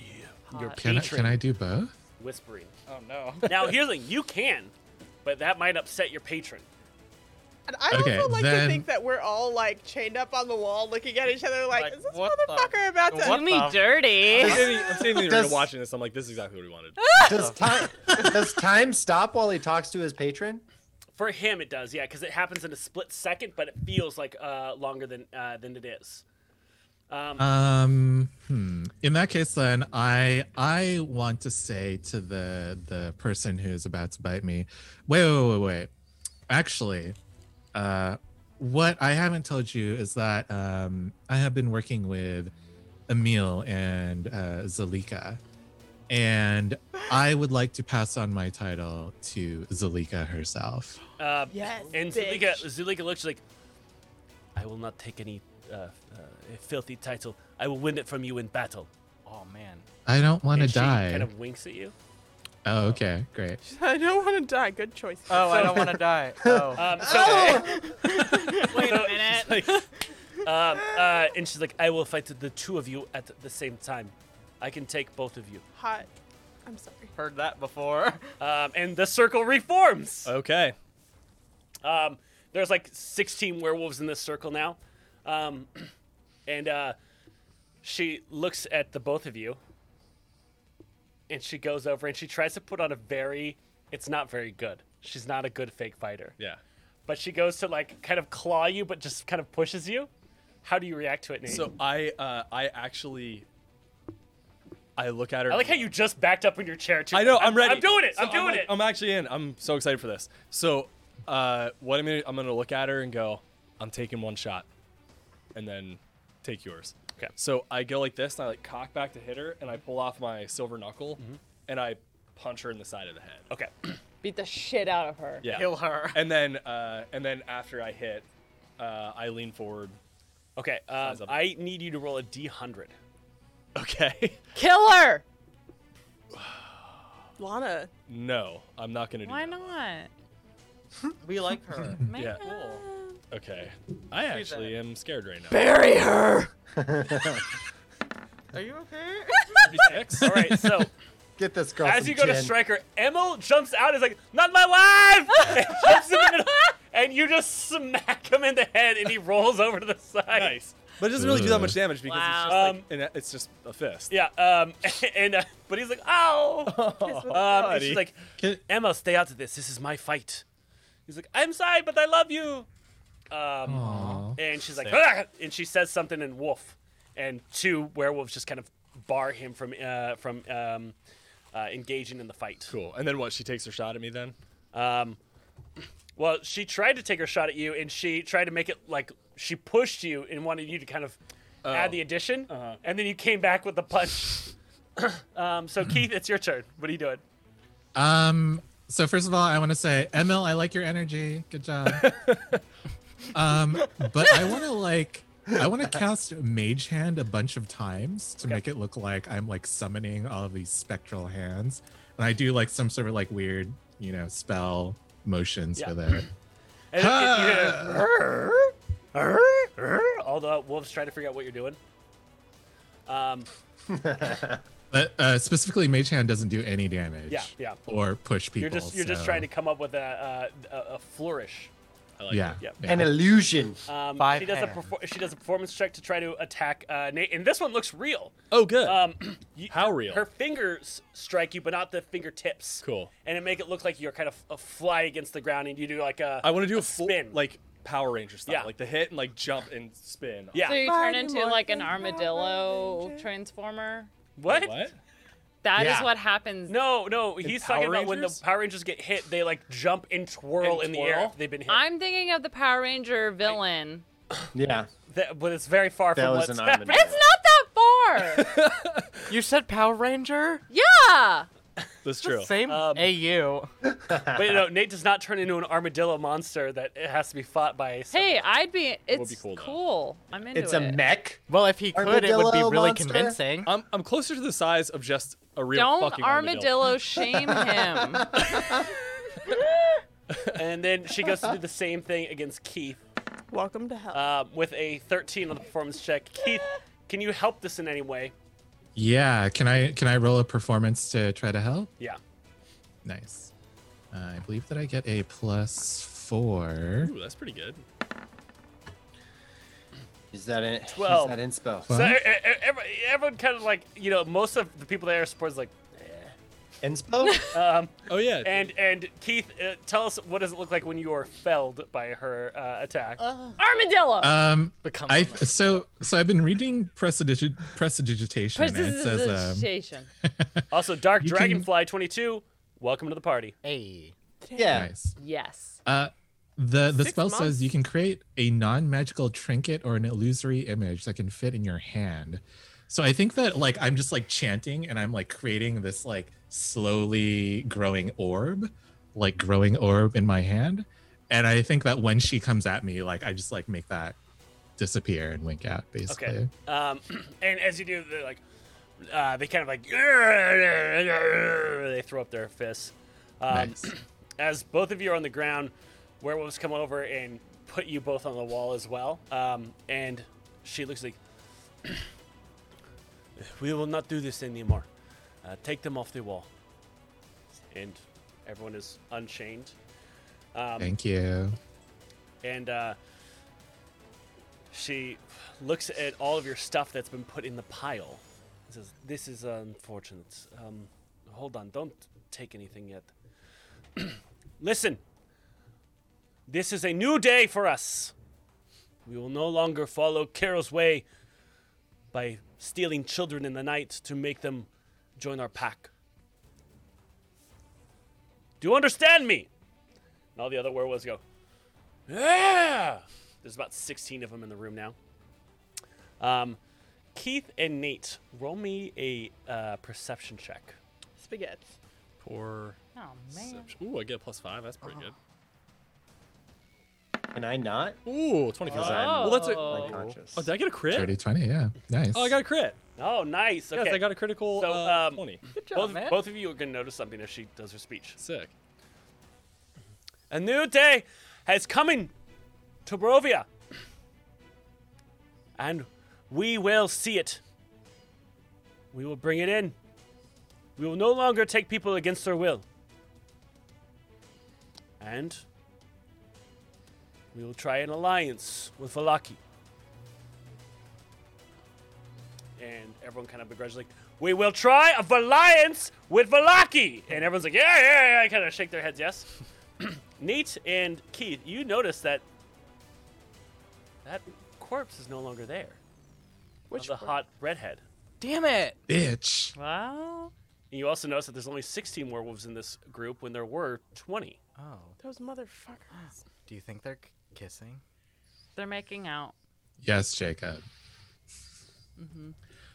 Speaker 2: Hot.
Speaker 9: Can I,
Speaker 1: patron.
Speaker 9: can I do both?
Speaker 1: Whispering.
Speaker 8: Oh no.
Speaker 1: Now here's the thing: you can, but that might upset your patron.
Speaker 5: And I
Speaker 9: Okay,
Speaker 5: also like to
Speaker 9: then-
Speaker 5: think that we're all like chained up on the wall, looking at each other, like,
Speaker 8: Like,
Speaker 5: is this
Speaker 8: what the-
Speaker 5: motherfucker about to?
Speaker 8: what
Speaker 2: Do me
Speaker 8: the-
Speaker 2: dirty.
Speaker 3: I'm standing, I'm standing there
Speaker 7: Does-
Speaker 3: watching this. I'm like, this is exactly what we wanted.
Speaker 7: Does time does time stop while he talks to his patron?
Speaker 1: For him, it does, yeah, because it happens in a split second, but it feels like uh, longer than uh, than it is.
Speaker 9: Um, hmm. In that case, then I I want to say to the the person who is about to bite me, wait, wait, wait, wait. Actually, uh, what I haven't told you is that um, I have been working with Emil and uh, Zalika, and I would like to pass on my title to Zalika herself.
Speaker 1: Uh,
Speaker 5: Yes,
Speaker 1: And
Speaker 5: bitch.
Speaker 1: Zulika, Zulika looks like, I will not take any uh, uh, filthy title. I will win it from you in battle.
Speaker 8: Oh man.
Speaker 9: I don't want to
Speaker 1: And she
Speaker 9: die.
Speaker 1: kind of winks at you.
Speaker 9: Oh, okay, great.
Speaker 5: I don't want to die. Good choice.
Speaker 8: Oh, I don't want to die. Oh.
Speaker 1: Um, so,
Speaker 2: Wait a minute.
Speaker 1: um, uh, and she's like, I will fight the two of you at the same time. I can take both of you.
Speaker 5: Hot. I'm sorry.
Speaker 8: Heard that before.
Speaker 1: Um, and the circle reforms.
Speaker 3: Okay.
Speaker 1: Um, there's like 16 werewolves in this circle now. Um, and uh, she looks at the both of you. And she goes over and she tries to put on a very. It's not very good. She's not a good fake fighter.
Speaker 3: Yeah.
Speaker 1: But she goes to like kind of claw you, but just kind of pushes you. How do you react to it, Nate?
Speaker 3: So I uh, I actually I look at her.
Speaker 1: I like how you just backed up in your chair too.
Speaker 3: I know. I'm ready.
Speaker 1: I'm doing it.
Speaker 3: So
Speaker 1: I'm doing
Speaker 3: like-
Speaker 1: it.
Speaker 3: I'm actually in. I'm so excited for this. So, uh, what I'm gonna I'm gonna look at her and go, I'm taking one shot, and then take yours.
Speaker 1: Okay.
Speaker 3: So I go like this, and I like cock back to hit her, and I pull off my silver knuckle,
Speaker 1: Mm-hmm.
Speaker 3: and I punch her in the side of the head.
Speaker 1: okay.
Speaker 2: Beat the shit out of her.
Speaker 3: Yeah.
Speaker 8: Kill her.
Speaker 3: And then uh, and then after I hit, uh, I lean forward.
Speaker 1: Okay. Um,
Speaker 3: Size up.
Speaker 1: I need you to roll a d100.
Speaker 3: Okay.
Speaker 2: Kill her.
Speaker 5: Lana.
Speaker 3: no, I'm not gonna do.
Speaker 2: Why
Speaker 3: that.
Speaker 2: not?
Speaker 8: We like her.
Speaker 2: Man.
Speaker 3: Yeah. Okay. I actually am scared right now.
Speaker 5: Bury her.
Speaker 8: Are you okay?
Speaker 3: 36?
Speaker 1: All right. So.
Speaker 7: Get this girl.
Speaker 1: As
Speaker 7: some
Speaker 1: you go to
Speaker 7: gin.
Speaker 1: strike her, Emil jumps out. Is like, "Not my wife!" and, jumps in the middle, and you just smack him in the head, and he rolls over to the side.
Speaker 3: Nice. But it doesn't really do that much damage because
Speaker 2: Wow.
Speaker 3: it's just like, an, e, it's just a fist.
Speaker 1: Yeah. Um. And uh, but he's like, "Ow!"
Speaker 8: Uh,
Speaker 1: um, and she's like,
Speaker 9: Can-
Speaker 1: "Emil, stay out of this. This is my fight." He's like, "I'm sorry, but I love you." Um.
Speaker 9: Aw.
Speaker 1: And she's like,
Speaker 3: Same.
Speaker 1: "Ah!" and she says something in wolf, and two werewolves just kind of bar him from uh from um uh, engaging in the fight.
Speaker 3: Cool. And then what? She takes her shot at me then?
Speaker 1: Um, well, she tried to take her shot at you, and she tried to make it like she pushed you and wanted you to kind of add the addition, and then you came back with the punch. um, so Keith, it's your turn. What are you doing?
Speaker 9: Um. So first of all, I want to say, Emil, I like your energy. Good job. um, but I want to like, I want to cast Mage Hand a bunch of times to make it look like I'm like summoning all of these spectral hands, and I do like some sort of like weird, you know, spell motions
Speaker 1: Yeah.
Speaker 9: with it.
Speaker 1: And it- it- you hear, "Arr, arr, arr," all the wolves trying to figure out what you're doing. Um,
Speaker 9: But uh, specifically, Mage Hand doesn't do any damage.
Speaker 1: Yeah, yeah.
Speaker 9: Or push people.
Speaker 1: you're just you're just
Speaker 9: so-
Speaker 1: trying to come up with a a, a- a flourish.
Speaker 9: yeah.
Speaker 1: Yep.
Speaker 9: yeah.
Speaker 7: An illusion.
Speaker 1: Um,
Speaker 8: Five
Speaker 1: she does a
Speaker 8: hands.
Speaker 1: perfor- she does a performance check to try to attack uh, Nate, and this one looks real.
Speaker 3: Oh, good.
Speaker 1: Um, you-
Speaker 3: How real?
Speaker 1: Her fingers strike you, but not the fingertips.
Speaker 3: Cool.
Speaker 1: And it make it look like you're kind of a fly against the ground, and you do like a.
Speaker 3: I want to do a, full,
Speaker 1: spin.
Speaker 3: like Power Ranger style,
Speaker 1: Yeah.
Speaker 3: like the hit and like jump and spin.
Speaker 1: yeah.
Speaker 2: So you turn
Speaker 5: Body
Speaker 2: into like an
Speaker 5: morphing
Speaker 2: armadillo
Speaker 5: Power
Speaker 2: transformer.
Speaker 1: what?
Speaker 3: What?
Speaker 2: That is
Speaker 9: Yeah.
Speaker 2: what happens.
Speaker 1: No, no. He's talking
Speaker 3: Power
Speaker 1: about when the
Speaker 3: Rangers?
Speaker 1: Power Rangers get hit, they like jump and twirl
Speaker 3: And
Speaker 1: in the air.
Speaker 3: twirl?
Speaker 1: After they've been hit.
Speaker 2: I'm thinking of the Power Ranger villain.
Speaker 7: Yeah.
Speaker 1: That- but it's very far
Speaker 7: That
Speaker 1: from
Speaker 7: was
Speaker 1: what's
Speaker 7: an
Speaker 1: happening.
Speaker 7: armadillo.
Speaker 2: It's not that far.
Speaker 8: You said Power Ranger?
Speaker 2: yeah.
Speaker 3: That's true.
Speaker 8: Same AU.
Speaker 1: But no, Nate does not turn into an armadillo monster that it has to be fought by. So
Speaker 2: Hey, I'd be. It's
Speaker 3: be cool,
Speaker 2: cool.
Speaker 3: though.
Speaker 2: I'm into
Speaker 7: It's
Speaker 2: it.
Speaker 7: a mech.
Speaker 8: Well, if he could, it would be
Speaker 7: Armadillo
Speaker 8: really
Speaker 7: monster?
Speaker 8: convincing.
Speaker 3: I'm, I'm closer to the size of just a real
Speaker 2: Don't
Speaker 3: fucking armadillo.
Speaker 2: armadillo shame him.
Speaker 1: And then she goes to do the same thing against Keith
Speaker 5: Welcome to hell.
Speaker 8: uh,
Speaker 1: um, with a 13 on the performance check. Keith, can you help this in any way?
Speaker 9: Yeah, can I can I roll a performance to try to help?
Speaker 1: Yeah.
Speaker 9: Nice. Uh, I believe that I get a plus four.
Speaker 3: Ooh, that's pretty good.
Speaker 7: Is that in?
Speaker 1: Twelve.
Speaker 7: Is that in spell?
Speaker 1: So
Speaker 9: Huh?
Speaker 1: e- e- every- everyone kind of like you know most of the people there supports like
Speaker 7: In spell?
Speaker 3: Oh yeah.
Speaker 1: and and Keith uh, tell us what does it look like when you are felled by her uh, attack
Speaker 2: Armadillo.
Speaker 9: Um,
Speaker 8: Become
Speaker 9: I so so I've been reading prestidig- prestidigitation, and it says um,
Speaker 2: Prestidigitation.
Speaker 1: also Dark
Speaker 9: You can-
Speaker 1: Dragonfly 22 welcome to the party
Speaker 8: A.
Speaker 7: yeah.
Speaker 9: nice.
Speaker 2: Yes.
Speaker 9: Uh, the the
Speaker 5: Six
Speaker 9: spell
Speaker 5: months?
Speaker 9: says you can create a non-magical trinket or an illusory image that can fit in your hand. So I think that like I'm just like chanting and I'm like creating this like slowly growing orb, like growing orb in my hand. And I think that when she comes at me, like I just like make that disappear and wink out basically.
Speaker 1: okay um, and as you do they're like uh, they kind of like they throw up their fists um,
Speaker 9: Nice.
Speaker 1: as both of you are on the ground, werewolves come over and put you both on the wall as well. Um, and she looks like, "We will not do this anymore. Uh, take them off the wall." And everyone is unchained. Um,
Speaker 9: Thank you.
Speaker 1: and uh, she looks at all of your stuff that's been put in the pile and says, This is unfortunate. Um, hold on, don't take anything yet. Listen, this is a new day for us. We will no longer follow Carol's way by stealing children in the night to make them join our pack. Do you understand me? And all the other werewolves go, yeah. There's about 16 of them in the room now. Um, Keith and Nate, roll me a uh, perception check.
Speaker 5: Spaghetti.
Speaker 3: Poor.
Speaker 2: Oh man.
Speaker 3: perception. Ooh, I get a plus five. That's pretty
Speaker 7: Can I not?
Speaker 1: Uh-huh.
Speaker 3: good. Ooh, 25.
Speaker 7: Because I'm
Speaker 3: Well, that's a.
Speaker 2: Oh.
Speaker 7: unconscious.
Speaker 3: Oh, did I get a crit?
Speaker 9: 30 20, yeah. Nice.
Speaker 3: Oh, I got a crit.
Speaker 1: Oh, nice. Okay.
Speaker 3: Yes, I got a critical
Speaker 1: So,
Speaker 3: uh,
Speaker 1: um,
Speaker 3: 20.
Speaker 1: both,
Speaker 8: man.
Speaker 1: both of you are going to notice something as she does her speech.
Speaker 3: Sick.
Speaker 1: A new day has come in to Barovia. And we will see it. We will bring it in. We will no longer take people against their will. And we will try an alliance with Valaki. And everyone kind of begrudges, like, we will try a alliance with Valaki. And everyone's like, yeah, yeah, yeah. I kind of shake their heads, yes. Nate and Keith, you notice that that corpse is no longer there. Which the hot redhead?
Speaker 8: Damn it.
Speaker 9: bitch.
Speaker 2: Wow.
Speaker 1: And you also notice that there's only 16 werewolves in this group when there were 20.
Speaker 8: Oh,
Speaker 5: Those motherfuckers.
Speaker 8: do you think they're k- kissing?
Speaker 2: They're making out.
Speaker 9: Yes, Jacob.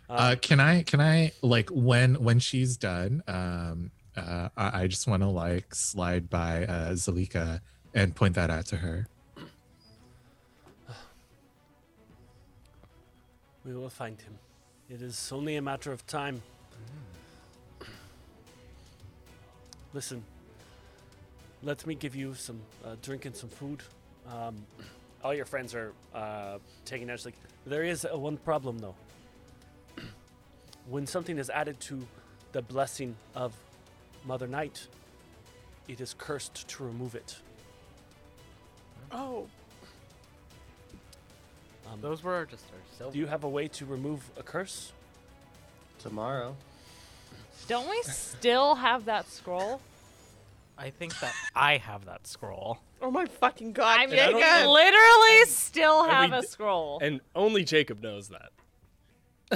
Speaker 9: Uh, can I can I like when when she's done? Um, uh, I, I just want to like slide by uh, Zalika and point that out to her.
Speaker 1: We will find him. It is only a matter of time. Listen, let me give you some uh, drink and some food. Um, all your friends are uh, taking notes. Like, there is uh, one problem though. when something is added to the blessing of Mother Night, it is cursed to remove it.
Speaker 5: Oh,
Speaker 1: Um,
Speaker 8: Um, Those were just our
Speaker 1: do
Speaker 8: silver.
Speaker 1: you have a way to remove a curse?
Speaker 7: Tomorrow.
Speaker 2: Don't we still have that scroll?
Speaker 8: I think that I have that scroll.
Speaker 5: oh my fucking god.
Speaker 2: I mean,
Speaker 3: I don't
Speaker 5: Jacob.
Speaker 2: literally still
Speaker 3: and
Speaker 2: have
Speaker 3: we
Speaker 2: a
Speaker 3: d-
Speaker 2: scroll.
Speaker 3: And only Jacob knows that.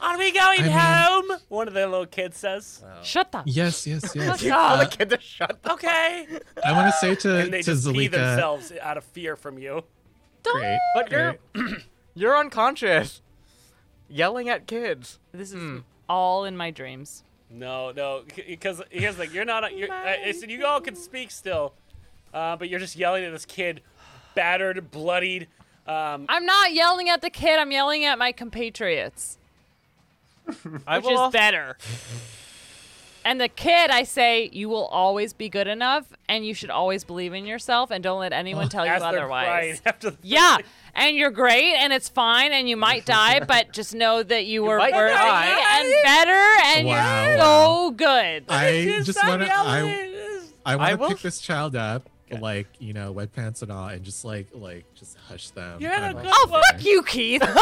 Speaker 1: Are we going
Speaker 9: I
Speaker 1: home? One of the little kids says.
Speaker 2: Shut the
Speaker 9: Yes, yes, yes.
Speaker 2: fuck up.
Speaker 8: Kid, just shut the
Speaker 1: Okay.
Speaker 9: I want to say to
Speaker 1: And they
Speaker 9: to
Speaker 1: just pee
Speaker 9: Zalika.
Speaker 1: themselves out of fear from you.
Speaker 9: Great,
Speaker 8: But you're
Speaker 9: great.
Speaker 8: you're unconscious. Yelling at kids.
Speaker 2: This is all in my dreams.
Speaker 1: No, no, because he's like, you're not. You're, uh, I said you all can speak still, uh, but you're just yelling at this kid, battered, bloodied. Um,
Speaker 2: I'm not yelling at the kid. I'm yelling at my compatriots,
Speaker 8: I
Speaker 2: which is
Speaker 8: al-
Speaker 2: better. And the kid, I say, you will always be good enough, and you should always believe in yourself, and don't let anyone tell you
Speaker 1: as they're crying
Speaker 2: otherwise.
Speaker 1: after the
Speaker 2: Yeah, and you're great, and it's fine, and you might die, but just know that you were
Speaker 8: might
Speaker 2: worthy
Speaker 8: die.
Speaker 2: and better, and
Speaker 9: Wow.
Speaker 2: you're so good.
Speaker 9: I just want to. I, I
Speaker 8: I
Speaker 9: want
Speaker 8: will-
Speaker 9: to pick this child up, like you know, wet pants and all, and just like like just hush them.
Speaker 1: You're not
Speaker 9: I'm
Speaker 1: a
Speaker 9: like,
Speaker 1: good
Speaker 2: Oh
Speaker 9: okay.
Speaker 2: fuck you, Keith!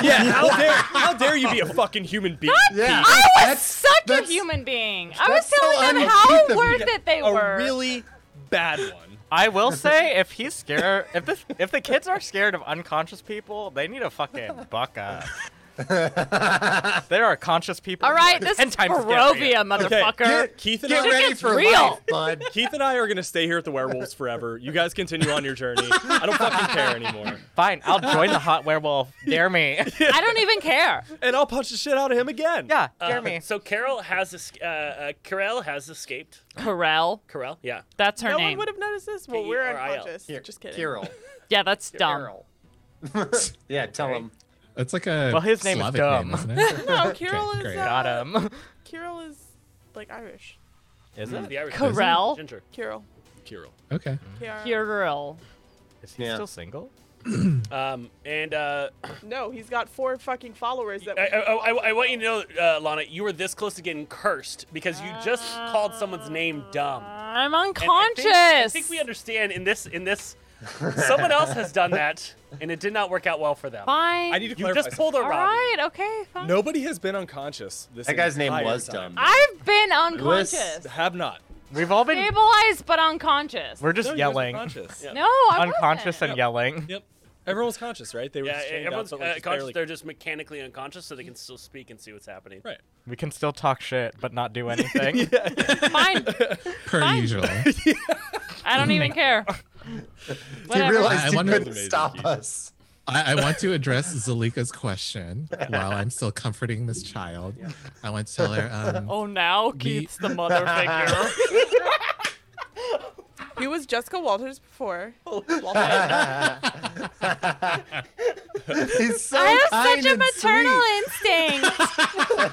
Speaker 3: Yeah, how dare how dare you be a fucking human being?
Speaker 7: Yeah. Ah!
Speaker 2: I was
Speaker 7: That's-
Speaker 2: such a
Speaker 7: that's-
Speaker 2: human being. I was
Speaker 7: that's so
Speaker 2: telling them
Speaker 7: un-Keith
Speaker 2: how
Speaker 7: of
Speaker 2: worth
Speaker 7: you.
Speaker 2: it they were.
Speaker 3: A really bad one.
Speaker 8: I will say, if he's scared, if this, if the kids are scared of unconscious people, they need to fucking buck up. there are conscious people.
Speaker 2: All
Speaker 8: who
Speaker 2: right,
Speaker 8: are
Speaker 2: this
Speaker 8: 10
Speaker 2: is
Speaker 8: times
Speaker 2: Barovia,
Speaker 8: scarier.
Speaker 2: motherfucker.
Speaker 7: Get,
Speaker 3: Keith and
Speaker 7: get
Speaker 3: I-
Speaker 7: ready
Speaker 2: It's
Speaker 7: for
Speaker 2: real.
Speaker 7: life, bud.
Speaker 3: Keith and I are gonna stay here at the werewolves forever. You guys continue on your journey. I don't fucking care anymore.
Speaker 8: Fine, I'll join the hot werewolf. Dare me.
Speaker 2: I don't even care.
Speaker 3: And I'll punch the shit out of him again.
Speaker 8: Yeah,
Speaker 1: Uh,
Speaker 8: dare me.
Speaker 1: So Carol has es- uh, uh, Carol has escaped.
Speaker 2: Corel,
Speaker 1: Carol, yeah.
Speaker 2: that's her
Speaker 5: no one
Speaker 2: name.
Speaker 5: would have noticed this.
Speaker 8: E
Speaker 5: Well, we're
Speaker 1: K-E-R-I-L.
Speaker 5: unconscious.
Speaker 7: Here,
Speaker 5: Just kidding.
Speaker 7: Kirill.
Speaker 2: Yeah, that's dumb.
Speaker 7: Kirill. yeah, tell him.
Speaker 9: That's like a
Speaker 8: Well, his name is
Speaker 9: Slavic
Speaker 8: dumb.
Speaker 9: name, isn't it?
Speaker 5: No, Kirill is.
Speaker 9: great.
Speaker 5: Uh,
Speaker 8: Got him.
Speaker 5: Kirill is like Irish.
Speaker 8: Is it?
Speaker 1: The Irish
Speaker 2: Corel?
Speaker 1: Ginger.
Speaker 5: Kirill.
Speaker 3: Kirill.
Speaker 9: okay.
Speaker 5: K-I-R-I-L.
Speaker 2: Kiril.
Speaker 8: Is he
Speaker 7: Yeah.
Speaker 8: still single?
Speaker 1: Um, and uh,
Speaker 5: No, he's got four fucking followers. That
Speaker 1: I, I, I, I want you to know, uh, Lana, you were this close to getting cursed because you just called someone's name dumb. And
Speaker 2: I'm
Speaker 1: I
Speaker 2: unconscious.
Speaker 1: think- I think we understand in this in this someone else has done that and it did not work out well for them.
Speaker 2: Fine.
Speaker 3: I need to
Speaker 1: You
Speaker 3: clarify.
Speaker 1: just pulled a
Speaker 2: All
Speaker 1: Robbie.
Speaker 2: right. Okay. Fine.
Speaker 3: Nobody has been unconscious. This
Speaker 7: That guy's name
Speaker 3: entire
Speaker 7: was
Speaker 3: time.
Speaker 7: dumb.
Speaker 2: I've been unconscious.
Speaker 3: Have not.
Speaker 8: We've all been.
Speaker 2: Stabilized but unconscious.
Speaker 8: We're just
Speaker 3: No, you guys were
Speaker 8: yelling.
Speaker 3: Conscious.
Speaker 2: no, I
Speaker 8: Unconscious
Speaker 2: wasn't.
Speaker 8: and yelling.
Speaker 3: Yep. Everyone was conscious, right? They were
Speaker 1: Yeah,
Speaker 3: just chained
Speaker 1: everyone's
Speaker 3: up,
Speaker 1: uh,
Speaker 3: but like, just
Speaker 1: conscious.
Speaker 3: barely-
Speaker 1: They're just mechanically unconscious, so they can still speak and see what's happening.
Speaker 3: Right.
Speaker 8: We can still talk shit, but not do anything.
Speaker 2: Fine.
Speaker 9: Per usual.
Speaker 2: I don't even care.
Speaker 7: He
Speaker 2: Whatever.
Speaker 9: I
Speaker 7: realized he
Speaker 9: wonder-
Speaker 7: couldn't
Speaker 3: Amazing,
Speaker 7: stop
Speaker 3: Keith.
Speaker 7: us.
Speaker 9: I, I want to address Zalika's question while I'm still comforting this child. I want to tell her, um,
Speaker 2: Oh, now Keith's the mother figure.
Speaker 5: he was Jessica Walters before. Walters.
Speaker 7: He's so
Speaker 2: I have
Speaker 7: kind
Speaker 2: such a
Speaker 7: and
Speaker 2: maternal
Speaker 7: sweet.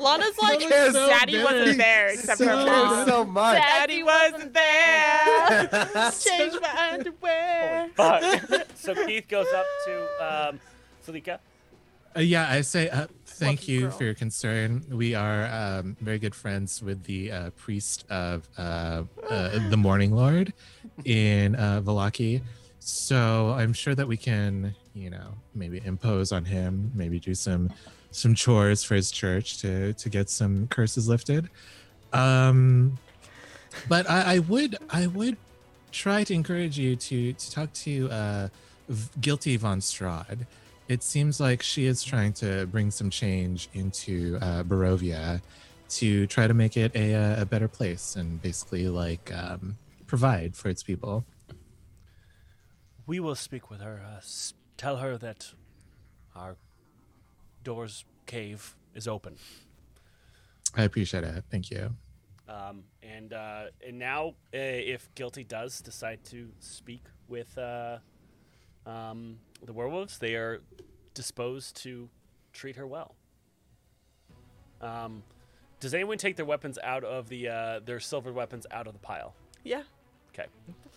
Speaker 5: Lana's like,
Speaker 7: That is so
Speaker 5: Daddy wasn't
Speaker 9: different.
Speaker 5: there except
Speaker 7: So,
Speaker 5: for mom.
Speaker 7: so much.
Speaker 5: Daddy wasn't there. Change my underwear.
Speaker 1: Fuck. so Keith goes up to um, Salika.
Speaker 9: uh, yeah, I say, uh, thank
Speaker 5: Lucky
Speaker 9: you
Speaker 5: girl.
Speaker 9: for your concern. We are um, very good friends with the uh, priest of uh, uh, the Morning Lord in uh, Valaki. So I'm sure that we can, you know, maybe impose on him, maybe do some some chores for his church to to get some curses lifted. Um, but I, I would I would try to encourage you to to talk to uh, v- guilty von Strad it seems like she is trying to bring some change into uh, Barovia to try to make it a, uh, a better place and basically like um, provide for its people.
Speaker 1: We will speak with her. Uh, s- tell her that our door's cave is open.
Speaker 9: I appreciate it. Thank you.
Speaker 1: Um, and uh, and now, uh, if guilty does decide to speak with uh, um, the werewolves, they are disposed to treat her well. Um, does anyone take their weapons out of the uh, their silver weapons out of the pile?
Speaker 5: Yeah.
Speaker 1: Okay.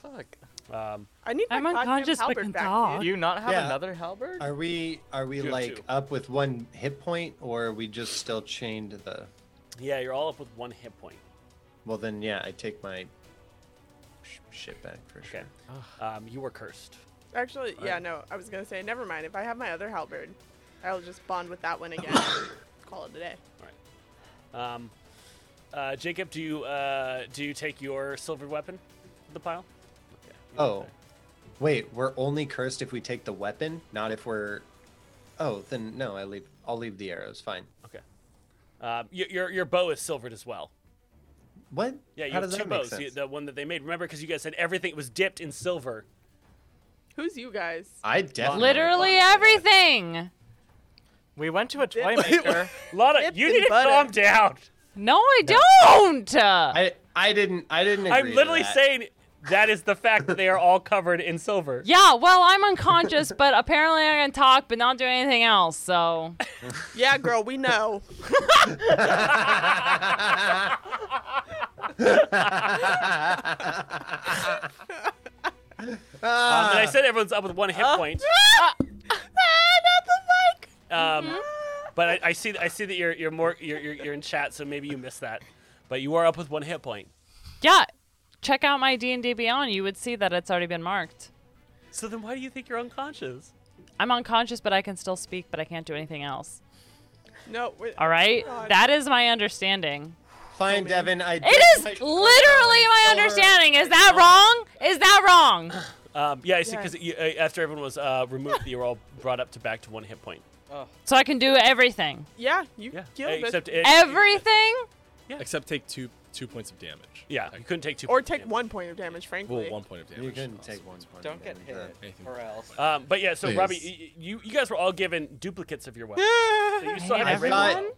Speaker 8: Fuck.
Speaker 1: Um,
Speaker 5: I need my
Speaker 2: I'm
Speaker 5: goddamn
Speaker 2: unconscious but
Speaker 5: halberd
Speaker 2: can
Speaker 5: back,
Speaker 2: talk.
Speaker 5: dude.
Speaker 8: Do you not have
Speaker 7: Yeah.
Speaker 8: another halberd?
Speaker 7: Are we are we
Speaker 1: You have
Speaker 7: like
Speaker 1: two.
Speaker 7: up with one hit point, or are we just still chained to the?
Speaker 1: yeah, you're all up with one hit point.
Speaker 7: Well, then yeah, I take my sh- shit back for sure.
Speaker 1: Okay. Um, you were cursed.
Speaker 5: Actually, yeah, no. I was gonna say, never mind. If I have my other halberd, I'll just bond with that one again. Call it a day.
Speaker 1: Um, uh, Jacob, do you uh, do you take your silver weapon, the pile?
Speaker 7: Oh, wait, we're only cursed if we take the weapon, not if we're. Oh, then no, I leave. I'll leave the arrows. Fine.
Speaker 1: Okay. Um, your, your your bow is silvered as well.
Speaker 7: What?
Speaker 1: Yeah, you
Speaker 7: How
Speaker 1: have
Speaker 7: does
Speaker 1: two
Speaker 7: that make
Speaker 1: bows. You-
Speaker 7: sense?
Speaker 1: the one that they made. Remember, because you guys said everything was dipped in silver.
Speaker 5: Who's you guys?
Speaker 7: I definitely.
Speaker 2: Literally
Speaker 7: thought-
Speaker 2: everything.
Speaker 8: We went to a
Speaker 5: Did-
Speaker 8: toy maker.
Speaker 1: Lana,
Speaker 5: Dipped
Speaker 1: you
Speaker 5: in
Speaker 1: need to
Speaker 5: butter.
Speaker 1: calm down.
Speaker 2: No, I don't.
Speaker 7: I I didn't I didn't. Agree
Speaker 1: I'm
Speaker 7: to
Speaker 1: literally
Speaker 7: that.
Speaker 1: saying that is the fact that they are all covered in silver.
Speaker 2: yeah, well, I'm unconscious, but apparently I can talk, but not do anything else. So
Speaker 5: Yeah, girl, we know.
Speaker 1: Um, and I said everyone's up with one hit point. not the mic. Um, but I, I see I see that you're you're more you're, you're you're in chat, so maybe you missed that. But you are up with one hit point.
Speaker 2: yeah, check out my D and D Beyond. You would see that it's already been marked.
Speaker 1: So then, why do you think you're unconscious?
Speaker 2: I'm unconscious, but I can still speak, but I can't do anything else.
Speaker 5: No, we
Speaker 2: All right,
Speaker 5: God.
Speaker 2: that is my understanding.
Speaker 7: Fine, Devin. I.
Speaker 2: It is literally my understanding. Is that wrong? Is that wrong?
Speaker 1: Um, yeah, I see. Because after everyone was uh, removed, you were all brought up to back to one hit point.
Speaker 2: So I can do everything.
Speaker 5: Yeah, you
Speaker 1: Yeah, Eh,
Speaker 5: killed
Speaker 1: except
Speaker 5: it.
Speaker 1: it,
Speaker 2: Everything?
Speaker 3: Except take two two points of damage.
Speaker 1: Yeah, you couldn't take two.
Speaker 5: Or take
Speaker 1: yeah.
Speaker 5: one point of damage, frankly.
Speaker 3: Well, one point of damage.
Speaker 7: You can
Speaker 3: Awesome.
Speaker 7: take one. point
Speaker 8: Don't get
Speaker 7: damage,
Speaker 8: hit,
Speaker 7: but-
Speaker 3: Anything
Speaker 8: or
Speaker 3: but
Speaker 8: else.
Speaker 1: Um, but yeah, so Robbie,
Speaker 9: Please.
Speaker 1: y- y- you you guys were all given duplicates of your weapon. so you still
Speaker 2: Hey,
Speaker 1: have
Speaker 7: I
Speaker 1: every-
Speaker 2: everyone-
Speaker 7: thought,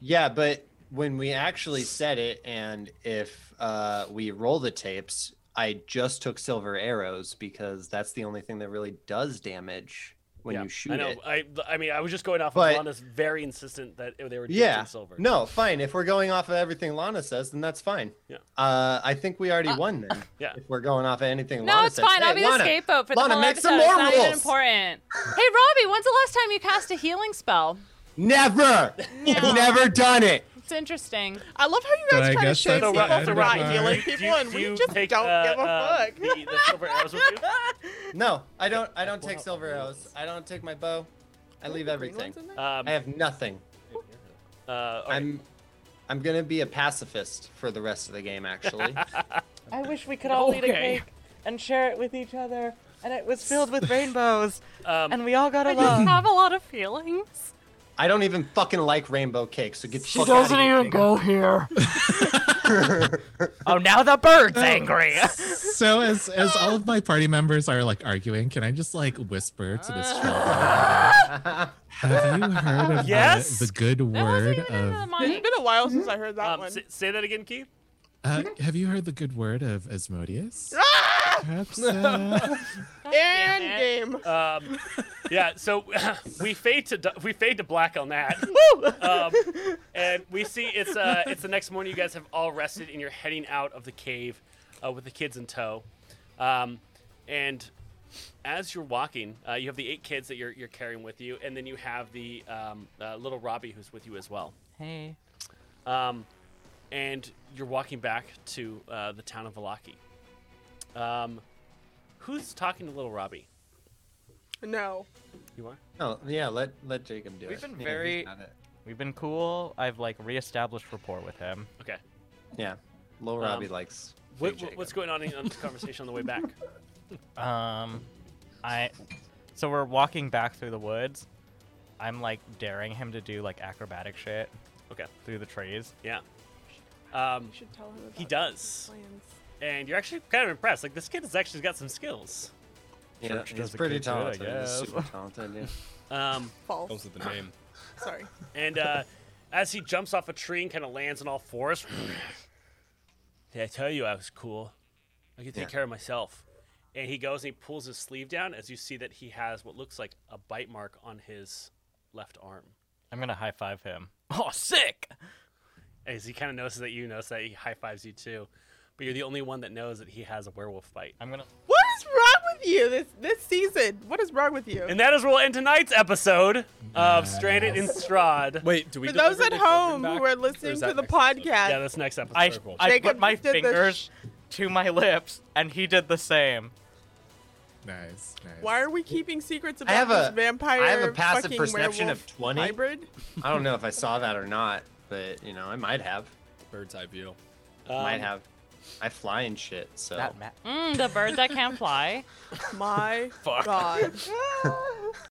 Speaker 7: yeah, but when we actually said it, and if uh, we roll the tapes, I just took silver arrows because that's the only thing that really does damage when
Speaker 1: Yeah,
Speaker 7: you shoot
Speaker 1: I know.
Speaker 7: it.
Speaker 1: I I mean, I was just going off
Speaker 7: But-
Speaker 1: of Lana's very insistent that they were dipped
Speaker 7: yeah.
Speaker 1: in silver.
Speaker 7: No, fine. If we're going off of everything Lana says, then that's fine.
Speaker 1: Yeah.
Speaker 7: Uh, I think we already won then.
Speaker 1: yeah.
Speaker 7: If we're going off of anything
Speaker 2: No,
Speaker 7: Lana
Speaker 2: it's
Speaker 7: says.
Speaker 2: fine. I'll
Speaker 7: Hey,
Speaker 2: be
Speaker 7: Lana,
Speaker 2: the scapegoat for the
Speaker 7: Lana,
Speaker 2: whole
Speaker 7: make
Speaker 2: episode.
Speaker 7: some
Speaker 2: it's
Speaker 7: more
Speaker 2: not even
Speaker 7: rules.
Speaker 2: important. hey, Robbie, when's the last time you cast a healing spell?
Speaker 7: Never.
Speaker 2: No.
Speaker 7: Never done it.
Speaker 2: It's interesting.
Speaker 5: I love how you
Speaker 9: So
Speaker 5: guys
Speaker 9: I
Speaker 5: kind of
Speaker 9: guess
Speaker 5: shame
Speaker 9: that's
Speaker 5: people
Speaker 9: the end
Speaker 5: for
Speaker 9: of
Speaker 5: not
Speaker 9: our-
Speaker 5: healing
Speaker 1: Do uh, you-
Speaker 5: people, and
Speaker 1: do
Speaker 5: we
Speaker 1: you
Speaker 5: just
Speaker 1: take,
Speaker 5: don't
Speaker 1: uh,
Speaker 5: give a
Speaker 1: uh,
Speaker 5: fuck.
Speaker 1: The, the silver arrows with you?
Speaker 7: No, I don't. I don't take silver arrows. I don't take my bow. I leave everything.
Speaker 1: Um,
Speaker 7: I have nothing.
Speaker 1: uh, all right.
Speaker 7: I'm I'm gonna be a pacifist for the rest of the game actually.
Speaker 8: I wish we could all eat a
Speaker 2: Okay.
Speaker 8: cake and share it with each other. And it was filled with rainbows.
Speaker 1: Um,
Speaker 8: and we all got
Speaker 2: I just
Speaker 8: along.
Speaker 2: have a lot of feelings.
Speaker 7: I don't even fucking like rainbow cake, so get the fuck outta
Speaker 8: e-
Speaker 7: here, nigga.
Speaker 8: here. oh, now the bird's angry.
Speaker 9: So as as all of my party members are like arguing, can I just like whisper to this troll? Have you heard of
Speaker 1: Yes.
Speaker 9: the, the good
Speaker 2: That wasn't even into
Speaker 9: word
Speaker 2: the
Speaker 9: of
Speaker 5: It's
Speaker 2: mic.
Speaker 5: been a while since I heard that
Speaker 1: um,
Speaker 5: one.
Speaker 1: say, say that again, Keith.
Speaker 9: uh, Have you heard the good word of Asmodeus? Perhaps uh,
Speaker 5: and
Speaker 2: damn
Speaker 5: game.
Speaker 3: Uh,
Speaker 1: Um, yeah, so we fade to du- we fade to black on that, um, and we see it's uh, it's the next morning. You guys have all rested, and you're heading out of the cave uh, with the kids in tow. Um, and as you're walking, uh, you have the eight kids that you're you're carrying with you, and then you have the um, uh, little Robbie who's with you as well.
Speaker 8: Hey.
Speaker 1: Um, and you're walking back to uh, the town of Valaki. Um, who's talking to little Robbie?
Speaker 5: No.
Speaker 1: You are.
Speaker 7: No, Oh, yeah, let let Jacob do
Speaker 8: We've
Speaker 7: it.
Speaker 8: been
Speaker 7: Yeah,
Speaker 8: very-
Speaker 7: he's got it.
Speaker 8: We've been cool. I've like reestablished rapport with him.
Speaker 1: Okay.
Speaker 7: Yeah.
Speaker 8: Um,
Speaker 7: Lil Robbie likes
Speaker 1: What,
Speaker 7: Big
Speaker 1: what-
Speaker 7: Jacob.
Speaker 1: what's going on in, on this conversation on the way back?
Speaker 8: Um, I. So we're walking back through the woods, I'm like daring him to do like acrobatic shit
Speaker 1: Okay.
Speaker 8: through the trees.
Speaker 1: Yeah. Um,
Speaker 5: should tell him about
Speaker 1: he does.
Speaker 5: plans.
Speaker 1: And you're actually kind of impressed. Like, this kid has actually got some skills.
Speaker 7: Yeah,
Speaker 8: Church does
Speaker 7: he's
Speaker 8: a
Speaker 7: pretty
Speaker 8: good job, I
Speaker 7: talented. He's
Speaker 8: guess.
Speaker 7: super talented. Yeah.
Speaker 1: Um,
Speaker 5: False.
Speaker 3: Comes with the name.
Speaker 5: Sorry.
Speaker 1: And uh, as he jumps off a tree and kind of lands on all fours, did I tell you I was cool? I can take
Speaker 7: Yeah.
Speaker 1: care of myself. And he goes and he pulls his sleeve down as you see that he has what looks like a bite mark on his left arm.
Speaker 8: I'm gonna high five him. Oh, sick!
Speaker 1: As he kind of notices that you notice that he high fives you too, but you're the only one that knows that he has a werewolf bite.
Speaker 8: I'm gonna.
Speaker 5: What is wrong with you this this season? What is wrong with you?
Speaker 1: And that is where we'll end tonight's episode of Stranded in Strahd.
Speaker 3: Wait, do we?
Speaker 5: For those
Speaker 3: deliver
Speaker 5: at
Speaker 3: the children
Speaker 5: home
Speaker 3: back,
Speaker 5: who are
Speaker 3: or is
Speaker 5: listening
Speaker 3: that
Speaker 5: to the
Speaker 3: next episode?
Speaker 5: podcast,
Speaker 1: Yeah, that's next episode.
Speaker 8: I, I
Speaker 5: Jacob
Speaker 8: put my
Speaker 5: did the sh-
Speaker 8: fingers to my lips, and he did the same.
Speaker 9: Nice, nice.
Speaker 5: why are we keeping secrets about
Speaker 7: have
Speaker 5: this
Speaker 7: a-
Speaker 5: vampire?
Speaker 7: I have a passive
Speaker 5: fucking
Speaker 7: perception of
Speaker 5: werewolf
Speaker 7: 20.
Speaker 5: Hybrid.
Speaker 7: I don't know if I saw that or not, but you know, I might have.
Speaker 3: Bird's eye view.
Speaker 1: Um,
Speaker 7: might have. I fly and shit, so
Speaker 8: That ma-
Speaker 2: Mm, the bird that can't fly.
Speaker 5: My God.